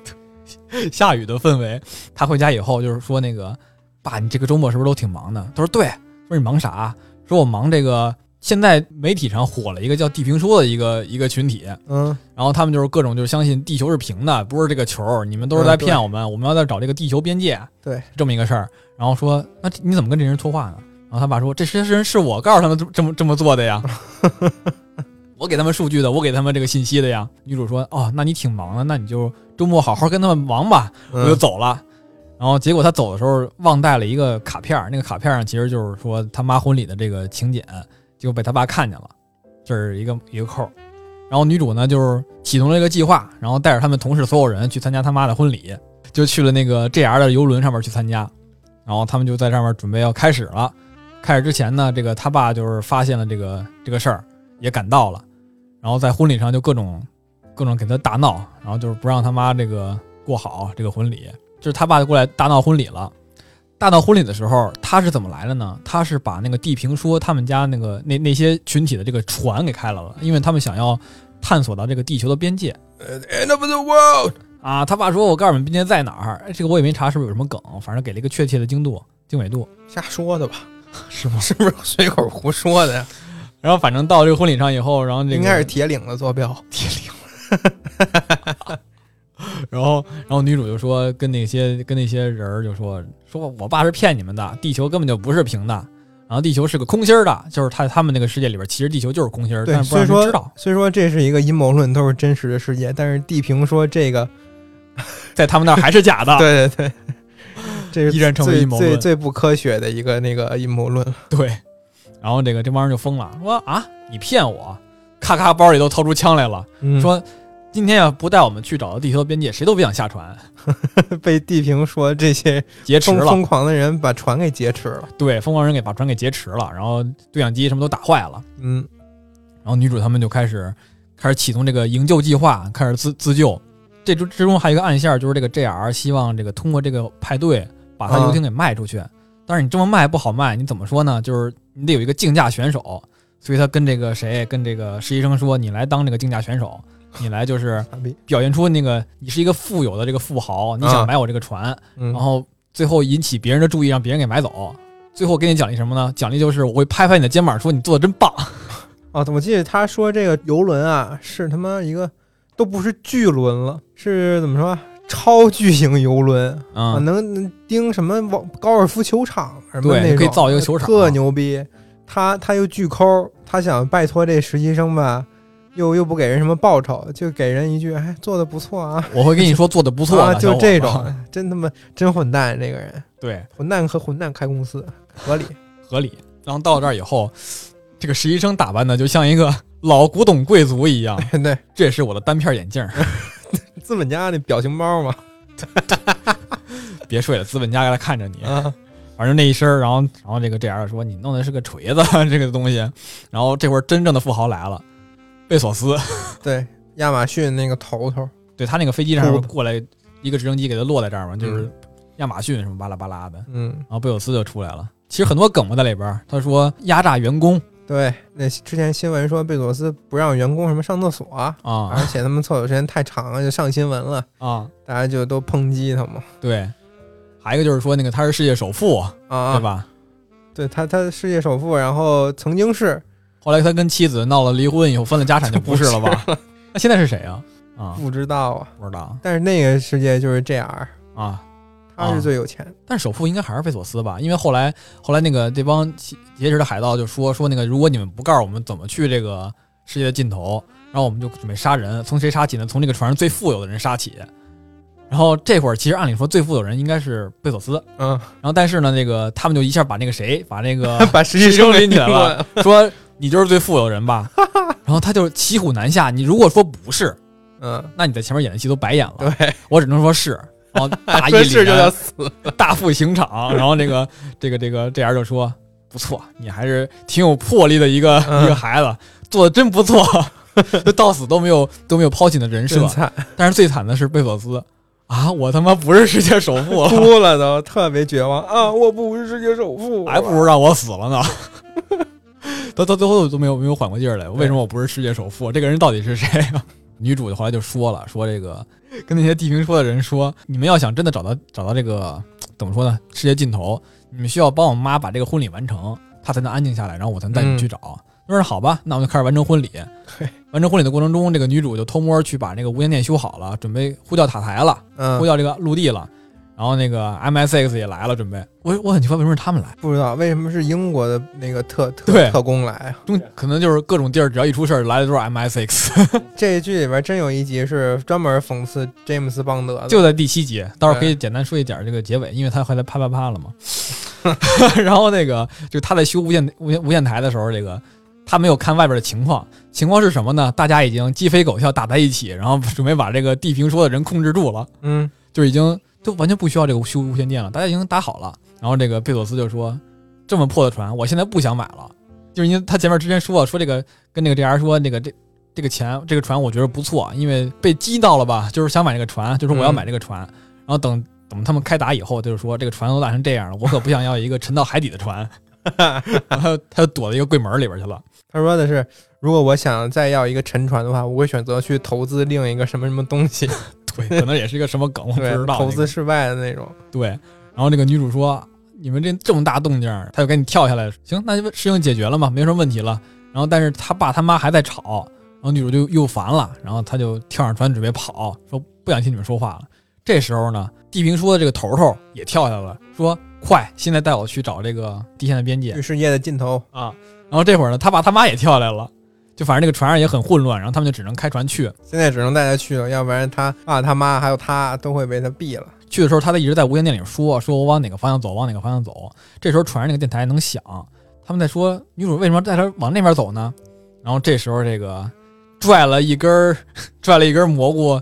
Speaker 2: 下雨的氛围。他回家以后就是说那个爸，你这个周末是不是都挺忙的？他说对，说你忙啥？说我忙这个现在媒体上火了一个叫地平说的一个一个群体，
Speaker 1: 嗯
Speaker 2: 然后他们就是各种就是相信地球是平的，不是这个球儿，你们都是在骗我们，我们要在找这个地球边界，
Speaker 1: 对，
Speaker 2: 这么一个事儿。然后说，那你怎么跟这人说话呢？然后他爸说，这些人是我告诉他们这么这么这么做的呀，我给他们数据的，我给他们这个信息的呀。女主说，哦，那你挺忙的，那你就周末好好跟他们忙吧，我就
Speaker 1: 嗯
Speaker 2: 走了。然后结果他走的时候忘带了一个卡片儿，那个卡片上其实就是说他妈婚礼的这个请柬，结果被他爸看见了，这是一个一个扣儿。然后女主呢就是启动了一个计划，然后带着他们同事所有人去参加他妈的婚礼，就去了那个 JR 的游轮上面去参加。然后他们就在上面准备要开始了。开始之前呢，这个他爸就是发现了这个这个事儿，也赶到了，然后在婚礼上就各种各种给他大闹，然后就是不让他妈这个过好这个婚礼，就是他爸就过来大闹婚礼了。大闹婚礼的时候，他是怎么来的呢？他是把那个地平说他们家那个那那些群体的这个船给开了了，因为他们想要探索到这个地球的边界
Speaker 1: End of the world。
Speaker 2: 啊。他爸说：“我告诉你们边界在哪儿。”哎这个我也没查是不是有什么梗，反正给了一个确切的经度、经纬度，
Speaker 1: 瞎说的吧？
Speaker 2: 是 吗？
Speaker 1: 是不是随口胡说的呀？
Speaker 2: 然后反正到这个婚礼上以后，然后这个
Speaker 1: 应该是铁岭的坐标。
Speaker 2: 然后，然后女主就说跟那些跟那些人儿就说说我爸是骗你们的，地球根本就不是平的，然后地球是个空心儿的，就是他他们那个世界里边，其实地球就是空心儿，
Speaker 1: 对
Speaker 2: 但，是不
Speaker 1: 虽
Speaker 2: 让人知
Speaker 1: 说
Speaker 2: 道，
Speaker 1: 虽说这是一个阴谋论，都是真实的世界，但是地平说这个，
Speaker 2: 在他们那儿还是假的。
Speaker 1: 对对 对，这是
Speaker 2: 依然成为
Speaker 1: 最
Speaker 2: 阴谋
Speaker 1: 最
Speaker 2: 论
Speaker 1: 最不科学的一个那个阴谋论。
Speaker 2: 对，然后这个这帮人就疯了，说啊你骗我，咔咔包里都掏出枪来了，
Speaker 1: 嗯
Speaker 2: 说今天要不带我们去找到地球的边界，谁都别想下船，
Speaker 1: 被地平说这些
Speaker 2: 劫持
Speaker 1: 疯
Speaker 2: 了。
Speaker 1: 疯狂的人把船给劫持了。
Speaker 2: 对，疯狂人给把船给劫持了，然后对讲机什么都打坏了。
Speaker 1: 嗯
Speaker 2: 然后女主他们就开始开始启动这个营救计划，开始自自救，这之之中还有一个暗线儿，就是这个 JR 希望这个通过这个派对把他
Speaker 1: 啊
Speaker 2: 游艇给卖出去。但是你这么卖不好卖，你怎么说呢？就是你得有一个竞价选手，所以他跟这个谁，跟这个实习生说，你来当这个竞价选手，你来就是
Speaker 1: 傻逼，
Speaker 2: 表现出那个你是一个富有的这个富豪，你
Speaker 1: 啊
Speaker 2: 想买我这个船，
Speaker 1: 嗯
Speaker 2: 然，后最后引起别人的注意，让别人给买走。最后给你奖励什么呢？奖励就是我会拍拍你的肩膀，说你做的真棒。
Speaker 1: 啊，我记得他说这个游轮啊，是他妈一个都不是巨轮了，是怎么说啊？超巨型游轮啊，
Speaker 2: 嗯，
Speaker 1: 能能盯什么网高尔夫球场什么
Speaker 2: 对
Speaker 1: 那种，
Speaker 2: 可以造一个球场啊
Speaker 1: 特牛逼。他他又巨抠，他想拜托这实习生吧，又又不给人什么报酬，就给人一句哎做的不错啊，
Speaker 2: 我会跟你说做的不错
Speaker 1: 啊
Speaker 2: 的，
Speaker 1: 就
Speaker 2: 小伙
Speaker 1: 这
Speaker 2: 子
Speaker 1: 种。，真他妈真混蛋，这个人
Speaker 2: 对，
Speaker 1: 混蛋和混蛋开公司合理。
Speaker 2: 合理。然后到这儿以后，这个实习生打扮的就像一个 老古董贵族一样。
Speaker 1: 对，
Speaker 2: 这也是我的单片眼镜儿，
Speaker 1: 资本家那表情包 嘛，
Speaker 2: 别睡了，资本家来看着你。
Speaker 1: 啊，
Speaker 2: 反正那一身儿，然后然后这个 JR 说你弄的是个锤子 这个东西。然后这会儿真正的富豪来了，贝索斯，
Speaker 1: 对，亚马逊那个头头，
Speaker 2: 对他那个飞机上
Speaker 1: 嗯
Speaker 2: 过来一个直升机给他落在这儿嘛，就是亚马逊什么巴拉巴拉的。
Speaker 1: 嗯，
Speaker 2: 然后贝索斯就出来了。其实很多梗嘛在里边儿，他说压榨员工
Speaker 1: 对，那之前新闻说贝佐斯不让员工什么上厕所啊，
Speaker 2: 啊
Speaker 1: 而且他们厕所时间太长了，就上新闻了，
Speaker 2: 啊，
Speaker 1: 大家就都抨击他嘛，
Speaker 2: 对。还有一个就是说那个他是世界首富，
Speaker 1: 啊，
Speaker 2: 对吧？
Speaker 1: 对他，他世界首富，然后曾经是
Speaker 2: 后来他跟妻子闹了离婚以后，分了家产就 不是了吧？那现在是谁啊？啊，
Speaker 1: 不知道啊，
Speaker 2: 不知道
Speaker 1: 但是那个世界就是这样，
Speaker 2: 啊。
Speaker 1: 他
Speaker 2: 啊
Speaker 1: 是最有钱，
Speaker 2: 但首富应该还是贝索斯吧？因为后来后来那个这帮劫劫持的海盗就说说那个，如果你们不告诉我们怎么去这个世界的尽头，然后我们就准备杀人。从谁杀起呢？从这个船上最富有的人杀起。然后这会儿其实按理说最富有的人应该是贝索斯，
Speaker 1: 嗯，
Speaker 2: 然后但是呢，那个他们就一下把那个谁 把那个
Speaker 1: 把实习生
Speaker 2: 拎起来
Speaker 1: 拎过来
Speaker 2: 了， 说你就是最富有的人吧？然后他就骑虎难下。你如果说不是，
Speaker 1: 嗯，
Speaker 2: 那你在前面演的戏都白演 了。
Speaker 1: 对，
Speaker 2: 我只能 说是，然后啊大义
Speaker 1: 说是
Speaker 2: 凛
Speaker 1: 就要
Speaker 2: 然，
Speaker 1: 死，
Speaker 2: 大富刑场。然后这个这个这个这样就说不错，你还是挺有魄力的一个、
Speaker 1: 嗯
Speaker 2: 一个孩子，做的真不错， 就到死都没有都没有抛弃你的人
Speaker 1: 真
Speaker 2: 设。
Speaker 1: 惨，
Speaker 2: 但是最惨的是贝索斯啊，我他妈不是世界首 富 了，
Speaker 1: 哭了都，特别绝望啊，我不是世界首富，
Speaker 2: 还不如让我死了呢。 到到最后都没有没有缓过劲儿来，为什么我不是世界首富？这个人到底是谁啊？女主后来就说了，说这个跟那些地平说的人说，你们要想真的找到找到这个怎么说呢，世界尽头，你们需要帮我妈把这个婚礼完成，她才能安静下来，然后我才能带你们去找。他说好吧，那我们就开始完成婚礼
Speaker 1: 嗯嘿。
Speaker 2: 完成婚礼的过程中，这个女主就偷摸去把那个无线电修好了，准备呼叫塔台了，呼
Speaker 1: 嗯，
Speaker 2: 叫这个陆地了。然后那个 MSX 也来了，准备我我很奇怪为什么是他们来。
Speaker 1: 不知道为什么是英国的那个特特
Speaker 2: 对
Speaker 1: 特工来啊。
Speaker 2: 中可能就是各种地儿，只要一出事儿，来的都是 MSX，
Speaker 1: 这剧里边真有一集是专门讽刺詹姆斯邦德的，
Speaker 2: 就在第七集，到时候可以简单说一点这个结尾，因为他后来啪啪啪了嘛。 然后那个就他在修无线无线无线台的时候，这个他没有看外边的情况，情况是什么呢？大家已经鸡飞狗跳打在一起，然后准备把这个地平说的人控制住了，
Speaker 1: 嗯，
Speaker 2: 就已经就完全不需要这个修无线电了，大家已经打好了。然后这个贝索斯就说：“这么破的船，我现在不想买了，就是因为他前面之前说说这个跟那个 JR 说那个这这个钱这个船我觉得不错，因为被击到了吧，就是想买这个船，就是我要买这个船。然后等等他们开打以后，就是说这个船都烂成这样了，我可不想要一个沉到海底的船。 然后他就躲到一个柜门里边去了。
Speaker 1: 他说的是，如果我想再要一个沉船的话，我会选择去投资另一个什么什么东 西，
Speaker 2: 对，可能也是一个什么梗，我不
Speaker 1: 对
Speaker 2: 知，道。
Speaker 1: 投资失败的那种，
Speaker 2: 对，然后这个女主说：“你们这这么大动静儿，她就赶紧跳下来。行，那就事情解决了嘛，没什么问题了。然后，但是他爸他妈还在吵，然后女主就又烦了，然后她就跳上船准备跑，说不想听你们说话了。这时候呢，地平说的这个头头也跳下来了，说：快，现在带我去找这个地线的边界
Speaker 1: 去世界的尽头，
Speaker 2: 啊！然后这会儿呢，他爸他妈也跳下来了。”就反正这个船上也很混乱，然后他们就只能开船去。
Speaker 1: 现在只能带他去了，要不然他爸、他妈还有他都会被他毙了。
Speaker 2: 去的时候，他在一直在无线电里说，说我往哪个方向走，往哪个方向走。这时候船上那个电台能响，他们在说女主为什么带他往那边走呢？然后这时候这个拽了一根儿拽了一根蘑菇，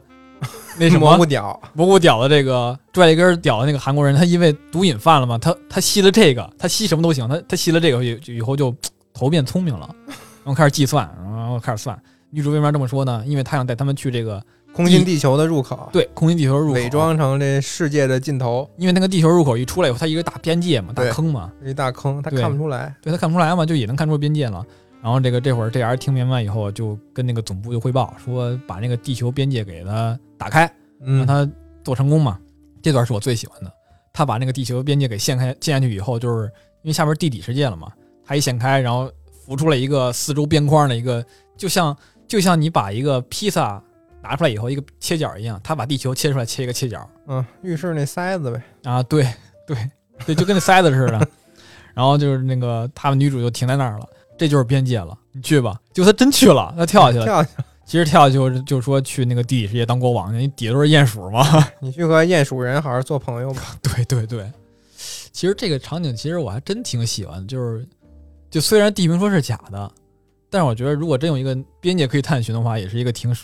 Speaker 2: 那什
Speaker 1: 蘑
Speaker 2: 么
Speaker 1: 菇屌，
Speaker 2: 蘑菇屌的这个拽了一根屌的那个韩国人，他因为毒瘾犯了嘛，他他吸了这个，他吸什么都行，他他吸了这个以以后就头变聪明了，然后开始计算，然后开始算。女主为什么要这么说呢？因为她想带他们去这个
Speaker 1: 空心地球的入口，
Speaker 2: 对，空心地球入口
Speaker 1: 伪，装成这世界的尽头，
Speaker 2: 因为那个地球入口一出来以后，它一个大边界嘛，大
Speaker 1: 对
Speaker 2: 坑嘛，
Speaker 1: 一大坑，他
Speaker 2: 对
Speaker 1: 看不出来。
Speaker 2: 对，它看不出来嘛，就也能看出边界了。然后这个这会儿 JR 听明白以后，就跟那个总部就汇报说，把那个地球边界给它打开，让
Speaker 1: 嗯，
Speaker 2: 它做成功嘛。这段是我最喜欢的，他把那个地球边界给陷开陷下去以后，就是因为下边地底世界了嘛，它一陷开，然后浮出来一个四周边框的一个，就像就像你把一个披萨拿出来以后一个切角一样，他把地球切出来切一个切角，
Speaker 1: 嗯，浴室那塞子呗，
Speaker 2: 啊，对对对，就跟那塞子似的。然后就是那个他们女主就停在那儿了，这就是边界了，你去吧。结果她真去了，她跳下去了。
Speaker 1: 跳下去，
Speaker 2: 其实跳下去就是就说去那个地底世界当国王去，因为底下都是鼹鼠嘛。
Speaker 1: 你去和鼹鼠人好好做朋友吧。
Speaker 2: 对对对，其实这个场景其实我还真挺喜欢的，就是就虽然地平说是假的，但是我觉得如果真有一个边界可以探寻的话，也是一个挺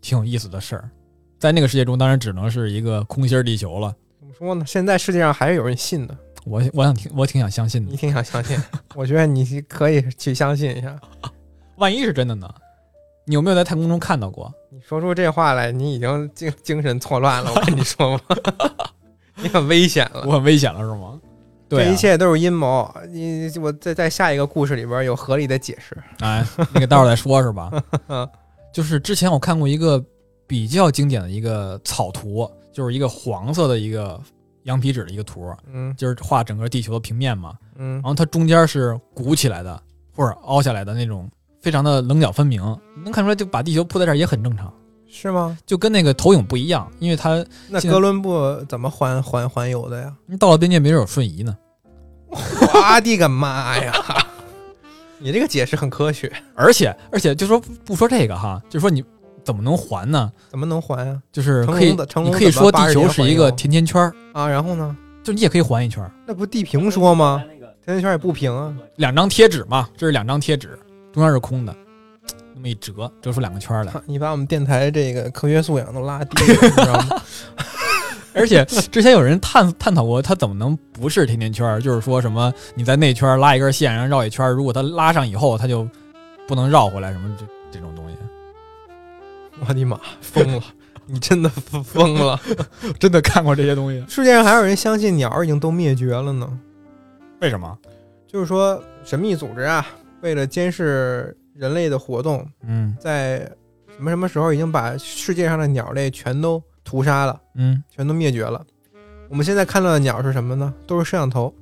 Speaker 2: 挺有意思的事儿。在那个世界中，当然只能是一个空心儿地球了。
Speaker 1: 怎么说呢？现在世界上还是有人信的，
Speaker 2: 我我想挺我挺想相信的
Speaker 1: 你，挺想相信， 我觉得你可以去相信一下。
Speaker 2: 万一是真的呢？你有没有在太空中看到过？
Speaker 1: 你说出这话来，你已经精精神错乱了，我跟你说吧， 你很危险了。
Speaker 2: 我很危险了是吗？对、
Speaker 1: 这
Speaker 2: 啊
Speaker 1: 一，切都是阴谋。你我在在下一个故事里边有合理的解释。
Speaker 2: 哎，那个待会儿再说 是吧？就是之前我看过一个比较经典的一个草图，就是一个黄色的一个羊皮纸的一个图，
Speaker 1: 嗯
Speaker 2: 就是画整个地球的平面嘛。
Speaker 1: 嗯
Speaker 2: 然，后它中间是鼓起来的或者凹下来的那种，非常的棱角分明，能看出来就把地球铺在这儿也很正常，
Speaker 1: 是吗？
Speaker 2: 就跟那个投影不一样，因为它
Speaker 1: 那
Speaker 2: 现
Speaker 1: 哥伦布怎么环环环游的呀？
Speaker 2: 到了边界没准有瞬移呢。
Speaker 1: 我的个妈呀！你这个解释很科学，
Speaker 2: 而且而且就说不说这个哈，就说你怎么能还呢？
Speaker 1: 怎么能环呀、
Speaker 2: 就是可
Speaker 1: 成
Speaker 2: 以
Speaker 1: 龙的成，
Speaker 2: 你
Speaker 1: 龙
Speaker 2: 可以说地球
Speaker 1: 怎
Speaker 2: 是
Speaker 1: 么
Speaker 2: 一
Speaker 1: 80
Speaker 2: 个
Speaker 1: 年
Speaker 2: 甜甜圈儿，
Speaker 1: 啊？然后呢？
Speaker 2: 就是你也可以环一圈儿，
Speaker 1: 那不地平说吗？甜甜圈也不平啊。
Speaker 2: 两张贴纸嘛，这是两张贴纸，中间是空的，那么一折，折出两个圈 儿来。
Speaker 1: 看你把我们电台这个科学素养都拉低了，你知道吗？
Speaker 2: 而且之前有人探探讨过，它怎么能不是甜甜圈儿？就是说什么你在内圈儿拉一根线，然后绕一圈儿，如果它拉上以后，它就不能绕回来，什么这这种东西。
Speaker 1: 我的妈，疯了！你真的疯疯了！
Speaker 2: 真的看过这些东西？
Speaker 1: 世界上还有人相信鸟儿已经都灭绝了呢。
Speaker 2: 为什么？
Speaker 1: 就是说，神秘组织啊，为了监视人类的活动，
Speaker 2: 嗯
Speaker 1: 在什么什么时候已经把世界上的鸟类全都屠杀了，
Speaker 2: 嗯，
Speaker 1: 全都灭绝了。我们现在看到的鸟是什么呢？都是摄像头，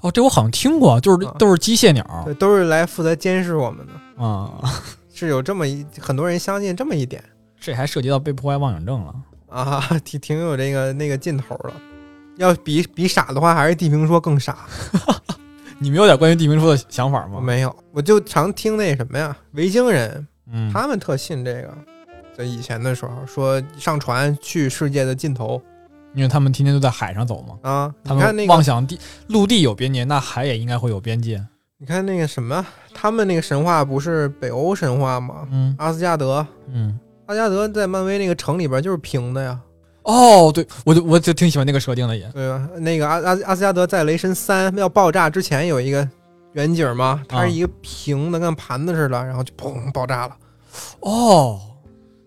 Speaker 2: 哦，这我好像听过，就是
Speaker 1: 啊
Speaker 2: 都是机械鸟儿
Speaker 1: 对，都是来负责监视我们的。
Speaker 2: 啊。
Speaker 1: 是有这么一很多人相信这么一点
Speaker 2: 这还涉及到被迫害妄想症了。
Speaker 1: 啊， 挺挺有这个那个劲头了。要比比傻的话，还是地平说更傻。
Speaker 2: 你们有点关于地平说的想法
Speaker 1: 我
Speaker 2: 吗？
Speaker 1: 没有，我就常听那什么呀，维京人
Speaker 2: 嗯，
Speaker 1: 他们特信这个，在以前的时候说上船去世界的尽头
Speaker 2: 因为他们天天都在海上走嘛。
Speaker 1: 啊。
Speaker 2: 他
Speaker 1: 你看那
Speaker 2: 们
Speaker 1: 个
Speaker 2: 妄，想地陆地有边界，那海也应该会有边界。
Speaker 1: 你看那个什么，他们那个神话不是北欧神话吗？
Speaker 2: 嗯
Speaker 1: 阿斯加德，
Speaker 2: 嗯。
Speaker 1: 阿斯加德在漫威那个城里边就是平的呀，
Speaker 2: 哦，对，我就我就挺喜欢那个设定的也。
Speaker 1: 对吧？那个阿阿阿斯加德在雷神三要爆炸之前有一个远景嘛，
Speaker 2: 啊
Speaker 1: 它是一个平的，跟盘子似的，然后就砰爆炸了。
Speaker 2: 哦，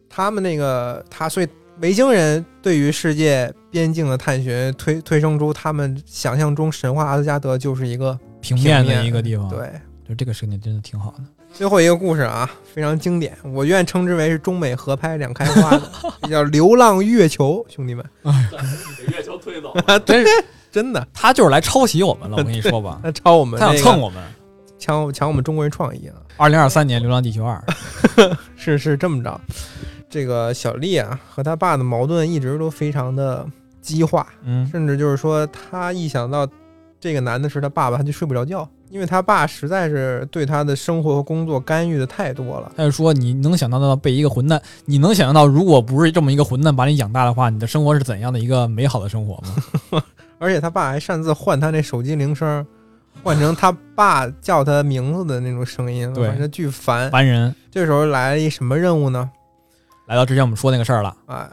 Speaker 1: 他们那个他，所以维京人对于世界边境的探寻，推推生出他们想象中神话阿斯加德就是一个
Speaker 2: 平面
Speaker 1: 平
Speaker 2: 的
Speaker 1: 面
Speaker 2: 一个地方，，
Speaker 1: 对。
Speaker 2: 就这个设定真的挺好的。
Speaker 1: 最后一个故事啊，非常经典，我愿称之为是中美合拍两开花的，叫《流浪月球》，兄弟们，
Speaker 2: 哎
Speaker 3: 给哎月球推走。
Speaker 2: 真是，
Speaker 1: 真的，
Speaker 2: 他就是来抄袭我
Speaker 1: ，
Speaker 2: 们了，我跟你说吧
Speaker 1: 他抄我们、
Speaker 2: 他
Speaker 1: 那
Speaker 2: 想
Speaker 1: 个，
Speaker 2: 蹭我们。
Speaker 1: 抢我抢我们中国人创意啊！
Speaker 2: 二零二三年《流浪地球二》，
Speaker 1: 是是这么着，这个小丽啊和他爸的矛盾一直都非常的激化，
Speaker 2: 嗯，
Speaker 1: 甚至就是说，他一想到这个男的是他爸爸，他就睡不着觉，因为他爸实在是对他的生活和工作干预的太多了。
Speaker 2: 他就说你能想到的被一个混蛋，你能想象到如果不是这么一个混蛋把你养大的话，你的生活是怎样的一个美好的生活 吗？
Speaker 1: 而且他爸还擅自换他那手机铃声，换成他爸叫他名字的那种声音，
Speaker 2: 对哎
Speaker 1: 反正巨烦。
Speaker 2: 凡人
Speaker 1: 这时候来了一什么任务呢？
Speaker 2: 来到之前我们说那个事儿了，
Speaker 1: 啊，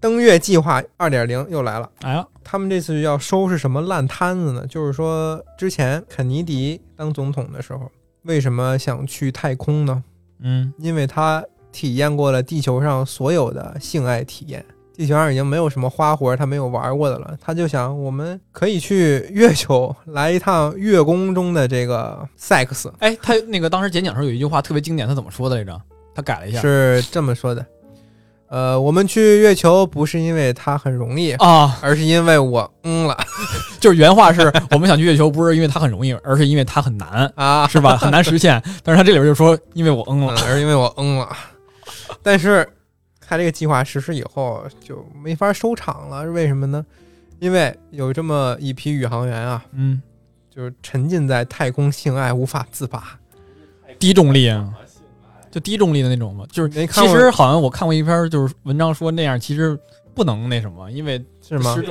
Speaker 1: 登月计划二点零又来了。
Speaker 2: 哎呀，
Speaker 1: 他们这次要收拾什么烂摊子呢？就是说，之前肯尼迪当总统的时候，为什么想去太空呢？
Speaker 2: 嗯
Speaker 1: 因为他体验过了地球上所有的性爱体验。地球上已经没有什么花活他没有玩过的了，他就想我们可以去月球来一趟月宫中的这个 sex，
Speaker 2: 哎，他那个当时演讲时候有一句话特别经典，他怎么说的来着？他改了一下，
Speaker 1: 是这么说的。呃，我们去月球不是因为它很容易，
Speaker 2: 啊，
Speaker 1: 而是因为我嗯了
Speaker 2: 就是原话是我们想去月球，不是因为它很容易，而是因为它很 难，
Speaker 1: 啊，
Speaker 2: 是吧？很难实现。但是他这里边就说，因为我嗯
Speaker 1: 嗯
Speaker 2: 了，，
Speaker 1: 而是因为我嗯了。但是他这个计划实施以后就没法收场了，是为什么呢？因为有这么一批宇航员啊，
Speaker 2: 嗯，
Speaker 1: 就是沉浸在太空性爱无法自拔。
Speaker 2: 低重力啊，就低重力的那种嘛，就是
Speaker 1: 没看
Speaker 2: 其
Speaker 1: 过
Speaker 2: 实好像我看过一篇就是文章说那样其实不能那什么，因为
Speaker 1: 是吗？
Speaker 2: 是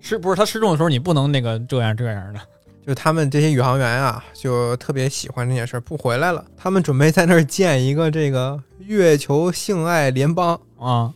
Speaker 2: 失不是他失重的时候你不能那个这样这样的。
Speaker 1: 就他们这些宇航员啊，就特别喜欢这件事儿，不回来了。他们准备在那儿建一个这个月球性爱联邦，
Speaker 2: 啊，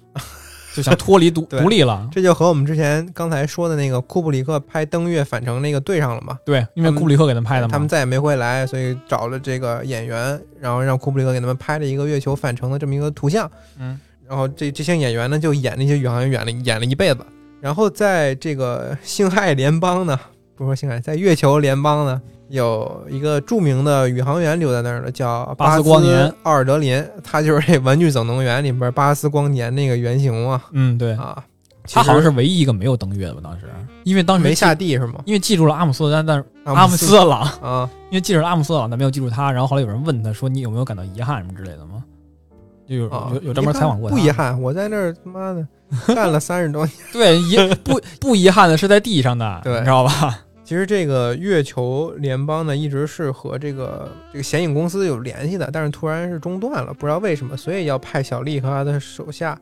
Speaker 2: 就想脱 离独
Speaker 1: 对
Speaker 2: 独立了。
Speaker 1: 这就和我们之前刚才说的那个库布里克拍《登月返程》那个对上了嘛。
Speaker 2: 对，因为
Speaker 1: 他们
Speaker 2: 库布里克给他们拍的嘛。
Speaker 1: 他们再也没回来，所以找了这个演员，然后让库布里克给他们拍了一个月球返程的这么一个图像。
Speaker 2: 嗯，
Speaker 1: 然后这这些演员呢，就演那些宇航员演了演了一辈子。然后在这个性爱联邦呢，不是说性爱，在月球联邦呢，有一个著名的宇航员留在那儿了，叫
Speaker 2: 巴斯
Speaker 1: 斯
Speaker 2: 光年
Speaker 1: 奥尔德林，他就是这《玩具总动员》里边巴斯光年那个原型嘛。
Speaker 2: 嗯，对，
Speaker 1: 啊，
Speaker 2: 他好像
Speaker 1: 是
Speaker 2: 是唯一一个没有登月的吧？当时，因为当时
Speaker 1: 没
Speaker 2: 记
Speaker 1: 下，地是吗？
Speaker 2: 因为记住了阿姆斯特丹，但是阿
Speaker 1: 阿
Speaker 2: 姆斯
Speaker 1: 斯
Speaker 2: 特朗，
Speaker 1: 啊，
Speaker 2: 因为记住了阿姆斯特朗，但没有记住他。然后后来有人问他说：“你有没有感到遗憾什么之类的吗？”就有
Speaker 1: 啊
Speaker 2: 有有专门采访过他，
Speaker 1: 不遗。憾，我在那儿他妈的干了三十多年。
Speaker 2: 对，遗不不遗憾的是在地上的，
Speaker 1: 对
Speaker 2: 你知道吧？
Speaker 1: 其实这个月球联邦呢，一直是和这个这个显影公司有联系的，但是突然是中断了，不知道为什么，所以要派小丽和他的手下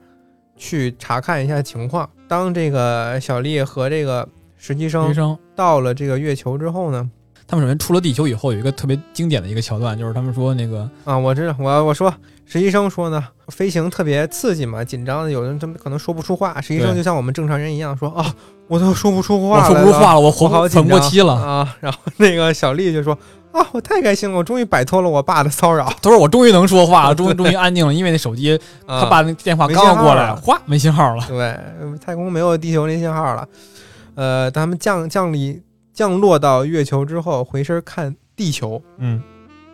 Speaker 1: 去查看一下情况。当这个小丽和这个实习
Speaker 2: 医
Speaker 1: 生
Speaker 2: 生，
Speaker 1: 到了这个月球之后呢，
Speaker 2: 他们首先出了地球以后，有一个特别经典的一个桥段，就是他们说那个
Speaker 1: 啊，我知道，我我说实习生说呢，飞行特别刺激嘛，紧张的，有人他们可能说不出话，实习生
Speaker 2: 对
Speaker 1: 就像我们正常人一样说啊，我都说不出
Speaker 2: 我
Speaker 1: 话
Speaker 2: 说
Speaker 1: 来
Speaker 2: 不出
Speaker 1: 了
Speaker 2: 话了，我
Speaker 1: 我好
Speaker 2: 活
Speaker 1: 紧
Speaker 2: 喘
Speaker 1: 张
Speaker 2: 过期了，
Speaker 1: 啊。然后那个小丽就说啊，我太开心了，我终于摆脱了我爸的骚扰。
Speaker 2: 他说我终于能说 话了，终于终于安静了，因为那手机
Speaker 1: 啊、
Speaker 2: 他爸那电话刚要过来，
Speaker 1: 没信号了
Speaker 2: 哗没信号了。
Speaker 1: 对太空没有地球那信号了。呃，他们降降临降落到月球之后，回身看地球，
Speaker 2: 嗯，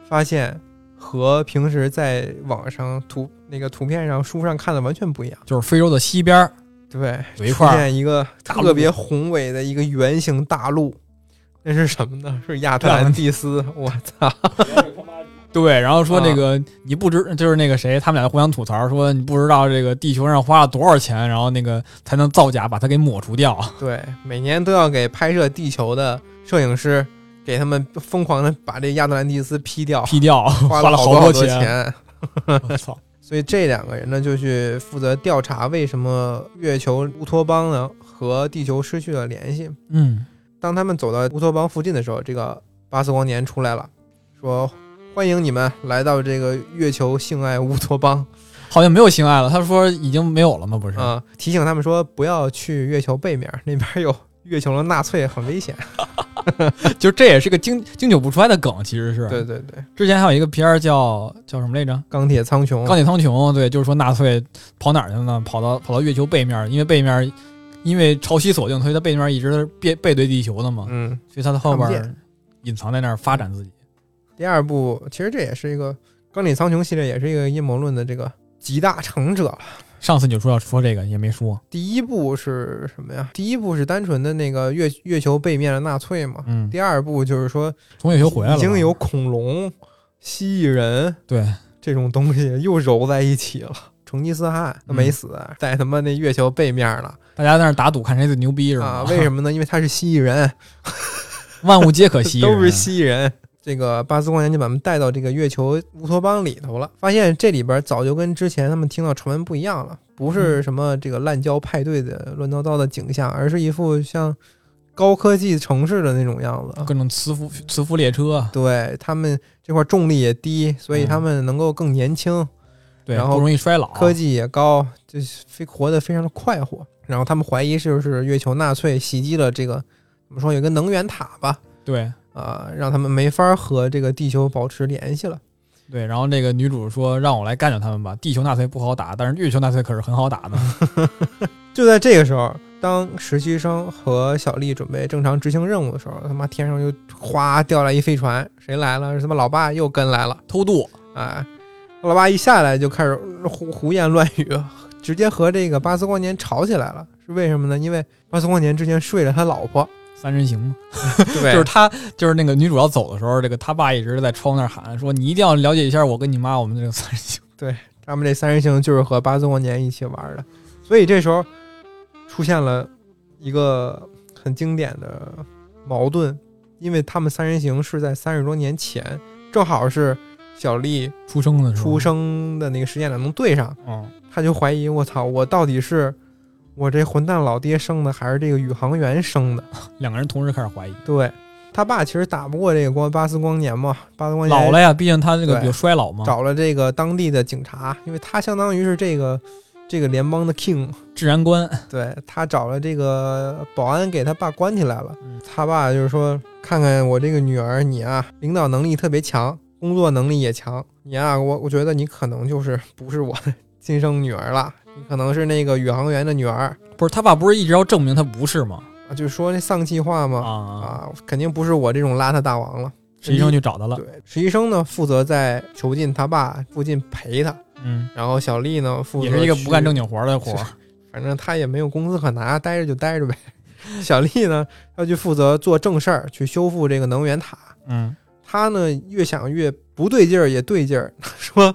Speaker 1: 发现和平时在网上图那个图片上、书上看的完全不一样。
Speaker 2: 就是非洲的西边儿
Speaker 1: 对，
Speaker 2: 有一
Speaker 1: 出
Speaker 2: 块儿
Speaker 1: 现一个
Speaker 2: 大陆
Speaker 1: 特别宏伟的一个圆形大陆，那是什么呢？是 亚特兰蒂斯。我操！
Speaker 2: 对，然后说那个、你不知，就是那个谁，他们俩互相吐槽说你不知道这个地球上花了多少钱，然后那个才能造假把它给抹除掉。
Speaker 1: 对，每年都要给拍摄地球的摄影师，给他们疯狂的把这亚特兰蒂斯 P 掉，
Speaker 2: P 掉，花
Speaker 1: 了
Speaker 2: 好
Speaker 1: 多
Speaker 2: 多
Speaker 1: 多
Speaker 2: 钱。我操！
Speaker 1: 所以这两个人呢，就去负责调查为什么月球乌托邦呢和地球失去了联系。
Speaker 2: 嗯，
Speaker 1: 当他们走到乌托邦附近的时候，这个巴斯光年出来了，说：“欢迎你们来到这个月球性爱乌托邦
Speaker 2: 好像没有性爱了，他说已经没有了吗？不是，
Speaker 1: 啊、提醒他们说不要去月球背面，那边有月球的纳粹，很危险。
Speaker 2: 就这也是个经经久不衰的梗，其实是。
Speaker 1: 对，对对，
Speaker 2: 之前还有一个片儿叫叫什么来着？
Speaker 1: 钢铁苍穹，
Speaker 2: 钢铁苍穹，对，就是说纳粹跑哪儿去了呢？跑到跑到月球背面，因为背面因为潮汐锁定，所以它背面一直背背对地球的嘛，
Speaker 1: 嗯，
Speaker 2: 所以它在后边
Speaker 1: 看不
Speaker 2: 儿隐藏在那儿发展自己。
Speaker 1: 第二部其实这也是一个《钢铁苍穹》系列，也是一个阴谋论的这个集大成者了。
Speaker 2: 上次你就说要说这个，也没说。
Speaker 1: 第一部是什么呀？第一部是单纯的那个月月球背面的纳粹嘛。
Speaker 2: 嗯，
Speaker 1: 第二部就是说
Speaker 2: 从月球回来了
Speaker 1: 已
Speaker 2: 嘛，
Speaker 1: 经有恐龙、蜥蜴人
Speaker 2: 对
Speaker 1: 这种东西又揉在一起了。成吉思汗他
Speaker 2: 嗯
Speaker 1: 没死，在他妈那月球背面了
Speaker 2: 大家在那儿打赌看谁最牛逼是
Speaker 1: 啊
Speaker 2: 吗？？
Speaker 1: 为什么呢？因为他是蜥蜴人，
Speaker 2: 万物皆可吸
Speaker 1: 都是
Speaker 2: 人
Speaker 1: 蜥蜴人。这个巴斯光年就把他们带到这个月球乌托邦里头了，发现这里边早就跟之前他们听到传闻不一样了，不
Speaker 2: 嗯
Speaker 1: 是什么这个滥交派对的乱糟糟的景象，而是一副像高科技城市的那种样子。
Speaker 2: 各种磁浮磁浮列车，
Speaker 1: 对他们这块重力也低，所以
Speaker 2: 嗯哦
Speaker 1: 他们能够更年轻，
Speaker 2: 对，
Speaker 1: 然后
Speaker 2: 不容易衰老。
Speaker 1: 科技也高，就是非活得非常的快活。然后他们怀疑是不是月球纳粹袭击了这个怎么说有个能源塔吧，
Speaker 2: 对，
Speaker 1: 啊、让他们没法和这个地球保持联系了。
Speaker 2: 对，然后那个女主说让我来干掉他们吧，地球纳粹不好打，但是月球纳粹可是很好 打的。
Speaker 1: 就在这个时候，当实习生和小丽准备正常执行任务的时候，他妈天上就哗掉来一飞船，谁来了？是他妈老爸又跟来了，
Speaker 2: 偷渡，
Speaker 1: 哎， 老爸一下来就开始胡胡言乱语，直接和这个巴斯光年吵起来了。是为什么呢？因为巴斯光年之前睡了他老婆，
Speaker 2: 三人行嘛，
Speaker 1: 对
Speaker 2: 就是他，就是那个女主要走的时候，这个他爸一直在窗户那儿喊说：“你一定要了解一下我跟你妈我们这个三人行。
Speaker 1: 他们这三人行就是和巴斯光年一起玩的，所以这时候出现了一个很经典的矛盾，因为他们三人行是在三十多年前，正好是小丽”
Speaker 2: 出生的时候，
Speaker 1: 出，生的那个时间点能对上，
Speaker 2: 嗯，
Speaker 1: 他就怀疑我操，我到底是我这混蛋老爹生的，还是这个宇航员生的？
Speaker 2: 两个人同时开始怀疑，
Speaker 1: 对他爸其实打不过这个光巴斯光年嘛，巴斯光年
Speaker 2: 老了呀，毕竟他这个
Speaker 1: 对
Speaker 2: 比较衰老嘛，
Speaker 1: 找了这个当地的警察，因为他相当于是这个这个联邦的 king 嘛
Speaker 2: 治安官，
Speaker 1: 对他找了这个保安给他爸关起来了
Speaker 2: 嗯。
Speaker 1: 他爸就是说，看看我这个女儿你啊，领导能力特别强，工作能力也强，你啊，我我觉得你可能就是不是我的 亲生女儿了，你可能是那个宇航员的女儿
Speaker 2: 不是他爸不是一直要证明他不是吗？
Speaker 1: 啊，就说那丧气话嘛
Speaker 2: 啊，
Speaker 1: 啊，肯定不是我这种邋遢大王了。
Speaker 2: 实习生去找他了，
Speaker 1: 对，实习生呢负责在囚禁他爸附近陪他，
Speaker 2: 嗯，
Speaker 1: 然后小丽呢负责
Speaker 2: 也是一个不干
Speaker 1: 去
Speaker 2: 正经活儿 的活儿，
Speaker 1: 反正他也没有工资可拿，待着就待着呗。小丽呢，要去负责做正事儿，去修复这个能源塔。
Speaker 2: 嗯，
Speaker 1: 他呢，越想越不对劲儿，也对劲儿， 说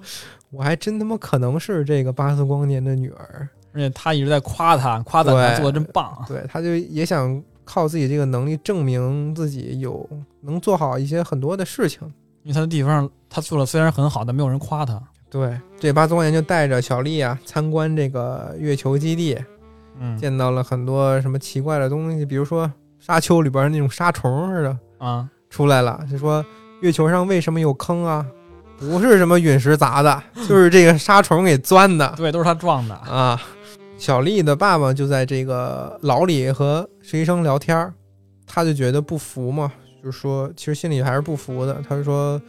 Speaker 1: 我还真他妈可能是这个巴斯光年的女儿。
Speaker 2: 而且他一直在夸他，夸赞他
Speaker 1: 对
Speaker 2: 做的真棒，啊
Speaker 1: 对，他就也想靠自己这个能力证明自己有能做好一些很多的事情。
Speaker 2: 因为他的地方他做的虽然很好，但没有人夸他，
Speaker 1: 对，这巴斯光年就带着小丽啊参观这个月球基地，
Speaker 2: 嗯
Speaker 1: 见到了很多什么奇怪的东西，比如说沙丘里边那种沙虫似的。
Speaker 2: 啊，
Speaker 1: 出来了，就说月球上为什么有坑啊？不是什么陨石砸的， 就是这个沙虫给钻的
Speaker 2: 对，都是他撞的，
Speaker 1: 啊。小丽的爸爸就在这个牢里和实习生聊天儿，他就觉得不服嘛，就是说其实心里还是不服的。他说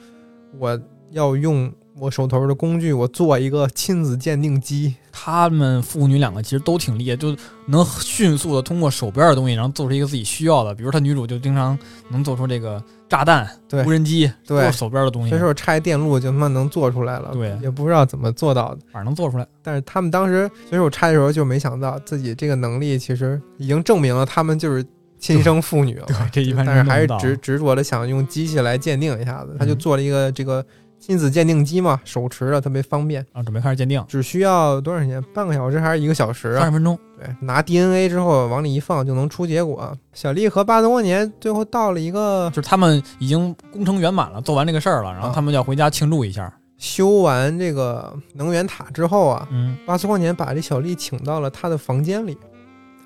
Speaker 1: 我要用我手头的工具，我做一个亲子鉴定机。
Speaker 2: 他们父女两个其实都挺厉害，就能迅速的通过手边的东西，然后做出一个自己需要的。比如他女主就经常能做出这个炸弹、
Speaker 1: 对
Speaker 2: 无人机，
Speaker 1: 对
Speaker 2: 做手边的东西
Speaker 1: 随，手拆电路就他妈能做出来了，
Speaker 2: 嗯对
Speaker 1: 也不知道怎么做到的。
Speaker 2: 反正能做出来。
Speaker 1: 但是他们当时随手拆的时候，就没想到自己这个能力其实已经证明了他们就是亲生父女了。
Speaker 2: 这一般
Speaker 1: 但是还是
Speaker 2: 弄不到
Speaker 1: 执执着的想用机器来鉴定一下子，他就
Speaker 2: 嗯
Speaker 1: 做了一个这个亲子鉴定机嘛，手持的特别方便，
Speaker 2: 啊，准备开始鉴定，
Speaker 1: 只需要多长时间？半个小时还是一个小时
Speaker 2: 三
Speaker 1: 啊？
Speaker 2: 十分钟，
Speaker 1: 对，拿 DNA 之后往里一放就能出结果。小丽和巴德光年最后到了一个
Speaker 2: 就是他们已经工程圆满了，做完这个事儿了，然后
Speaker 1: 啊
Speaker 2: 他们要回家庆祝一下。
Speaker 1: 修完这个能源塔之后啊，
Speaker 2: 嗯，
Speaker 1: 巴斯光年把这小丽请到了他的房间里，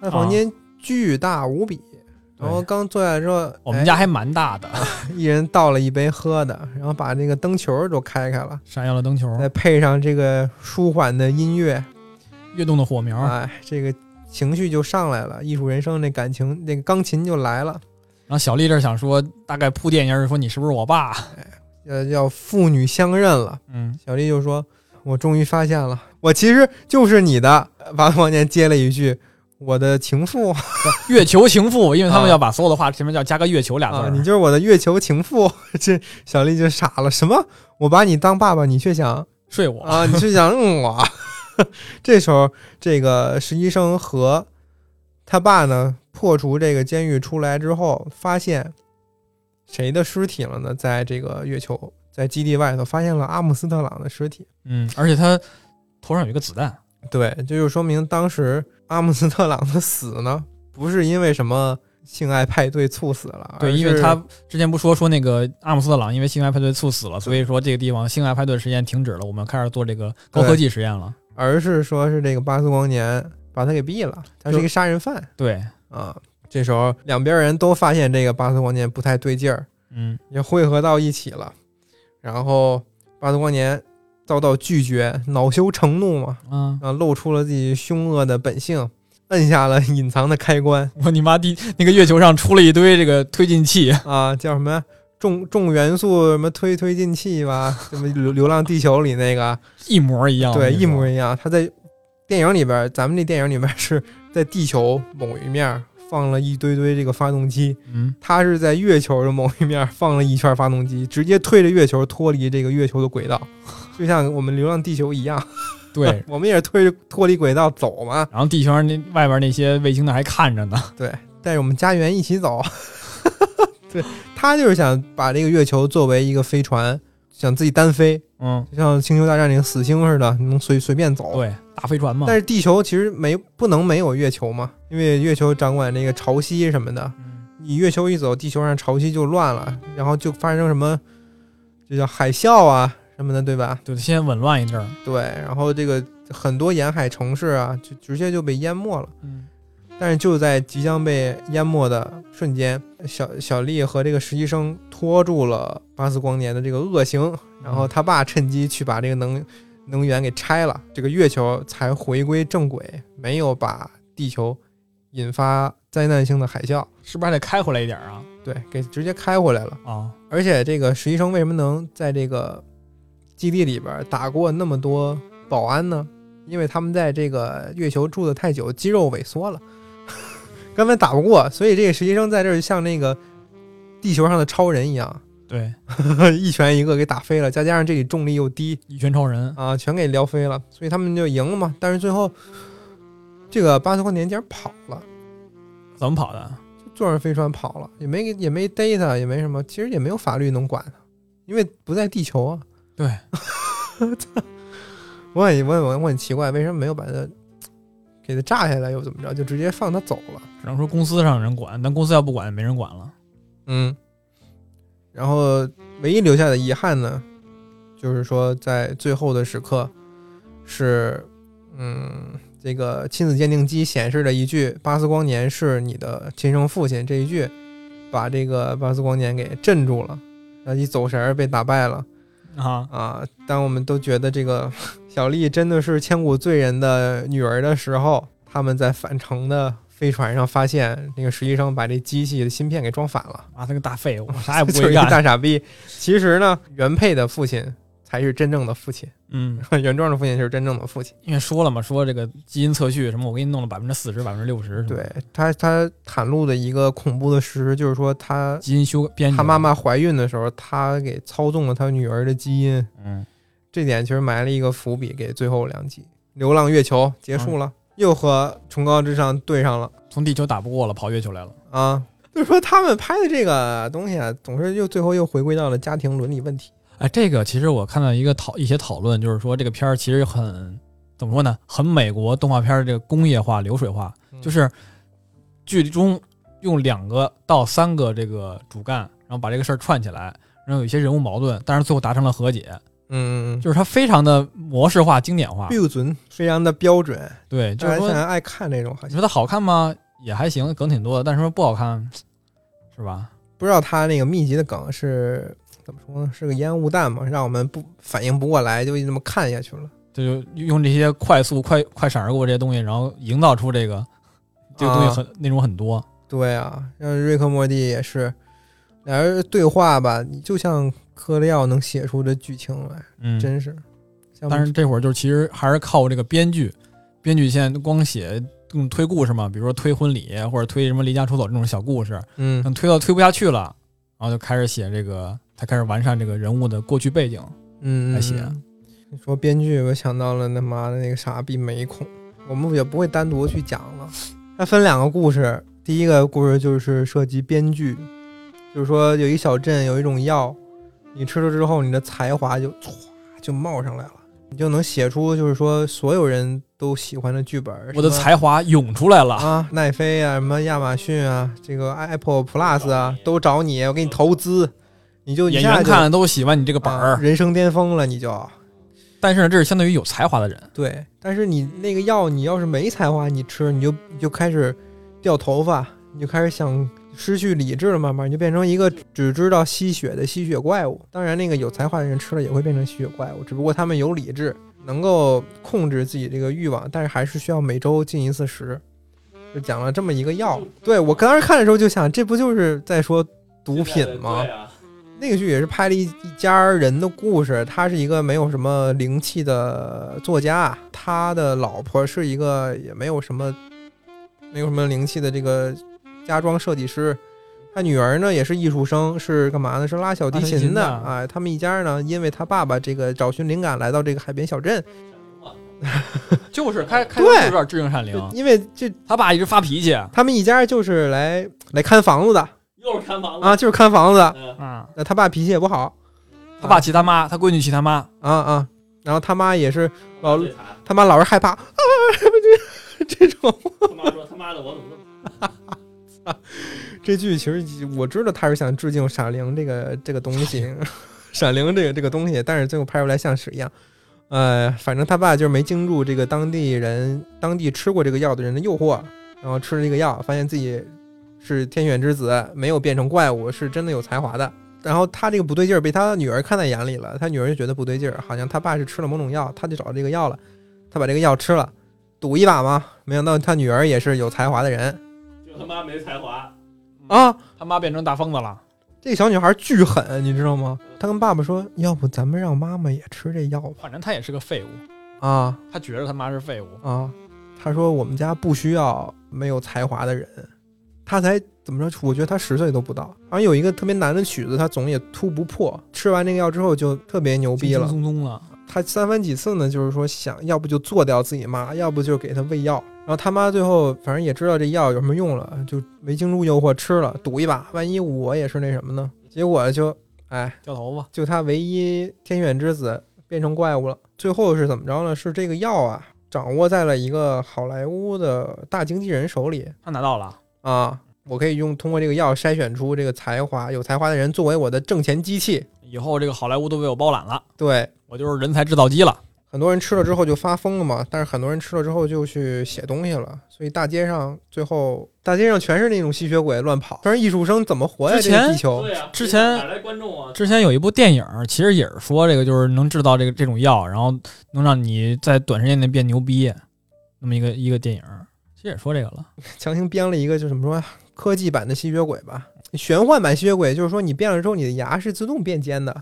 Speaker 1: 他的房间巨大无比。
Speaker 2: 啊对
Speaker 1: 然后刚坐下来之后，
Speaker 2: 我们家
Speaker 1: 哎
Speaker 2: 还蛮大的，
Speaker 1: 一人倒了一杯喝的，然后把这个灯球都开开了，
Speaker 2: 闪耀了灯球，
Speaker 1: 再配上这个舒缓的音乐，
Speaker 2: 跃动的火苗，然
Speaker 1: 哎，这个情绪就上来了，艺术人生那感情那个钢琴就来了，
Speaker 2: 后小丽这儿想说，大概铺垫一下，说你是不是我爸？
Speaker 1: 呃，要父女相认了。
Speaker 2: 嗯，
Speaker 1: 小丽就说：“我终于发现了，我其实就是你的。”巴斯光年接了一句：“我的情妇
Speaker 2: 月球情妇，因为他们
Speaker 1: 啊
Speaker 2: 要把所有的话前面要加个月球俩字
Speaker 1: 啊，
Speaker 2: 儿。
Speaker 1: 你就是我的月球情妇。这小丽就傻了，什么？我把你当爸爸，你却想
Speaker 2: 睡我
Speaker 1: 啊，你却想认我。 这时候，这个实习生和他爸呢，破除这个监狱出来之后，发现谁的尸体了呢？在这个月球，在基地外头发现了阿姆斯特朗的尸体。
Speaker 2: 嗯，而且他头上有一个子弹，
Speaker 1: 对，这就说明当时阿姆斯特朗的死呢，不是因为什么性爱派对猝死了，
Speaker 2: 对，
Speaker 1: 而
Speaker 2: 因为
Speaker 1: 是
Speaker 2: 他之前不说说那个阿姆斯特朗因为性爱派对猝死了，所以说这个地方性爱派对实验停止了，我们开始做这个高科技实验了。
Speaker 1: 而是说是这个巴斯光年把他给毙了，他是一个杀人犯
Speaker 2: 对，
Speaker 1: 啊。这时候两边人都发现这个巴斯光年不太对劲儿，
Speaker 2: 嗯，
Speaker 1: 也汇合到一起了。然后巴斯光年遭到拒绝，恼羞成怒嘛，
Speaker 2: 啊，
Speaker 1: 啊，露出了自己凶恶的本性，摁下了隐藏的开关
Speaker 2: 我你妈地那个月球上出了一堆这个推进器，
Speaker 1: 啊，叫什么重重元素什么推推进器吧，什么流流浪地球里那个，
Speaker 2: 一模一样，
Speaker 1: 对，一模
Speaker 2: 样。
Speaker 1: 一样。他在电影里边，咱们这电影里边是在地球某一面放了一堆堆这个发动机，
Speaker 2: 嗯，
Speaker 1: 他是在月球的某一面放了一圈发动机，直接推着月球脱离这个月球的轨道，就像我们流浪地球一样，。
Speaker 2: 对
Speaker 1: 我们也是推着脱离轨道走嘛，
Speaker 2: 然后地球上那外边那些卫星的还看着呢，
Speaker 1: 对，带着我们家园一起走。 对他就是想把这个月球作为一个飞船，想自己单飞，
Speaker 2: 嗯，
Speaker 1: 就像《星球大战》那个死星似的，能随随便走。
Speaker 2: 对，大飞船嘛
Speaker 1: 但。是地球其实没不能没有月球嘛，因为月球掌管那个潮汐什么的，
Speaker 2: 嗯
Speaker 1: 你月球一走，地球上潮汐就乱了，然后就发生什么，这叫海啸啊什么的，对吧？
Speaker 2: 对，先紊乱一阵儿。
Speaker 1: 对，然后这个很多沿海城市啊，就直接就被淹没了。
Speaker 2: 嗯，
Speaker 1: 但是就在即将被淹没的瞬间，小小丽和这个实习生拖住了巴斯光年的这个恶行，然后他爸趁机去把这个能能源给拆了，这个月球才回归正轨，没有把地球引发灾难性的海啸，
Speaker 2: 是不是还得开回来一点儿啊？
Speaker 1: 对，给直接开回来了。
Speaker 2: 啊，
Speaker 1: 而且这个实习生为什么能在这个基地里边打过那么多保安呢？因为他们在这个月球住的太久，肌肉萎缩了， 根本打不过，所以这个实习生在这儿像那个地球上的超人一样，
Speaker 2: 对，
Speaker 1: 一拳一个给打飞了。再加上这里重力又低
Speaker 2: 一拳超人。
Speaker 1: 啊，全给撩飞了，所以他们就赢了嘛。但是最后，这个巴斯光年竟然跑了，
Speaker 2: 怎么跑的？
Speaker 1: 坐上飞船跑了，也没给也没逮他，也没什么，其实也没有法律能管他，啊因为不在地球啊。
Speaker 2: 对，
Speaker 1: 我很我很我很奇怪，为什么没有把它给它炸下来，又怎么着，就直接放它走了？
Speaker 2: 只能说公司上有人管，但公司要不管，没人管了。
Speaker 1: 嗯，然后唯一留下的遗憾呢，就是说在最后的时刻是，嗯，这个亲子鉴定机显示了一句“巴斯光年是你的亲生父亲”这一句，把这个巴斯光年给镇住了，然后一走神儿被打败了。
Speaker 2: 啊，
Speaker 1: 啊，当我们都觉得这个 小丽真的是千古罪人的女儿的时候，他们在返程的飞船上发现，那个实习生把这机器的芯片给装反了，
Speaker 2: 妈他个大废物，啥也 不
Speaker 1: 就是
Speaker 2: 会
Speaker 1: 一
Speaker 2: 干。
Speaker 1: 大傻逼。其实呢，原配的父亲才是真正的父亲，
Speaker 2: 嗯，
Speaker 1: 原装的父亲就是真正的父亲。
Speaker 2: 因为说了嘛，说这个基因测序什么，我给你弄了百分之四十、百分之六十，
Speaker 1: 对他，他袒露的一个恐怖的事实就是说他，
Speaker 2: 基因修编
Speaker 1: 他
Speaker 2: 辑。
Speaker 1: 妈，妈怀孕的时候，他给操纵了他女儿的基因，
Speaker 2: 嗯，
Speaker 1: 这点其实埋了一个伏笔给最后两集。流浪月球结束了，又和崇高之上对上了
Speaker 2: 从地球打不过了，跑月球来了。
Speaker 1: 啊！就是说他们拍的这个东西啊，总是又最后又回归到了家庭伦理问题。
Speaker 2: 哎，这个其实我看到一个讨一些讨论，就是说这个片儿其实很怎么说呢，很美国动画片儿这个工业化、流水化，
Speaker 1: 嗯
Speaker 2: 就是剧中用两个到三个这个主干，然后把这个事儿串起来，然后有一些人物矛盾，但是最后达成了和解，
Speaker 1: 嗯，
Speaker 2: 就是它非常的模式化、经典化。
Speaker 1: 标准非常的标准，
Speaker 2: 对，就
Speaker 1: 大家
Speaker 2: 是
Speaker 1: 现
Speaker 2: 说
Speaker 1: 在爱看这种，好
Speaker 2: 你
Speaker 1: 像
Speaker 2: 说它好看吗？也还行，梗挺多的，但是说不好看，是吧？
Speaker 1: 不知道他那个密集的梗是怎么说呢？是个烟雾弹嘛，让我们不反应不过来，就一直这么看下去了。
Speaker 2: 这就用这些快速、快快闪而过这些东西，然后营造出这个这个东西
Speaker 1: 啊
Speaker 2: 很、内容很多。
Speaker 1: 对啊，像瑞克莫蒂也是，俩人对话吧，你就像科利奥能写出这剧情来。
Speaker 2: 嗯，
Speaker 1: 真是。像
Speaker 2: 但是这会儿就是其实还是靠这个编剧，编剧现在光写用推故事嘛，比如说推婚礼或者推什么离家出走这种小故事，
Speaker 1: 嗯，
Speaker 2: 等推到推不下去了，然后就开始写这个，他开始完善这个人物的过去背景。
Speaker 1: 嗯，
Speaker 2: 还行
Speaker 1: 嗯你说编剧，我想到了他妈的那个傻逼美恐，我们也不会单独去讲 了。它分两个故事，第一个故事就是涉及编剧，就是说有一小镇有一种药，你吃了之后，你的才华就歘就冒上来了，你就能写出就是说所有人都喜欢的剧本。
Speaker 2: 我的
Speaker 1: 什么
Speaker 2: 才华涌出来了，
Speaker 1: 啊，奈飞啊，什么亚马逊啊，这个 Apple Plus 啊，都找你，我给你投资，你就一
Speaker 2: 嗯演
Speaker 1: 下
Speaker 2: 员
Speaker 1: 就
Speaker 2: 看了都喜欢你这个本
Speaker 1: 啊
Speaker 2: 儿，
Speaker 1: 人生巅峰了，你就
Speaker 2: 但是呢，这是相当于有才华的人，
Speaker 1: 对。但是你那个药，你要是没才华，你吃你就你就开始掉头发，你就开始想失去理智了，慢慢你就变成一个只知道吸血的吸血怪物。当然，那个有才华的人吃了也会变成吸血怪物，只不过他们有理智，能够控制自己这个欲望，但是还是需要每周进一次食。就讲了这嗯么一个药，对我当时看的时候就想，这不就是在说毒品吗？
Speaker 3: 对啊
Speaker 1: 那个剧也是拍了一一家人的故事，他是一个没有什么灵气的作家，他的老婆是一个也没有什么没有什么灵气的这个家装设计师，他女儿呢也是艺术生，是干嘛呢？是拉小提
Speaker 2: 拉小提
Speaker 1: 琴
Speaker 2: 琴
Speaker 1: 的
Speaker 2: 的
Speaker 1: 啊、哎他们一家呢，因为他爸爸这个找寻灵感来到这个海边小镇，
Speaker 2: 就是开开头就
Speaker 1: 对
Speaker 2: 有点致敬闪灵，
Speaker 1: 因为这
Speaker 2: 他爸一直发脾气啊，
Speaker 1: 他们一家就是来来看房子的
Speaker 3: 又是看房子
Speaker 1: 啊，就是看房子的。
Speaker 3: 嗯，
Speaker 1: 那他爸脾气也不好
Speaker 2: 他
Speaker 1: 嗯
Speaker 2: 爸气他妈，他闺女气他妈，
Speaker 1: 啊啊，然后他妈也是老
Speaker 3: 这茬
Speaker 1: 他妈老是害怕啊，这这种
Speaker 3: 他妈说他妈的，我怎么这么
Speaker 1: 这剧其实我知道他是想致敬《闪灵》这个这个东西，《 闪灵》这个这个东西，但是最后拍出来像屎一样。呃，反正他爸就是没经住这个当地人、当地吃过这个药的人的诱惑，然后吃了这个药，发现自己是天选之子，没有变成怪物，是真的有才华的。然后他这个不对劲儿被他女儿看在眼里了，他女儿就觉得不对劲儿，好像他爸是吃了某种药，他就找这个药了，他把这个药吃了，赌一把嘛。没想到他女儿也是有才华的人
Speaker 3: 就他妈没才华？
Speaker 1: 啊，
Speaker 2: 他妈变成大疯子了，
Speaker 1: 这小女孩巨狠，你知道吗？她跟爸爸说：“要不咱们让妈妈也吃这药吧
Speaker 2: 反正他也是个废物，？”
Speaker 1: 啊
Speaker 2: 他觉得他妈是废物，
Speaker 1: 啊！她说：“我们家不需要没有才华的人。”她才怎么说？我觉得她十岁都不到。好像有一个特别难的曲子，她总也突不破。吃完那个药之后就特别牛逼
Speaker 2: 轻轻
Speaker 1: 了。
Speaker 2: 松松了，
Speaker 1: 她三番几次呢，就是说想要不就做掉自己妈，要不就给她喂药。然后他妈最后反正也知道这药有什么用了，就没经住诱惑吃了，赌一把，万一我也是那什么呢？结果就哎。
Speaker 2: 掉头发，
Speaker 1: 就他唯一天选之子变成怪物了。最后是怎么着呢？是这个药啊，掌握在了一个好莱坞的大经纪人手里
Speaker 2: 他拿到了，
Speaker 1: 啊。我可以用通过这个药筛选出这个才华有才华的人作为我的挣钱机器。
Speaker 2: 以后这个好莱坞都被我包揽了，
Speaker 1: 对，
Speaker 2: 我就是人才制造机了，
Speaker 1: 很多人吃了之后就发疯了嘛，但是很多人吃了之后就去写东西了，所以大街上最后大街上全是那种吸血鬼乱跑，全是艺术生怎么活呀？
Speaker 2: 之
Speaker 1: 这个
Speaker 2: 前
Speaker 1: 地球
Speaker 3: 对呀，
Speaker 2: 之前
Speaker 3: 哪来观众啊？
Speaker 2: 之前有一部电影，其实也是说这个就是能制造这个这种药，然后能让你在短时间内变牛逼，那么一个一个电影，其实也说这个了。
Speaker 1: 强行编了一个，就怎么说呀科技版的吸血鬼吧，玄幻版吸血鬼，就是说你变了之后，你的牙是自动变尖的，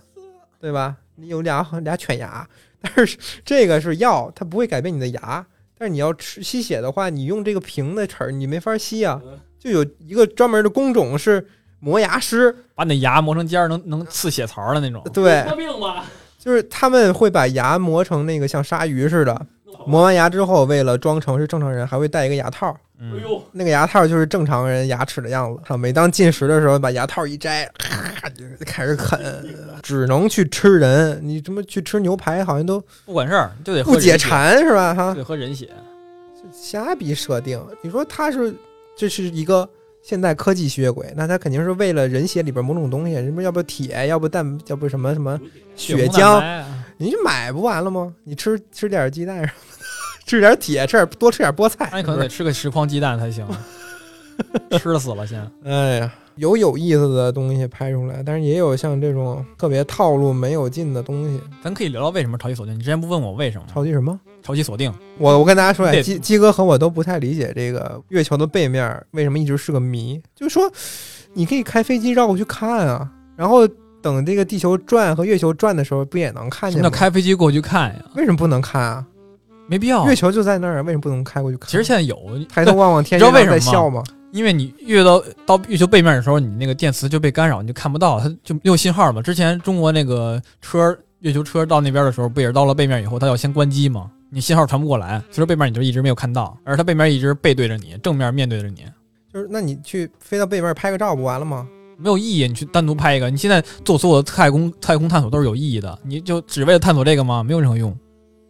Speaker 1: 对吧？你有俩俩犬牙，但是这个是药，它不会改变你的牙。但是你要吃吸血的话，你用这个平的齿儿，你没法吸啊。
Speaker 3: 嗯
Speaker 1: 就有一个专门的工种是磨牙师，
Speaker 2: 把你的牙磨成尖儿，能能刺血槽的那种。
Speaker 1: 对，
Speaker 3: 有病吧？
Speaker 1: 就是他们会把牙磨成那个像鲨鱼似的。磨完牙之后，为了装成是正常人，还会戴一个牙套。
Speaker 3: 哎
Speaker 2: 嗯，
Speaker 3: 呦，
Speaker 1: 那个牙套就是正常人牙齿的样子。啊每当进食的时候，把牙套一摘， 咔就开始啃，只能去吃人。你这么去吃牛排，好像都
Speaker 2: 不管事儿就得喝
Speaker 1: 不解
Speaker 2: 人血，
Speaker 1: 馋是吧？哈
Speaker 2: 就，得喝人血。
Speaker 1: 瞎逼设定。你说他是这是一个现代科技吸血鬼，那他肯定是为了人血里边某种东西，什么要不铁，要不蛋，要不什么什么血
Speaker 2: 红蛋
Speaker 1: 浆，
Speaker 2: 白啊，
Speaker 1: 你就买不完了吗？你吃吃点鸡蛋什么的， 吃点铁，吃点多吃点菠菜，
Speaker 2: 那你可能得吃个十筐鸡蛋才 行，吃死了先。
Speaker 1: 哎呀，有有意思的东西拍出来，但是也有像这种特别套路没有劲的东西。
Speaker 2: 咱可以聊聊为什么潮汐锁定。你之前不问我为什么吗？
Speaker 1: 超级什么？
Speaker 2: 潮汐锁定，
Speaker 1: 我我跟大家说呀，
Speaker 2: 对
Speaker 1: 鸡鸡哥和我都不太理解这个月球的背面为什么一直是个谜。就是说，你可以开飞机绕过去看啊，然后等这个地球转和月球转的时候，不也能看
Speaker 2: 什
Speaker 1: 见
Speaker 2: 么叫
Speaker 1: 吗？
Speaker 2: 开飞机过去看呀？
Speaker 1: 为什么不能看啊？
Speaker 2: 没必要。
Speaker 1: 月球就在那儿，为什么不能开过去看？
Speaker 2: 哦其实现在有，
Speaker 1: 抬头望望天，
Speaker 2: 你知道为
Speaker 1: 月亮在
Speaker 2: 什
Speaker 1: 笑
Speaker 2: 么吗
Speaker 1: 吗？
Speaker 2: 因为你越到到月球背面的时候，你那个电磁就被干扰，你就看不到，它就没有信号嘛。之前中国那个车月球车到那边的时候，不也是到了背面以后，它要先关机嘛？你信号传不过来，所以说背面你就一直没有看到，而它背面一直背对着你，正面面对着你，
Speaker 1: 就是那你去飞到背面拍个照不完了吗？
Speaker 2: 没有意义。你去单独拍一个，你现在做所有的太空太空探索都是有意义的，你就只为了探索这个吗？没有任何用。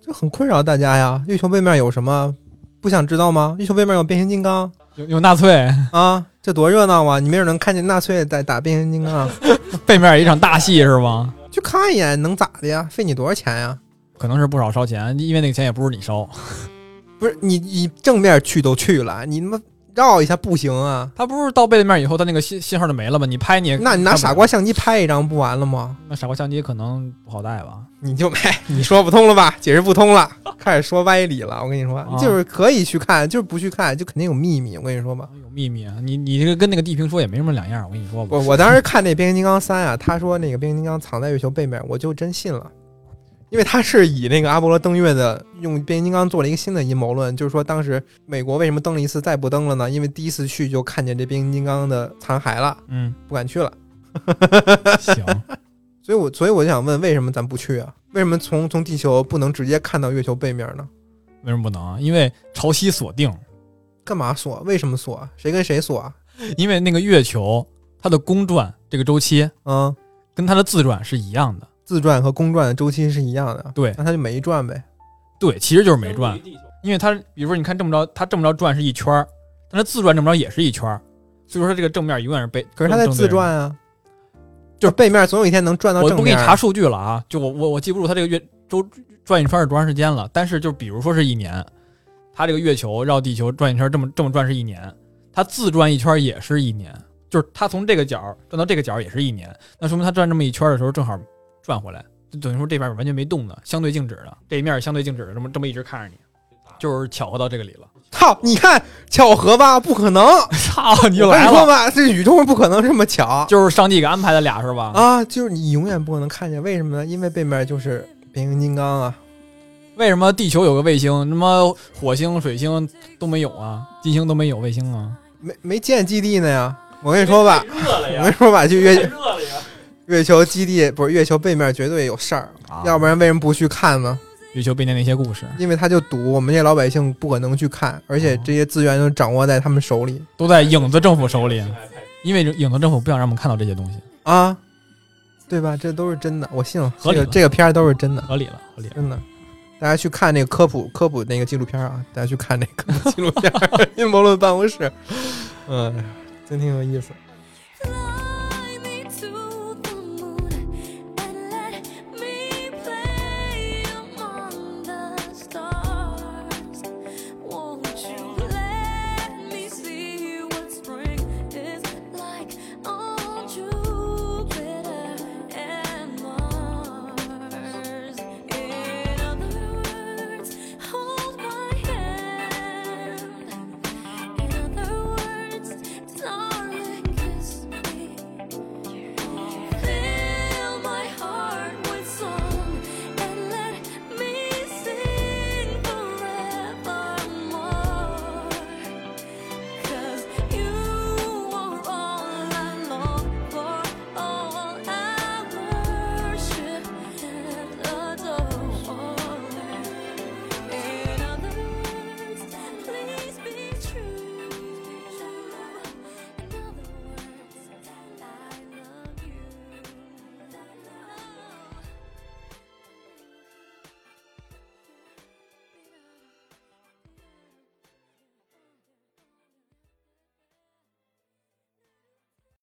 Speaker 1: 这很困扰大家呀。月球背面有什么不想知道吗？月球背面有变形金刚
Speaker 2: 有有纳粹，
Speaker 1: 啊，这多热闹啊！你没准能看见纳粹在打变形金刚啊，
Speaker 2: 背面有一场大戏是吗？
Speaker 1: 去看一眼能咋的呀？费你多少钱呀？
Speaker 2: 可能是不少烧钱，因为那个钱也不是你烧，
Speaker 1: 不是你你正面去都去了，你他妈绕一下不行啊？
Speaker 2: 它不是到背面以后，它那个信信号就没了吗？你拍你也
Speaker 1: 那你拿
Speaker 2: 看不
Speaker 1: 傻
Speaker 2: 了
Speaker 1: 瓜相机拍一张不完了吗？
Speaker 2: 那傻瓜相机可能不好带吧？
Speaker 1: 你就没，你说不通了吧？解释不通了。开始说歪理了。我跟你说
Speaker 2: 啊，
Speaker 1: 就是可以去看，就是不去看，就肯定有秘密。我跟你说吧，
Speaker 2: 有秘密啊！你你这个跟那个地平说也没什么两样，我跟你说吧。
Speaker 1: 我我当时看那《变形金刚三》啊，他说那个变形金刚藏在月球背面，我就真信了。因为他是以那个阿波罗登月的用变形金刚做了一个新的阴谋论，就是说当时美国为什么登了一次再不登了呢？因为第一次去就看见这变形金刚的残骸了，
Speaker 2: 嗯，
Speaker 1: 不敢去了。
Speaker 2: 行，
Speaker 1: 所以我所以我就想问，为什么咱不去啊？为什么从从地球不能直接看到月球背面呢？
Speaker 2: 为什么不能啊？因为潮汐锁定，
Speaker 1: 干嘛锁？为什么锁？谁跟谁锁？啊
Speaker 2: 因为那个月球它的公转这个周期
Speaker 1: 嗯，
Speaker 2: 跟它的自转是一样的。
Speaker 1: 自转和公转的周期是一样的，
Speaker 2: 对
Speaker 1: 那它就没转呗。
Speaker 2: 对，其实就是没
Speaker 3: 相
Speaker 2: 转
Speaker 3: 对，于地球
Speaker 2: 因为它比如说你看这么着，它这么着转是一圈儿，但它自转这么着也是一圈儿，所以说这个正面永远是被。
Speaker 1: 可是它在
Speaker 2: 正
Speaker 1: 自，转啊，
Speaker 2: 就是
Speaker 1: 背面总有一天能转到
Speaker 2: 正面
Speaker 1: 正
Speaker 2: 我
Speaker 1: 面。
Speaker 2: 不给你查数据了啊，就我我我记不住它这个月周转一圈是多长时间了，但是就比如说是一年，它这个月球绕地球转一圈这么这么转是一年，它自转一圈也是一年，就是它从这个角转到这个角也是一年，那说明它转这么一圈的时候正好转回来，就等于说这边完全没动的，相对静止的，这一面相对静止的，这么这么一直看着你，就是巧合到这个里了。
Speaker 1: 操，你看巧合吧？不可能！
Speaker 2: 操，你
Speaker 1: 我
Speaker 2: 又
Speaker 1: 跟你
Speaker 2: 来
Speaker 1: 说
Speaker 2: 了，
Speaker 1: 吧，这宇宙不可能这么巧
Speaker 2: 就是上帝给安排的俩是吧？
Speaker 1: 啊！就是你永远不可能看见，为什么呢？因为背面就是变形金刚啊。
Speaker 2: 为什么地球有个卫星，他妈火星、水星都没有啊？金星都没有卫星啊？
Speaker 1: 没没建基地呢呀！我跟你说吧，
Speaker 3: 哎太热了
Speaker 1: 我跟
Speaker 3: 呀
Speaker 1: 你，说吧，去
Speaker 3: 太
Speaker 1: 月
Speaker 3: 热了呀，
Speaker 1: 月球基地不是月球背面绝对有事儿，
Speaker 2: 啊
Speaker 1: 要不然为什么不去看呢？
Speaker 2: 月球背面那些故事
Speaker 1: 因为他就赌我们这些老百姓不可能去看，而
Speaker 2: 啊
Speaker 1: 且这些资源都掌握在他们手里
Speaker 2: 都在影子政府手里，啊
Speaker 3: 哎
Speaker 2: 因为影子政府不想让我们看到这些东西，
Speaker 1: 啊，对吧？这都是真的，我信了。这
Speaker 2: 合理
Speaker 1: 个
Speaker 2: 了
Speaker 1: 这个片儿都是真的，
Speaker 2: 合理了，合理了。
Speaker 1: 真的。大家去看那个科普科普那个纪录片啊， 大家去看那个纪录片《阴谋论办公室》，嗯，真挺有意思。